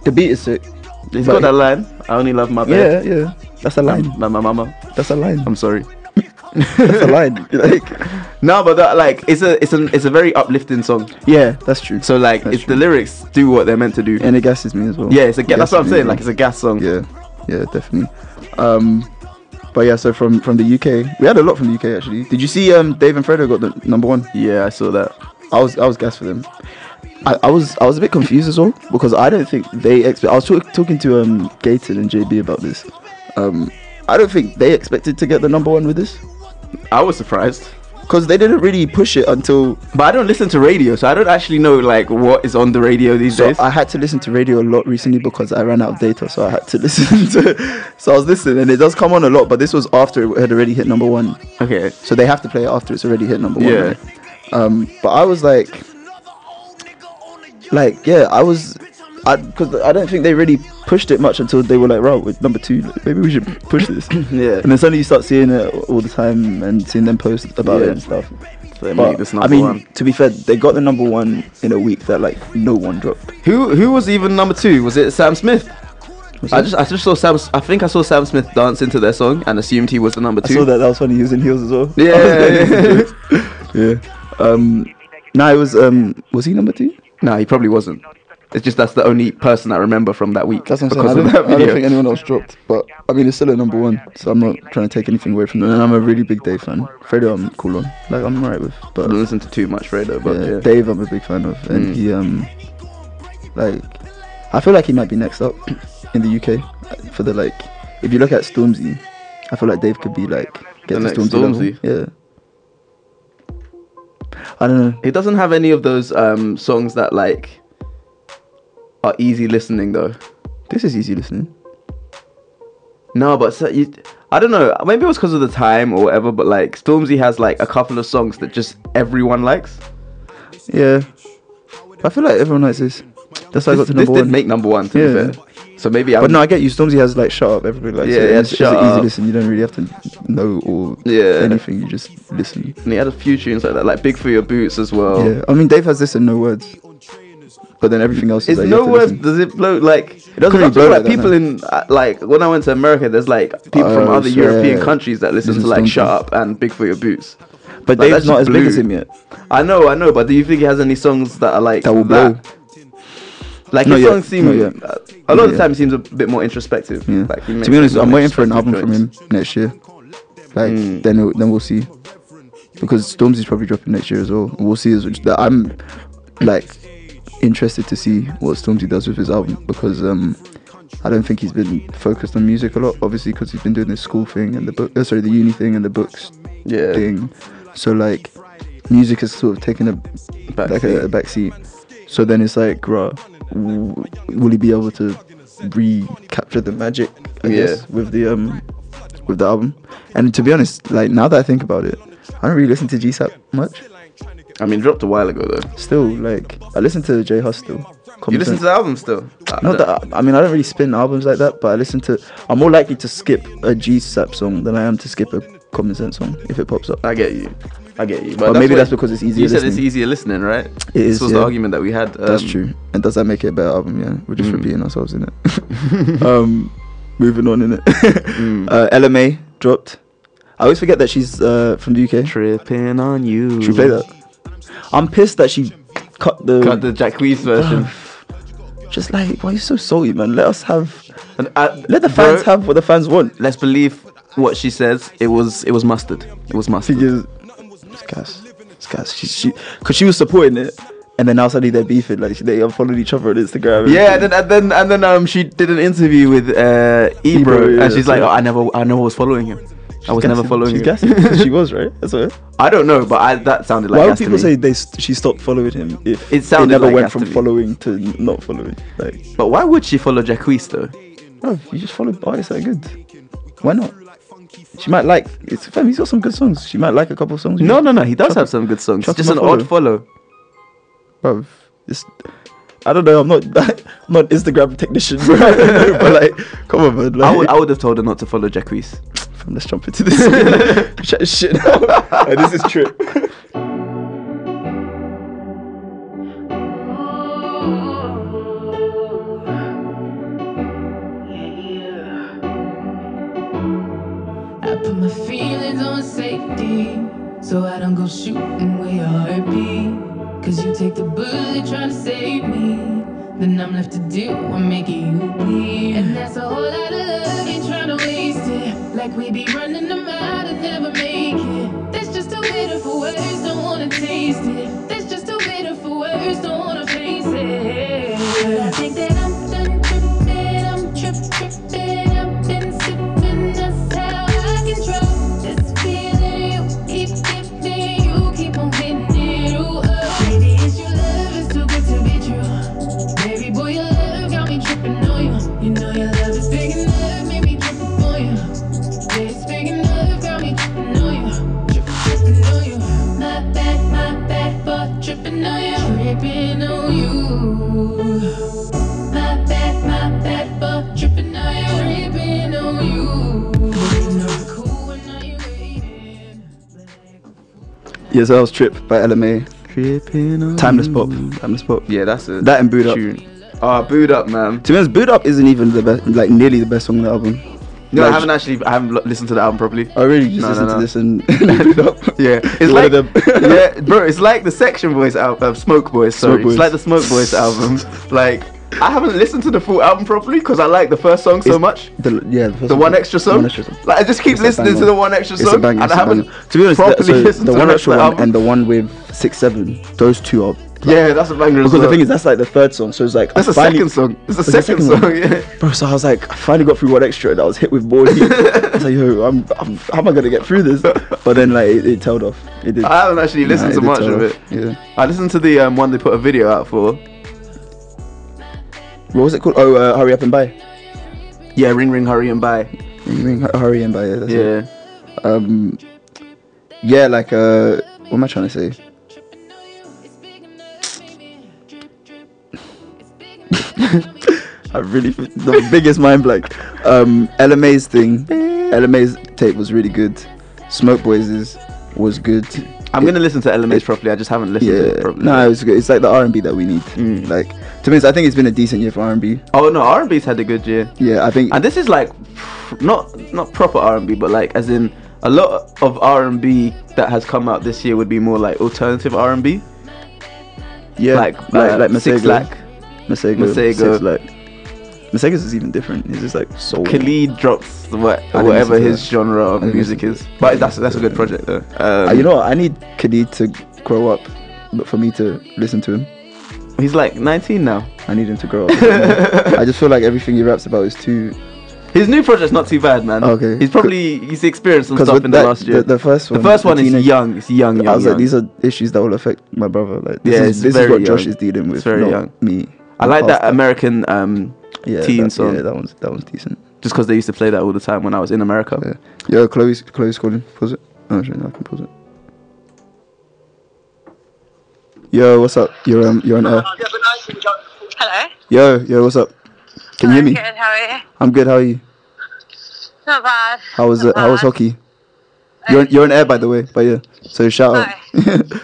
C: The beat is sick.
D: He's
C: But
D: got that line. I only love my
C: Yeah,
D: bed.
C: yeah. That's a line.
D: Like my mama.
C: That's a line.
D: I'm sorry.
C: [LAUGHS] That's a line. [LAUGHS] Like,
D: No, but that, like it's a it's an it's a very uplifting song.
C: yeah, that's true.
D: So like
C: That's
D: it's the lyrics do what they're meant to do.
C: and it gasses me as well.
D: yeah, it's a ga- that's what I'm
C: Gasses
D: saying.
C: me.
D: Like it's a gas song.
C: yeah, yeah, definitely. Um, but yeah, so from from the UK, we had a lot from the UK actually. Did you see um Dave and Fredo got the number one?
D: Yeah, I saw that.
C: I was I was gassed for them. I, I was I was a bit confused as well because I don't think they expect. I was talk, talking to um Gayton and JB about this. Um, I don't think they expected to get the number one with this.
D: I was surprised.
C: because they didn't really push it until
B: But I don't listen to radio, so I don't actually know like what is on the radio these
C: So
B: days.
C: I had to listen to radio a lot recently because I ran out of data, so I had to [LAUGHS] listen to. So I was listening, and it does come on a lot, but this was after it had already hit number one.
B: okay.
C: So they have to play it after it's already hit number one.
B: Yeah.
C: right? Um, but I was like, like yeah, I was, I because I don't think they really pushed it much until they were like, right, with number two, like, maybe we should push this.
B: [COUGHS] Yeah.
C: And then suddenly you start seeing it all the time and seeing them post about it
B: Yeah.
C: and stuff.
B: So they
C: But,
B: make this
C: I
B: number
C: mean,
B: one.
C: to be fair, they got the number one in a week that like no one dropped.
B: Who who was even number two? Was it Sam Smith?
C: Was
B: I
C: it?
B: just I just saw Sam. I think I saw Sam Smith dance into their song and assumed he was the number
C: I
B: two.
C: saw that. That was funny. He was in heels as well.
B: Yeah.
C: [LAUGHS] yeah. Um, no, it was um, was he number two?
B: no, he probably wasn't. It's just that's the only person I remember from that week
C: That's what I'm
B: because
C: saying. I
B: of
C: don't,
B: that
C: I
B: video.
C: don't think anyone else dropped, but I mean, it's still at number one, so I'm not trying to take anything away from them. And I'm a really big Dave fan. Fredo, I'm cool on. Like I'm alright with,
B: I
C: but
B: don't listen to too much radio, but
C: yeah,
B: yeah.
C: Dave, I'm a big fan of, and
B: Mm.
C: he um, like, I feel like he might be next up in the UK for the like. If you look at Stormzy, I feel like Dave could be like get
B: The
C: to
B: next
C: Stormzy.
B: Stormzy?
C: Level. Yeah. I don't know.
B: He doesn't have any of those um songs that like are easy listening though.
C: This is easy listening.
B: No, but so you, I don't know. Maybe it was because of the time or whatever. But like Stormzy has like a couple of songs that just everyone likes.
C: Yeah. I feel like everyone likes this. That's how I got
B: this
C: to
B: this
C: number
B: did
C: one.
B: make number one. To
C: Yeah.
B: be fair, so maybe I'm.
C: but no, I get you. Stormzy has like shut up. Everybody likes
B: Yeah,
C: it.
B: yeah,
C: It's, it's
B: Shut
C: an easy
B: Up.
C: listen. You don't really have to know or
B: Yeah.
C: anything. You just listen.
B: and he had a few tunes like that, like "Big for Your Boots" as well.
C: Yeah. I mean, Dave has this and no words. But then everything else
B: It's
C: is like, you
B: no
C: have to
B: words.
C: listen.
B: Does it blow like? It
C: doesn't really blow
B: like
C: like that,
B: people
C: no.
B: in uh, like when I went to America. There's like people from
C: Oh,
B: other
C: sure,
B: European
C: yeah.
B: countries that listen
C: Listen
B: to
C: to
B: like "Shut
C: Stormzy.
B: Up" and "Big for Your Boots."
C: But
B: Like,
C: Dave's
B: that
C: not as
B: just
C: big as
B: blew.
C: him yet.
B: I know, I know, but do you think he has any songs that are like
C: That will blow.
B: Like
C: Not
B: his
C: yet,
B: songs seem
C: not
B: a
C: yet.
B: lot
C: Not
B: of the
C: yet.
B: time seems a bit more introspective.
C: Yeah.
B: Like, he
C: to
B: makes
C: be honest,
B: more
C: I'm waiting for an album
B: introspective
C: from him next year. Like
B: Mm.
C: then it- then we'll see, because Stormzy's probably dropping next year as well. We'll see. As, that I'm like interested to see what Stormzy does with his album because um I don't think he's been focused on music a lot. Obviously, because he's been doing this school thing and the book, uh, sorry, the uni thing and the books
B: Yeah,
C: thing. So like, music has sort of taken a
B: back
C: like uh,
B: seat.
C: a, a backseat. So then it's like, bruh, w- will he be able to recapture the magic? I
B: Yeah.
C: guess with the um with the album. And to be honest, like now that I think about it, I don't really listen to GSAP much.
B: I mean, dropped a while ago though.
C: Still, like I listen to J Hus still.
B: You listen to the album still?
C: No, that, I mean I don't really spin albums like that, but I listen to. I'm more likely to skip a GSAP song than I am to skip a Common Sense song if it pops up.
B: I get you. I get you.
C: But maybe
B: what-
C: that's because it's easier
B: You said it's
C: listening.
B: easier listening, right? It
C: is,
B: This was
C: yeah.
B: the argument that we had.
C: That's
B: um,
C: true. And does that make it a better album? Yeah, we're just
B: Mm.
C: repeating ourselves in
B: [LAUGHS]
C: it. [LAUGHS] um, moving on in it.
B: Mm.
C: [LAUGHS] uh, LMA dropped. I always forget that she's uh, from the UK.
B: Tripping on you.
C: Should we play that? I'm pissed that she cut the.
B: Cut the Jack
C: [SIGHS]
B: Weez version.
C: just like, why are you so salty, man? Let us have.
B: And, uh,
C: Let the
B: bro,
C: fans have what the fans want.
B: Let's believe what she says. It was it was mustard. It was
C: She
B: mustard.
C: gives. It's gas. It's gas. She, she, cause she was supporting it, and then now suddenly they're beefing. Like they unfollowed each other on Instagram. and
B: Yeah, and then and then, and then um, she did an interview with uh, Ebro,
C: Ebro, yeah,
B: and she's like,
C: yeah.
B: oh, I never, I never was following him. I was never
C: gassing.
B: following
C: She's
B: him. [LAUGHS]
C: gassing. she was right. That's what.
B: I don't know, but I, that sounded like.
C: Why would
B: gas to
C: people
B: me.
C: say they st- she stopped following him if
B: It sounded
C: never
B: like
C: went
B: gas
C: from
B: to me.
C: following to n- not following? Like,
B: But why would she follow Jacquees though?
C: bro, you just followed artists that are good. Why not? She might like. It's fam. He's got some good songs. She might like a couple of songs.
B: No, no, no. He does have some good songs.
C: Chuck
B: Just
C: him
B: an
C: a
B: odd follow.
C: Bro, this. I don't know. I'm not. [LAUGHS] I'm not Instagram technician, [LAUGHS] bro. I don't know, but like, come on, man. Like,
B: I would, I would have told her not to follow Jacquees.
C: fam, let's jump into this. [LAUGHS] Shut this shit. Out. [LAUGHS] Like, this is trip.
I: I put my feelings on safety, so I don't go shooting where your heart be. Cause you take the bullet trying to save me, then I'm left to do what making you bleed. And that's a whole lot of love, ain't trying to waste it. Like we be running them out and never make it. That's just too bitter for words, don't wanna taste it. That's just too bitter for words, don't wanna face it. I think that I'm done tripping, I'm trip tripping, I've been sipping, that's how I control this feeling you keep giving. Tripping on you, tripping on you. My bad, my bad, but tripping on you, tripping on you. Cool when are you hating?
C: Yes, that was Trip by LMA.
B: Tripping on
C: Timeless pop. Timeless pop.
B: Mm. Yeah, that's it.
C: That and Boot Up.
B: Ah, boot up, man.
C: To be honest, Boot Up isn't even the best, like nearly the best song on the album.
B: No,
C: Like,
B: I haven't actually. I haven't l- listened to the album properly.
C: I really just
B: No, no,
C: listened
B: no.
C: to this and [LAUGHS] Boot Up.
B: [LAUGHS]
C: [LAUGHS]
B: Yeah, it's
C: One
B: like
C: of them.
B: [LAUGHS] yeah, bro. It's like the Section Boys album, uh, Smoke Boys. Sorry,
C: Smoke Boys.
B: it's like the Smoke Boys album. Like I haven't listened to the full album properly because I like the first song so
C: It's-
B: much.
C: The, yeah, first
B: The
C: one-
B: one extra
C: the
B: song. Like I just keep
C: It's a
B: listening to
C: banger.
B: the one extra
C: It's
B: song,
C: a banger.
B: and
C: it's
B: I
C: a
B: haven't.
C: banger. To be honest,
B: properly
C: that, so
B: listened
C: the
B: to
C: one
B: the
C: extra
B: rest of
C: one
B: the
C: and the one with six seven, those two are.
B: yeah, that's a banger. as
C: Because the
B: well.
C: thing is, that's like the third song, so it's like
B: that's
C: I
B: the
C: finally-
B: second song. It's the
C: It's the
B: second,
C: second
B: song.
C: one.
B: Yeah.
C: Bro, so I was like, I finally got through one extra, and I was hit with more
B: [LAUGHS]
C: heat. I was like, yo, I'm, I'm, how am I gonna get through this? But then like it, it tailed off. It did.
B: I haven't actually listened
C: Nah,
B: to much
C: did
B: of
C: tail
B: it.
C: off. Yeah.
B: I listened to the um, one they put a video out for.
C: What was it called? Oh, uh, hurry up and buy.
B: Yeah, ring ring, hurry and buy.
C: Ring, ring, Hu- [LAUGHS] hurry and buy. Yeah. That's It.
B: Yeah,
C: Um. Yeah, like uh, what am I trying
B: [LAUGHS]
C: to say? I really f- the biggest mind blank. Um, LMA's thing, LMA's tape was really good. Smoke Boys is, was good.
B: I'm gonna listen to LMH
C: it-
B: properly. I just haven't listened to it
C: Yeah,
B: properly.
C: no, it's good. It's like the R and B that we need.
B: Mm.
C: Like to me, I think it's been a decent year for R and B.
B: Oh no, R&B's had a good year.
C: Yeah, I think
B: And this is like pr- not not proper R&B, but like as in a lot of R&B that has come out this year would be more like alternative R&B,
C: yeah,
B: like uh, Six Lack.
C: Masego,
B: Masego.
C: Six Lack. Masego's is even different. He's just like soul.
B: Khalid drops what,
C: I didn't
B: whatever
C: listen to
B: his
C: that.
B: genre of
C: I didn't
B: music
C: listen to
B: is, but that's that's a good project though. Um,
C: Uh, you know, what? I need Khalid to grow up, but for me to listen to him,
B: Um, he's like 19 now.
C: I need him to grow up. a bit
B: [LAUGHS]
C: more. I just feel like everything he raps about is too.
B: His new project's not too bad, man.
C: Okay.
B: he's probably he's experienced some
C: 'Cause
B: stuff
C: with
B: in
C: that-
B: the last year.
C: the- the first one,
B: the first
C: the
B: one is
C: teenage-
B: young. It's young, young.
C: I was
B: young.
C: like, these are issues that will affect my brother. Like, this
B: Yeah,
C: is,
B: it's
C: this is
B: very
C: what Josh
B: young.
C: is dealing with.
B: It's very
C: not
B: young.
C: Me.
B: I
C: I'm
B: like
C: past
B: that American um,
C: Yeah,
B: teen
C: that,
B: song
C: Yeah, that one's that one's decent.
B: just because they used to play that all the time when I was in America.
C: Yeah. Yo, Chloe's Chloe's calling. Pause it. Oh, actually, no, I can pause it. Yo, what's up? You're um, you're on air.
J: Hello.
C: Yo, yo, what's up? Can you hear me?
J: Good, how are you?
C: I'm good. How are you?
J: Not bad.
C: How was
J: Not
C: it? How was
H: Uh,
J: bad.
C: hockey? You're on, you're on air, by the way. But yeah, so shout [LAUGHS] out.
J: Oh,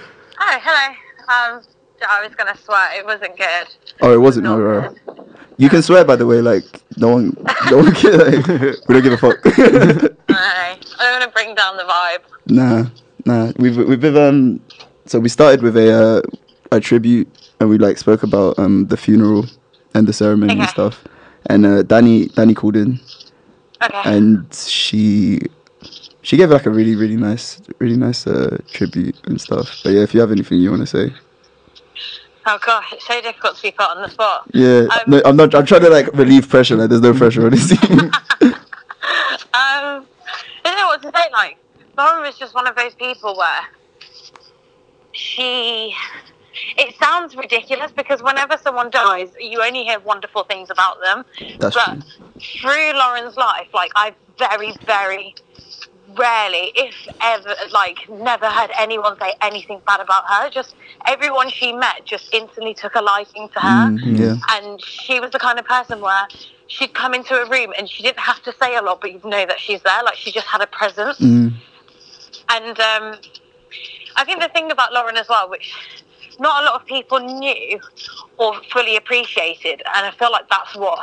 J: hello. Um, I was gonna swear it wasn't good.
C: oh, it wasn't. No, no, no. You can swear, by the way. Like no one, no one can. Like, we don't give a fuck. [LAUGHS]
J: No, I don't want to bring down the vibe.
C: Nah, nah. We've we've been, um. So we started with a uh, a tribute, and we like spoke about um the funeral and the ceremony and
J: Okay.
C: stuff. And uh, Danny Danny called in,
J: Okay.
C: and she she gave like a really really nice really nice uh tribute and stuff. But yeah, if you have anything you want to say,
J: Oh gosh, it's so difficult to be put on the spot.
C: yeah.
J: Um,
C: no, I'm not. I'm trying to like relieve pressure. Like there's no pressure on this team.
J: [LAUGHS] Um, I don't know what to say. Like, Lauren was just one of those people where she. It sounds ridiculous because whenever someone dies, you only hear wonderful things about them.
C: That's
J: but
C: true.
J: through Lauren's life, like, I very, very rarely, if ever, like, never heard anyone say anything bad about her. Just everyone she met just instantly took a liking to her
B: Mm-hmm. [LAUGHS]
C: yeah.
J: and she was the kind of person where she'd come into a room and she didn't have to say a lot, but you'd know that she's there. Like she just had a presence.
C: Mm.
J: And um, I think the thing about Lauren as well, which not a lot of people knew or fully appreciated, and I feel like that's what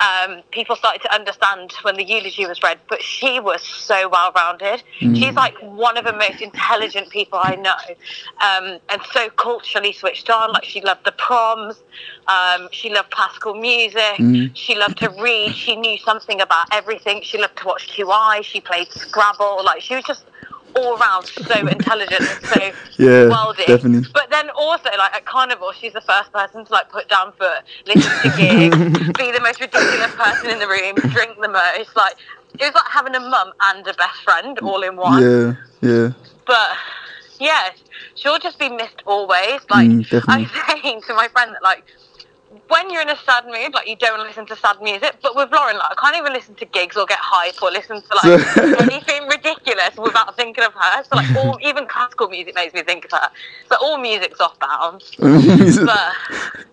J: um, people started to understand when the eulogy was read. But she was so well rounded. She's like one of the most intelligent people I know, um, and so culturally switched on. Like she loved the proms, um, she loved classical music, she loved to read. She knew something about everything. She loved to watch QI. She played Scrabble. Like she was just all round
C: [LAUGHS]
J: so intelligent, and so
C: Yeah,
J: worldy.
C: definitely.
J: But then also, like at Carnival, she's the first person to like put down foot, listen
C: [LAUGHS]
J: to gigs, be the most ridiculous person in the room, drink the most. Like it was like having a mum and a best friend all in one.
C: Yeah. Yeah.
J: But yeah, she'll just be missed always. Like
C: Mm, definitely.
J: I was saying to my friend that like when you're in a sad mood, like you don't want to listen to sad music. But with Lauren, like I can't even listen to gigs or get hype or listen to
C: [LAUGHS]
J: like anything ridiculous without thinking of her. So like all even classical music makes me think of her. So all music's off bounds. But
C: [LAUGHS]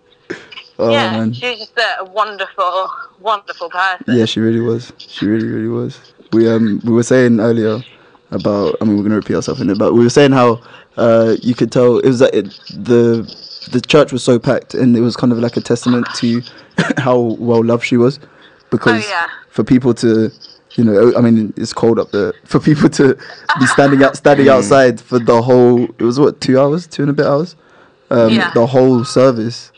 C: Oh
J: yeah,
C: man.
J: she was just a wonderful, wonderful person.
C: Yeah, she really was. She really, really was. We um we were saying earlier about I mean we're gonna repeat ourselves in it, but we were saying how uh you could tell it was like it, the the church was so packed and it was kind of like a testament to [LAUGHS] how well loved she was because
J: Oh, yeah.
C: for people to you know I mean it's cold up there for people to be standing out standing
B: Mm.
C: outside for the whole it was what two hours two and a bit hours um
J: Yeah.
C: the whole service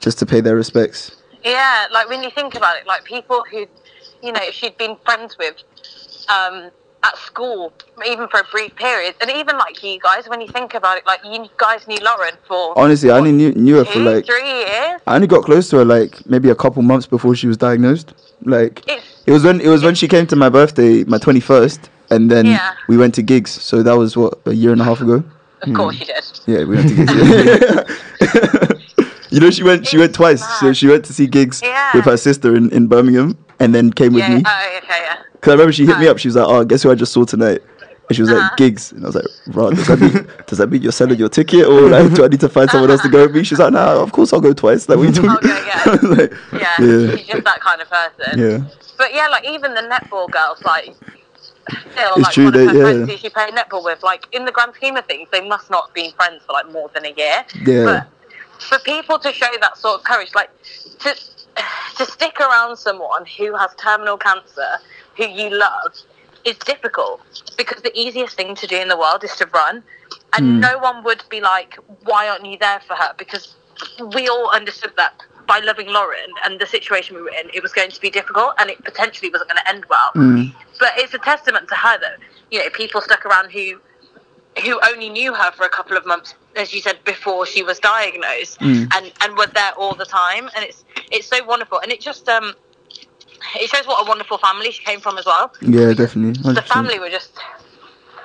C: just to pay their respects
J: Yeah, like when you think about it, like people who, you know, she'd been friends with um, at school, even for a brief period, and even like you guys, when you think about it, like you guys knew Lauren for
C: honestly I only knew, knew her for
J: two,
C: like
J: three years.
C: I only got close to her like maybe a couple months before she was diagnosed. Like
J: It's
C: it was when it was when she came to my birthday, my twenty first, and then
J: Yeah.
C: we went to gigs. So that was what a year and a half ago.
J: of course you did.
C: Yeah, we went to gigs. [LAUGHS] you know, she went she went
J: It's
C: twice. So
J: mad.
C: she went to see gigs
J: Yeah.
C: with her sister in, in Birmingham, and then came with
J: Yeah.
C: me.
J: Oh, okay. Yeah.
C: Because I remember she
J: Uh-huh.
C: hit me up. She was like, "Oh, guess who I just saw tonight." And she was like, "Gigs," and I was like, "Right, does that mean does that mean you're selling your ticket, or like, do I need to find someone else to go with me?" She's like, "Nah, of course I'll go twice." Like, we do.
J: I'll go, yeah.
C: [LAUGHS] like,
J: Yeah, she's just that kind of person.
C: yeah,
J: But yeah, like even the netball girls, like still
C: It's
J: like
C: true,
J: one
C: they-
J: of her friends
C: yeah.
J: who she played netball with, like in the grand scheme of things, they must not have been friends for like more than a year.
C: Yeah.
J: But for people to show that sort of courage, like to [SIGHS] to stick around someone who has terminal cancer, who you love, is difficult because the easiest thing to do in the world is to run, and no one would be like, "Why aren't you there for her?" Because we all understood that by loving Lauren and the situation we were in, it was going to be difficult, and it potentially wasn't going to end well. But it's a testament to her that you know people stuck around who who only knew her for a couple of months, as you said, before she was diagnosed,
C: Hmm.
J: and and were there all the time, and it's it's so wonderful, and it just um it shows what a wonderful family she came from as well.
C: yeah, definitely. 100%.
J: The family were just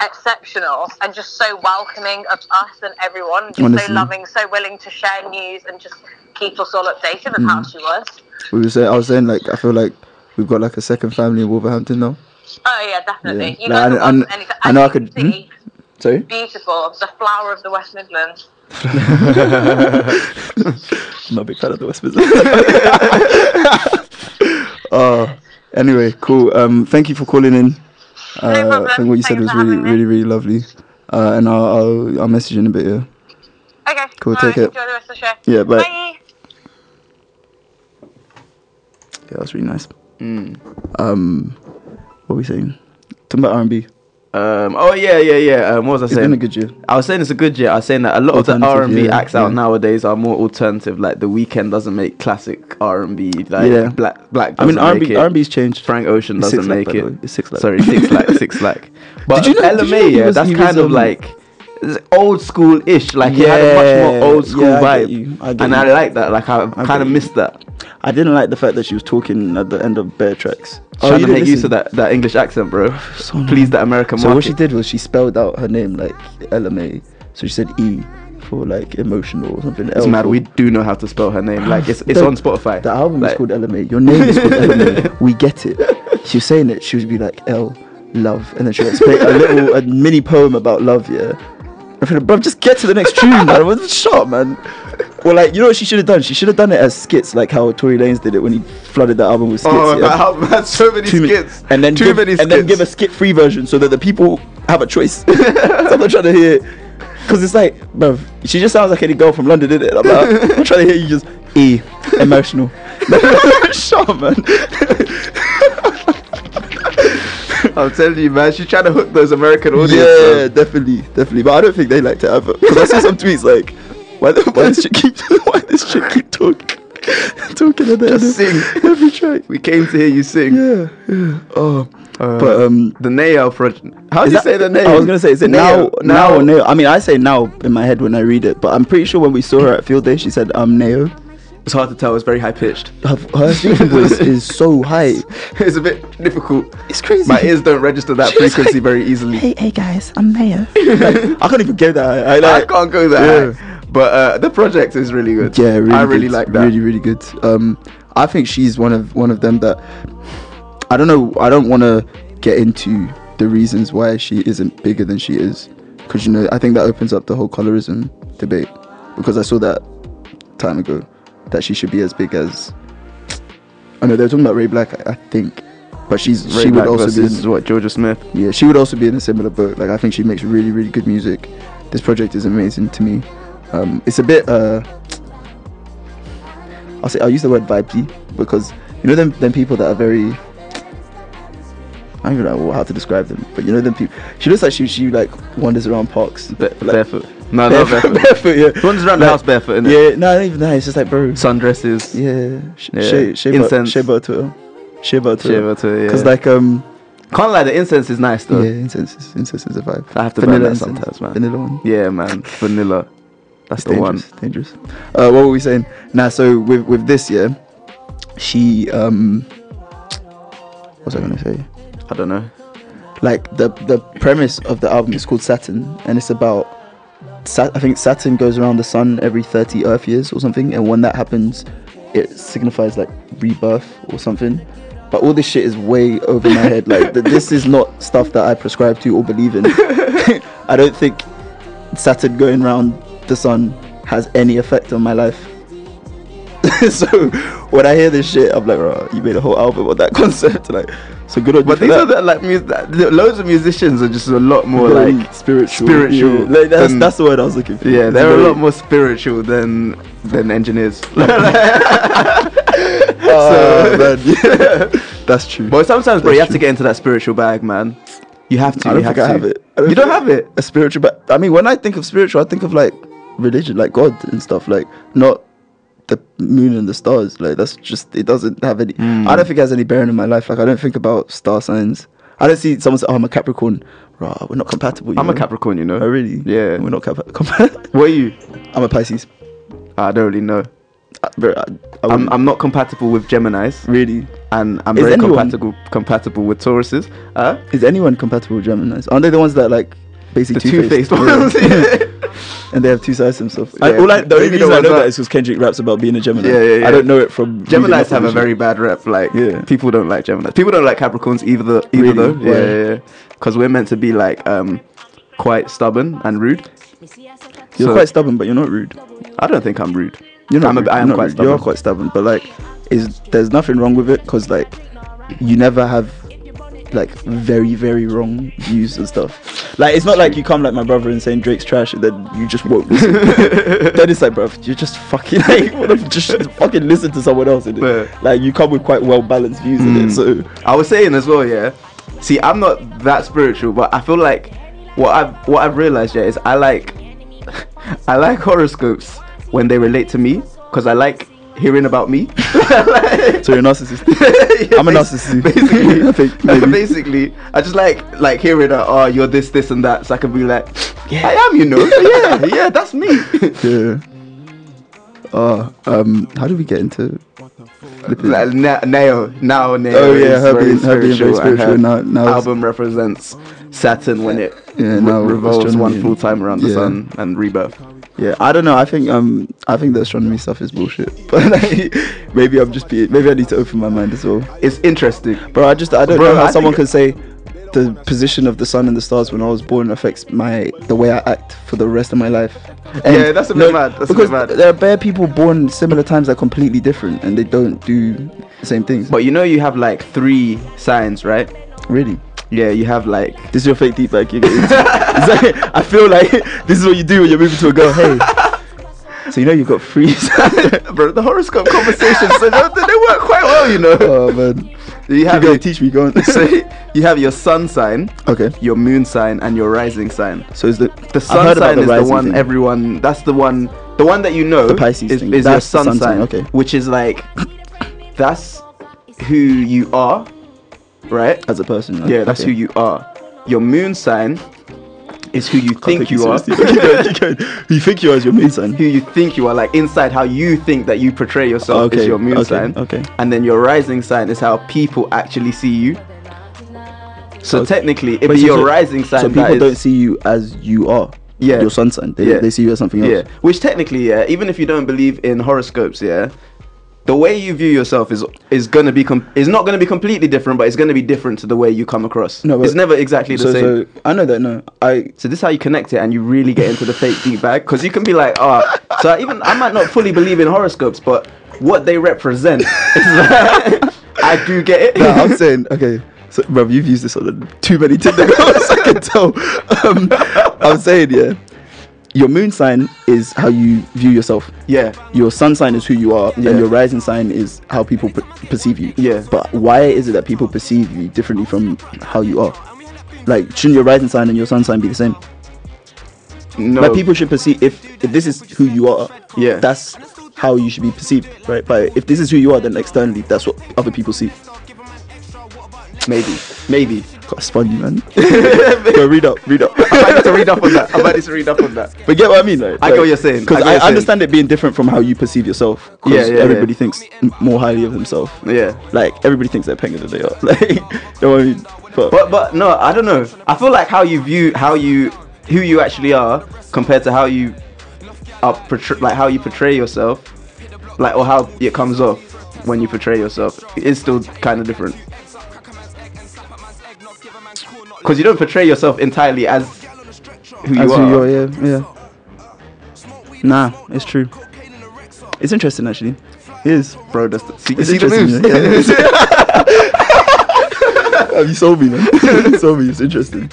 J: exceptional and just so welcoming of us and everyone, just so
C: Honestly.
J: loving, so willing to share news and just keep us all updated of
C: Hmm.
J: how she was.
C: We were saying, I was saying, like, I feel like we've got like a second family in Wolverhampton now.
J: Oh yeah, definitely.
C: Yeah.
J: You
C: Like, I-
J: guys are
C: I-
J: welcome anytime.
C: I
J: As
C: know I
J: you can
C: could- hmm?
J: see,
C: Sorry.
J: beautiful, the flower of the West Midlands.
C: I'm not a big fan of the West
J: [LAUGHS]
C: Midlands. [LAUGHS] uh, anyway, cool. Um, thank you for calling in. Uh,
J: problem.
C: I think what you said
J: Thanks
C: was
J: for
C: really,
J: having me.
C: really, really lovely. Uh, and I'll, I'll, I'll message you in a bit. Yeah.
J: Okay.
C: Cool,
J: all
C: take
J: right,
C: it.
J: Enjoy the rest of the show.
C: Yeah, bye.
J: Bye.
C: Yeah, that was really nice.
B: Mm.
C: Um, what were we saying? Talking about R&B.
B: Um, oh yeah, yeah, yeah. Um, what was I
C: It's
B: saying?
C: been a good year.
B: I was saying it's a good year. I was saying that a lot of the R and
C: Alternative,
B: B
C: yeah,
B: acts out
C: yeah.
B: nowadays are more alternative. Like the weekend doesn't make classic R and B. Like
C: Yeah.
B: black black.
C: I mean,
B: doesn't
C: R&B,
B: make it.
C: R&B's changed.
B: Frank Ocean
C: It's
B: doesn't
C: Six Lack,
B: make
C: by the way.
B: it.
C: It's Six Lack. [LAUGHS]
B: Sorry, six lack, six lack. But
C: you know- did
B: LMA,
C: you know he
B: yeah,
C: was-
B: that's
C: he was,
B: kind of
C: um,
B: like it's old school ish. Like he had a much
C: Yeah,
B: more old school
C: yeah, I get you,
B: vibe,
C: I get
B: and I
C: you.
B: like that. Like I, kind
C: get
B: of
C: you.
B: missed that.
C: I didn't like the fact that she was talking at the end of Bear Tracks.
B: Trying to
C: Oh, didn't
B: make use
C: listen?
B: of that, that English accent, bro. Please that American
C: So what she
B: market.
C: did was she spelled out her name like LMA. So she said E for like emotional or something.
B: It's mad. We do know how to spell her name. Like it's, it's on Spotify.
C: The album
B: like,
C: is called LMA. Your name is called
B: [LAUGHS]
C: LMA. We get it. She was saying it. She would be like L, love, and then she would explain a little a mini poem about love. Yeah. I feel like, bro, just get to the next tune, man. What the Shut up, man. Well, like you know what she should have done? She should have done it as skits, like how Tory Lanez did it when he flooded the album with skits.
B: Oh,
C: yeah?
B: that album had so many
C: Too many-
B: skits.
C: and then
B: too
C: give,
B: many skits.
C: and then give a skit free version so that the people have a
B: [LAUGHS]
C: choice. so I'm not trying to hear, because it's like, bruv, she just sounds like any girl from London, did it? I'm, like, I'm trying to hear you just e
B: [LAUGHS]
C: emotional. Shut up, man.
B: I'm telling you, man, she's trying to hook those American audience.
C: yeah,
B: Yeah.
C: definitely, definitely. But I don't think they liked it either. Because I saw some tweets like, why, the, why this chick keep [LAUGHS] why this chick keep talking talking at the
B: Just
C: end
B: sing.
C: of every track?
B: We came to hear you sing.
C: Yeah, yeah. Oh,
B: Uh,
C: but um.
B: the Nao project. How do
C: Is
B: you
C: that-
B: say the name?
C: I was gonna say, is it now,
B: Nao?
C: now, or Neo? I mean, I say now in my head when I read it, but I'm pretty sure when we saw her at field day, she said, "I'm Neo."
D: It's hard to tell. It's very high pitched.
C: Her, her speaking [LAUGHS] voice is so high.
D: [LAUGHS] it's a bit difficult.
C: It's crazy. [LAUGHS]
D: My ears don't register that
C: She's
D: frequency
C: like-
D: very easily.
C: Hey, hey guys, I'm Mayo. [LAUGHS] I can't even go that. high. I
D: I
C: like.
D: can't go that. high. But uh, the project is really good.
C: Yeah, really
D: I really
C: good.
D: like that.
C: Really, really good. Um, I think she's one of one of them that I don't know. I don't want to get into the reasons why she isn't bigger than she is, because you know I think that opens up the whole colorism debate. Because I saw that time ago that she should be as big as. I know they were talking about Ray Black, I, I think, but she's
D: Ray
C: she
D: Black
C: would also be.
D: versus
C: In,
D: what Georgia Smith.
C: yeah, she would also be in a similar boat. Like I think she makes really, really good music. This project is amazing to me. Um, it's a bit. Uh, I'll say I'll use the word vibey because you know them them people that are very. I don't even know how to describe them, but you know them people. She looks like she she like wanders around parks
D: Ba-
C: like,
D: barefoot. No, not
C: barefoot,
D: barefoot.
C: [LAUGHS] barefoot, yeah.
D: Runs around the
C: Like,
D: house barefoot, innit?
C: Yeah, no, not even that. It's just like bro.
D: Sundresses.
C: Yeah, sh-
D: Yeah.
C: Shea, shea,
D: Incense.
C: incense. Shea butter to her. Shea butter.
D: Shea butter, yeah.
C: Cause like um.
D: Can't lie, the incense is nice though.
C: Yeah, incense is, incense is a vibe.
D: I have to burn that sometimes, man.
C: Vanilla one.
D: Yeah, man. Vanilla. That's
C: It's
D: the one.
C: dangerous. Dangerous. Uh, what were we saying? Nah, so with with this year, she um, what was I gonna say?
D: I
C: [LAUGHS]
D: don't know.
C: Like the the premise of the album is called Saturn, and it's about Sat- I think Saturn goes around the sun every 30 Earth years or something, and when that happens, it signifies like rebirth or something. But all this shit is way over my head. Like th- this is not stuff that I prescribe to or believe in. I don't think Saturn going round the sun has any effect on my life. so when I hear this shit, I'm like, "Rah, you made a whole album on that [LAUGHS] concept. Like, so good on you.
D: But
C: for
D: these
C: that.
D: are the, like mus- the- loads of musicians are just a lot more
C: Very
D: like
C: spiritual.
D: spiritual
C: Yeah, like, that's,
D: than-
C: that's the word I was looking for.
D: yeah,
C: It's
D: they're a
C: very- [LAUGHS]
D: lot more spiritual than than engineers.
C: Oh, man, [LAUGHS] yeah. That's true.
D: [LAUGHS] but sometimes, bro,
C: That's
D: you have to
C: true.
D: get into that spiritual bag, man. You have to.
C: I don't
D: you have
C: think I
D: to.
C: have it. I
D: you don't
C: think-
D: have it.
C: A spiritual, but I mean, when I think of spiritual, I think of like religion, like God and stuff, like not the moon and the stars. Like that's just it doesn't have any.
D: Hmm.
C: I don't think it has any bearing in my life. Like I don't think about star signs. I don't see someone say, "Oh, I'm a Capricorn." Rah, we're not compatible. you
D: I'm a
C: know?
D: Capricorn, you know.
C: Oh, really?
D: Yeah.
C: We're not cap- compatible. [LAUGHS]
D: What are you?
C: I'm a Pisces.
D: I don't really know.
C: I, bro, I, I
D: I'm,
C: wouldn't-
D: I'm not compatible with Gemini's,
C: really.
D: and I'm
C: Is
D: very
C: anyone-
D: compatible compatible with Tauruses. Uh,
C: Is anyone compatible with Gemini's? Aren't they the ones that like basically
D: the two-faced,
C: Yeah.
D: ones. [LAUGHS]
C: [LAUGHS]
D: Yeah.
C: and they have two sides to themselves.
D: Yeah,
C: I, all I, the only
D: maybe
C: reason
D: the
C: I know that
D: ones that-
C: is because Kendrick raps about being a Gemini.
D: Yeah, yeah,
C: I don't
D: yeah.
C: know it from reading up on
D: Gemini's have a
C: the
D: very bad rep. Like
C: Yeah.
D: people don't like Gemini's. People don't like Capricorns either. Though, either
C: Really?
D: though.
C: Why?
D: Yeah, yeah, yeah. Because we're meant to be like um, quite stubborn and rude.
C: shit. You're
D: so-
C: quite stubborn, but you're not rude.
D: I don't think I'm rude.
C: You're not.
D: I'm a-
C: rude.
D: I
C: You're
D: am
C: not
D: quite
C: rude. You're
D: stubborn.
C: quite stubborn, but like, is there's nothing wrong with it because like, you never have like very very wrong views and stuff. Like it's not like you come like my brother and saying Drake's trash and then you just won't listen. [LAUGHS] then it's like, bro, you're just fucking like, what if- just fucking listen to someone else. innit?
D: Yeah.
C: Like you come with quite well balanced views in it. So
D: [LAUGHS] I was saying as well, yeah. See, I'm not that spiritual, but I feel like what I've what I've realized yeah is I like [LAUGHS] I like horoscopes when they relate to me because I like hearing about me. [LAUGHS]
C: so you're narcissist.
B: [LAUGHS]
D: Yeah,
C: I'm a
D: bas-
C: narcissist.
D: Basically,
C: [LAUGHS] I think maybe.
D: basically, I just like like hearing that. Oh, you're this, this, and that. So I can be like, yeah, I am. You know,
C: [LAUGHS]
D: yeah, yeah, that's me.
C: Yeah. Oh, um, how did we get into?
D: like, na- now, now, now.
C: Oh, yeah,
D: is
C: her being- her being very
D: and
C: spiritual now- now is-
D: album represents Saturn when it
C: Yeah,
D: re-
C: now
D: revolves
C: astronomy
D: one
C: and-
D: full time around the
C: yeah.
D: sun and rebirth.
C: Yeah, I don't know. I think um, I think the astronomy stuff is bullshit. [LAUGHS] But like, maybe I'm just being. Maybe I need to open my mind as well.
D: It's interesting.
C: Bro, I just I don't
D: Bro,
C: know how
D: I
C: someone
D: think-
C: can say the position of the sun and the stars when I was born affects my the way I act for the rest of my life. And
D: Yeah, that's a bit mad, that's a
C: because
D: bit mad.
C: there are bare people born similar times that are completely different and they don't do the same things.
D: But you know, you have like three signs, right?
C: really.
D: Yeah, you have like.
C: This is your fake deep back. You
D: [LAUGHS]
C: get into. It's like- I feel like [LAUGHS] this is what you do when you're moving to a girl. Hey, so you know you've got
D: [LAUGHS]
C: three. [LAUGHS]
D: Bro, the horoscope conversations so they, they work quite well, you know.
C: oh man,
D: you
C: you're
D: have
C: gonna
D: your,
C: teach me. Go on. [LAUGHS]
D: [LAUGHS] so you have your sun sign,
C: okay,
D: your moon sign, and your rising sign.
C: so is the
D: The
C: I've
D: sun
C: heard about
D: sign is the
C: rising
D: one
C: thing.
D: everyone. That's the one. The one that you know.
C: The Pisces
D: is,
C: thing.
D: is your
C: That's the
D: sun,
C: sun
D: sign.
C: sign, okay.
D: Which is like, that's who you are, right?
C: as a person.
D: Yeah, that's who you are. Your moon sign
B: It's who you think
C: take [LAUGHS] you
B: you are.
C: seriously. Keep
D: [LAUGHS]
C: going, keep going. You think [LAUGHS] you are is your main sign.
B: who you think you are, like inside how you think that you portray yourself is
C: Okay,
B: your moon
C: okay,
B: sign.
C: okay.
B: And then your rising sign is how people actually see you. So
C: Okay.
B: technically, it'd
C: But
B: be
C: so-
B: your
C: so-
B: rising sign.
C: So
B: that
C: people
B: is-
C: don't see you as you are.
B: Yeah.
C: Your sun sign. They,
B: Yeah.
C: they see you as something else.
B: Yeah, which technically, yeah, even if you don't believe in horoscopes, yeah, the way you view yourself is is gonna be com- is not gonna be completely different, but it's gonna be different to the way you come across.
C: No, but-
B: it's never exactly the
C: so,
B: same.
C: so I know that. No, I
B: So this is how you connect it, and you really get into the fake deep bag because you can be like, ah. so I even I might not fully believe in horoscopes, but what they represent, is [LAUGHS] like, I do get it.
C: No, [LAUGHS] I'm saying, okay, so, bro, you've used this on too many Tinder girls, [LAUGHS] I can tell. Um, I'm saying, yeah, your moon sign is how you view yourself.
B: yeah,
C: Your sun sign is who you are,
B: Yeah.
C: and your rising sign is how people per- perceive you.
B: Yeah.
C: But why is it that people perceive you differently from how you are? Like, shouldn't your rising sign and your sun sign be the same?
B: no,
C: Like, people should perceive if, if this is who you are.
B: Yeah.
C: That's how you should be perceived, right? But if this is who you are, then externally, that's what other people see.
B: maybe, maybe.
C: Got spongy,
B: [LAUGHS]
C: man. Go read up, read up.
B: [LAUGHS] I need to read up on that. I might need to read up
C: [LAUGHS]
B: on that.
C: But get what I mean, though.
B: I get what you're saying. I
C: Because
B: get
C: I,
B: what you're
C: understand it being different from how you perceive yourself. 'Cause
B: Yeah, yeah, yeah.
C: Everybody thinks m- more highly of themselves.
B: Yeah.
C: Like everybody thinks they're penguin than they are. [LAUGHS] Like, you know what I mean? But,
B: But but no, I don't know. I feel like how you view how you who you actually are compared to how you are portray like how you portray yourself, like or how it comes off when you portray yourself is still kind of different. Because you don't portray yourself entirely as who you
C: As
B: are.
C: who you are, yeah, yeah. Nah, it's true. It's interesting actually. It is.
B: Bro, that's the, see, you
C: It's
B: see the moves.
C: interesting, [LAUGHS] Oh, you sold me, man. [LAUGHS] you sold me. It's interesting.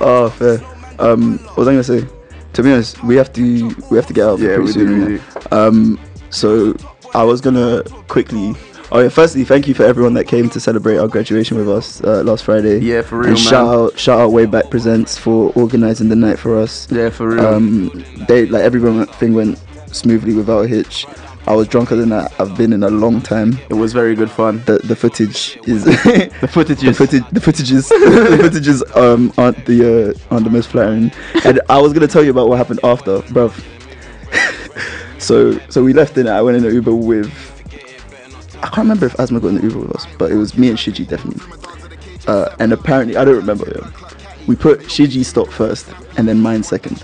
C: Oh, fair. Um, what was I gonna say? To be honest, we have to we have to get out. of here
B: [LAUGHS] Yeah,
C: pretty
B: we
C: soon,
B: do, we
C: innit? Um, so I was gonna quickly. Oh yeah. Firstly, thank you for everyone that came to celebrate our graduation with us uh, last Friday.
B: Yeah, for real,
C: And
B: man.
C: shout out, shout out, Way Back Presents for organising the night for us.
B: yeah, for real.
C: Um, they like everything went smoothly without a hitch. I was drunker than I, I've been in a long time.
B: it was very good fun.
C: The the footage is [LAUGHS]
B: The footage
C: the
B: is
C: footage the footages [LAUGHS] the footages um aren't the uh, aren't the most
B: [LAUGHS]
C: flattering and i was gonna tell you about what happened after bruv so so we left in i went in an uber with i can't remember if asma got in the uber with us but it was me and shiji definitely uh, and apparently i don't remember yeah. we put shiji stop first and then mine second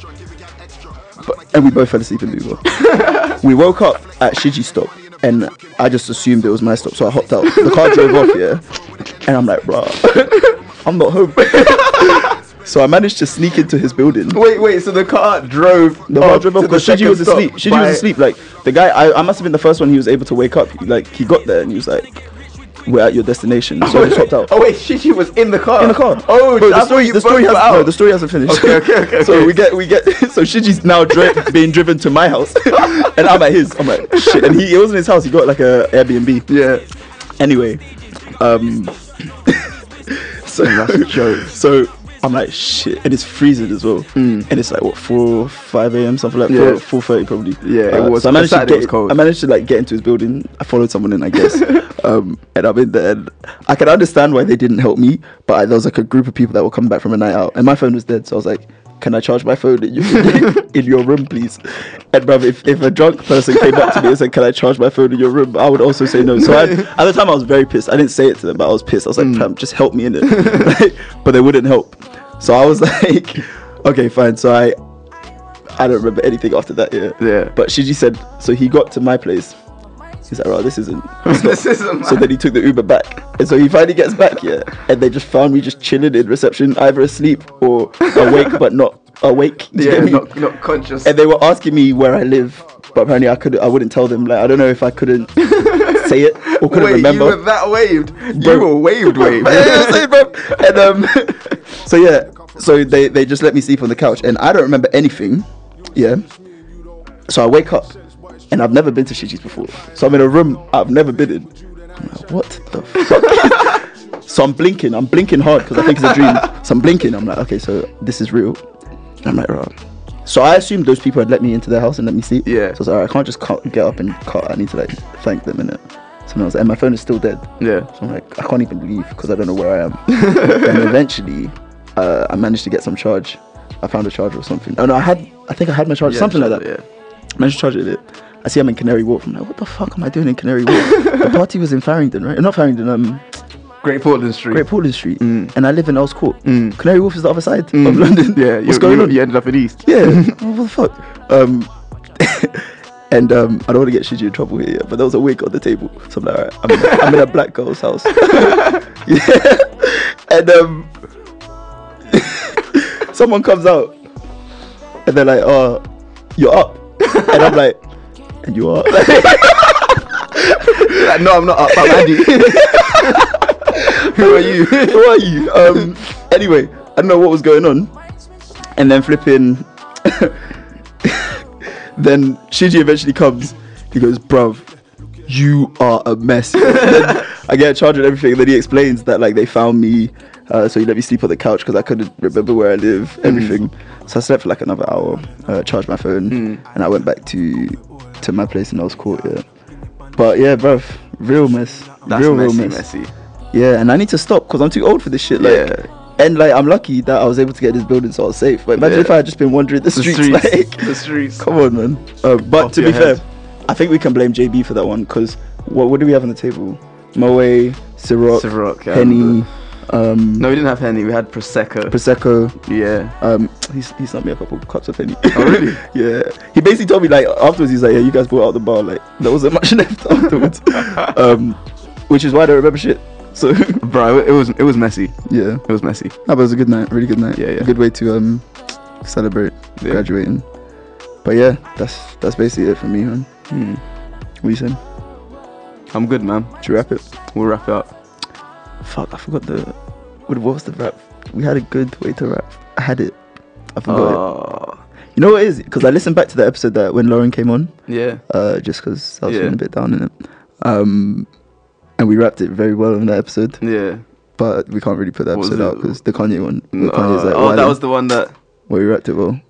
C: but, and we both fell asleep in the uber
B: [LAUGHS]
C: we woke up at Shiji stop and I just assumed it was my stop, so I hopped out. The car drove off, yeah. And I'm like,
B: [LAUGHS]
C: bruh, I'm not home. so I managed to sneak into his building.
B: Wait, wait. So the car drove.
C: The car
B: up
C: drove
B: Oh,
C: off
B: to the
C: because Shiji was
B: second stop
C: asleep. Shiji
B: by-
C: was asleep. Like the guy, I, I must have been the first one he was able to wake up. Like he got there and he was like, "We're at your destination." So
B: [LAUGHS]
C: I just hopped out
B: Oh wait, Shishi was in the car.
C: in the car.
B: Oh,
C: Bro,
B: I
C: the
B: thought
C: story,
B: you
C: the story
B: both
C: has [LAUGHS]
B: were out.
C: no, the story hasn't finished.
B: Okay, okay,
C: [LAUGHS]
B: okay,
C: so
B: okay.
C: we get, we get. So Shiji's now dri- being driven to my house, [LAUGHS] and I'm at his. I'm like, shit. And he, it wasn't his house. He got like a Airbnb.
B: Yeah.
C: Anyway, um, [LAUGHS] so
B: a joke.
C: [LAUGHS]
B: Hmm.
C: So I'm like, shit, and it's freezing as well. And it's like what four, five a.m. something like
B: Yeah.
C: four, four thirty probably. Uh,
B: Yeah, it was-
C: So I managed to
B: Saturday
C: get,
B: was cold.
C: I managed to like get into his building. I followed someone in, I guess. um, and I'm in there. And I can understand why they didn't help me, but I, there was like a group of people that were coming back from a night out, and my phone was dead. So I was like. Can I charge my phone in your, in your room, please? And bruv, if, if a drunk person came up to me and said, "Can I charge my phone in your room?" I would also say no. So I, at the time, I was very pissed. I didn't say it to them, but I was pissed. I was like, "Fam, just help me in it," [LAUGHS] Like, but they wouldn't help. So I was [LAUGHS] like, "Okay, fine." So I I don't remember anything after that, yeah.
B: Yeah.
C: But Shiji said, so he got to my place. He's like, right, this isn't.
B: [LAUGHS] [LAUGHS] this isn't.
C: So then he took the Uber back. And so he finally gets back, yeah. And they just found me just chilling in reception, either asleep or awake, but not awake. Do you
B: yeah,
C: get me?
B: not, not conscious.
C: And they were asking me where I live, but apparently I could I wouldn't tell them. Like I don't know if I
B: [LAUGHS]
C: couldn't say it or couldn't
B: Wait,
C: remember.
B: you were that waved. You
C: Bro.
B: were waved,
C: [LAUGHS]
B: waved.
C: Yeah, yeah, same, bro. [LAUGHS] And um, so yeah, so they they just let me sleep on the couch, and I don't remember anything. Yeah. So I wake up, and I've never been to Shiji's before. So I'm in a room I've never been in. I'm like, what the fuck? [LAUGHS] so I'm blinking. I'm blinking hard because I think it's a dream. So I'm blinking. I'm like, okay, so this is real. And I'm like, right. So I assumed those people had let me into their house and let me sleep. So
B: Yeah.
C: I was like, alright, I can't just cut, get up and cut. I need to like thank them in it. So I was like, and my phone is still dead.
B: Yeah.
C: So I'm like, I can't [LAUGHS] even leave because I don't know where I am. and eventually, uh, I managed to get some charge. I found a charger or something. Oh no, I had I think I had my charger, something like that. Managed to charge it. I see I'm in Canary Wharf. I'm like, what the fuck am I doing in Canary Wharf? the party was in Farringdon, right? Not Farringdon, um,
D: Great Portland Street.
C: Great Portland Street. And I live in Earls Court. Canary Wharf is the other side of
D: Mm.
C: London.
B: [LAUGHS]
D: Yeah,
C: what's going on?
D: You ended up in East.
C: Yeah, oh, what the fuck? Um, and um, I don't want to get Shiji in trouble here, yeah, but there was a wig on the table. So I'm like, all right, I'm, in a- I'm in a black girl's house. yeah. And um, [LAUGHS] someone comes out and they're like, oh, you're up. And I'm like, and you are? Uh,
D: Like, no, I'm not up. I'm [LAUGHS] Andy.
C: Who are you? Who are you? Um, anyway, I don't know what was going on. And then flipping. [LAUGHS] then Shiji eventually comes. He goes, bruv, you are a mess. Then I get a charge and everything. And then he explains that, like, they found me. Uh, so he let me sleep on the couch because I couldn't remember where I live,
D: Hmm.
C: everything. So I slept for like another hour, uh, charged my phone,
D: Hmm.
C: and I went back to to my place in Oz Court. Yeah. But yeah, bruv, real mess.
D: That's
C: real,
D: messy,
C: real mess.
D: messy.
C: Yeah, and I need to stop because I'm too old for this shit. Like,
D: Yeah.
C: and like I'm lucky that I was able to get this building, so I was safe. But imagine
D: Yeah.
C: if I had just been wandering the
D: The
C: streets.
D: streets. [LAUGHS]
C: Like,
D: the streets.
C: come on, man. Uh, but
D: Off
C: to be
D: your head.
C: fair, I think we can blame JB for that one because what what do we have on the table? Moe, Ciroc,
D: Ciroc, yeah,
C: Henny, um,
D: No, we didn't have Henny. We had Prosecco.
C: Prosecco.
D: yeah.
C: Um, he's he's not me a couple cups of Henny.
D: Oh, really?
C: [LAUGHS] yeah. He basically told me like afterwards he's like, yeah, you guys bought out the bar. Like there wasn't much [LAUGHS] left
D: [LAUGHS]
C: afterwards. um, which is why I don't remember shit. So
D: Bro, it was it was messy.
C: yeah.
D: It was messy.
C: No, but it was a good night, really good night.
D: Yeah, yeah.
C: Good way to um celebrate
D: Yeah.
C: graduating. But yeah, that's that's basically it for me, man.
D: Hmm.
C: What you saying?
D: I'm good, man.
C: Should we wrap it?
D: We'll wrap it up.
C: Fuck, I forgot the what, what was the rap? We had a good way to rap. I had it. I forgot
D: Oh,
C: it. You know what it is? Because I listened back to the episode that when Lauren came on,
D: yeah.
C: uh, just because I was
D: Yeah.
C: feeling a bit down in it. Um, and we wrapped it very well in that episode,
D: Yeah.
C: but we can't really put the
D: What was
C: episode
D: it?
C: out because the Kanye one. the Kanye's like,
D: Uh, oh, that
C: wilding,
D: was the one that.
C: where we wrapped it well.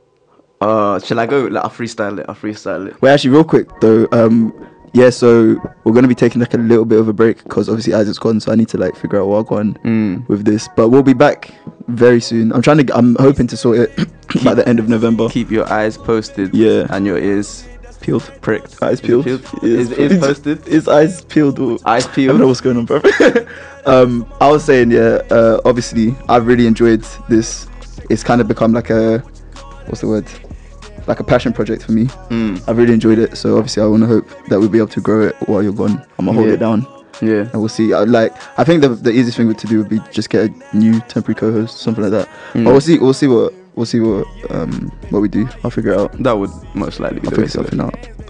C: Ah,
D: Uh, shall I go? Like, I'll freestyle it. I'll freestyle it.
C: Wait, actually, real quick though. Um, yeah, so we're gonna be taking like a little bit of a break because obviously Isaac's gone, so I need to like figure out what I've gone
D: Mm.
C: with this. But we'll be back very soon. I'm trying to. I'm hoping to sort it [COUGHS] by the end of November.
D: Keep your eyes posted.
C: Yeah.
D: And your ears
C: peeled.
D: pricked.
C: Eyes
D: Is it
C: peeled.
D: Is, is posted.
C: Is eyes peeled? Or,
D: Eyes
C: I don't know
D: peeled.
C: what's going on, bro. [LAUGHS] um, I was saying, yeah. Uh, obviously, I've really enjoyed this. It's kind of become like a, what's the word? Like a passion project for me.
D: Mm.
C: I've really enjoyed it. So obviously, I want to hope that we'll be able to grow it while you're gone. I'm gonna hold
D: Yeah.
C: it down,
D: Yeah.
C: and we'll see. I, like I think the, the easiest thing to do would be just get a new temporary co-host, something like that.
D: Mm.
C: But we'll see. We'll see what we'll see what um what we do. I'll figure it out.
D: That would most likely be
C: I'll
D: the way
C: figure
D: to
C: something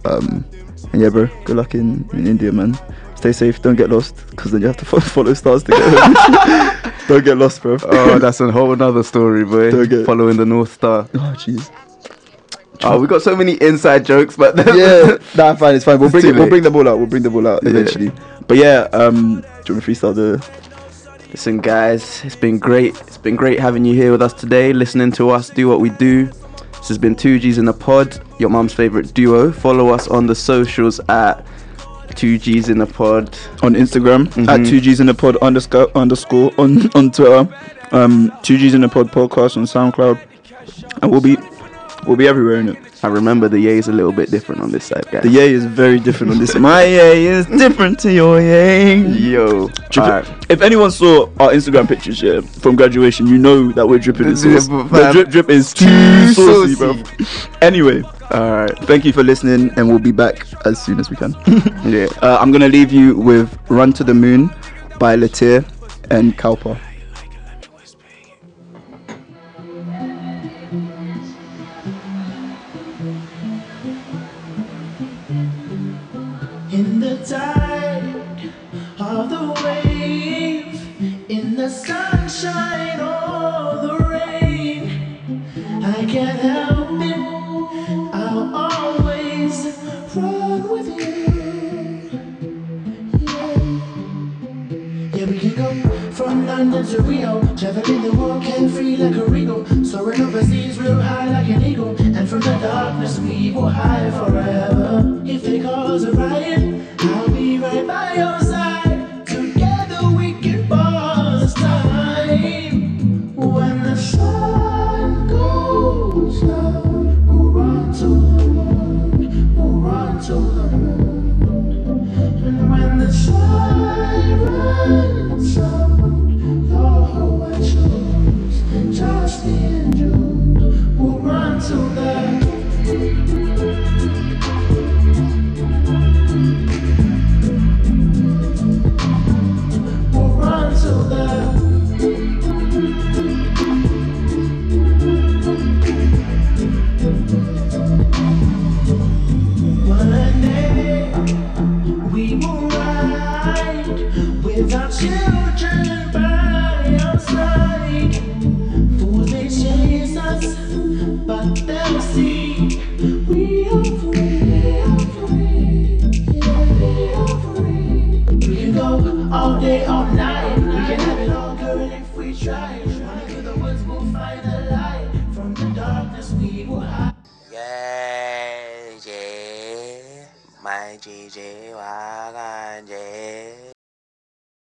D: go.
C: out. Um, and yeah, bro. Good luck in, in India, man. Stay safe. Don't get lost, because then you have to [LAUGHS] fo- follow stars to get home. [LAUGHS] don't get lost, bro.
D: Oh, that's a whole another story, boy.
C: Don't get-
D: Following the North Star.
C: [LAUGHS] Oh, jeez.
D: Oh, we got so many inside jokes, [LAUGHS] but
C: [LAUGHS] yeah, nah, fine, it's fine. We'll
D: It's
C: bring
D: too
C: it, we'll
D: late.
C: bring the ball out. We'll bring the ball out
D: Yeah.
C: eventually. But yeah, um, do you want to freestyle the
D: Listen, guys, it's been great. It's been great having you here with us today, listening to us do what we do. This has been 2G's in a Pod, your mum's favorite duo. Follow us on the socials at 2G's in a Pod.
C: on Instagram at
D: Mhm.
C: two G's in the pod underscore underscore on [LAUGHS] on Twitter, um, two G's in the pod podcast on SoundCloud, and we'll be we'll be everywhere in it.
D: I remember the yay is a little bit different on this side, guys.
C: The yay is very different on this. My yay is different to your yay.
D: Yo.
C: Drip-
D: Alright.
C: If anyone saw our Instagram pictures yeah, from graduation, you know that we're dripping in
D: This is
C: sauce.
D: a-
C: The drip drip is too
D: Too
C: saucy,
D: saucy.
C: bro. Anyway,
D: Alright.
C: thank you for listening, and we'll be back as soon as we can.
D: [LAUGHS] Yeah.
C: Uh, I'm gonna leave you with "Run to the Moon" by Latir and Cowper.
K: In the tide of the wave, in the sunshine or the rain, I can't help it. I'll always run with you. Yeah, we can go from London to Rio, traveling the world carefree like a regal, soaring overseas real high like an eagle, and from the darkness we will hide forever. If they cause a riot, I'll be right by your side. Together we can pause time when the sun goes.
F: 买几只娃娃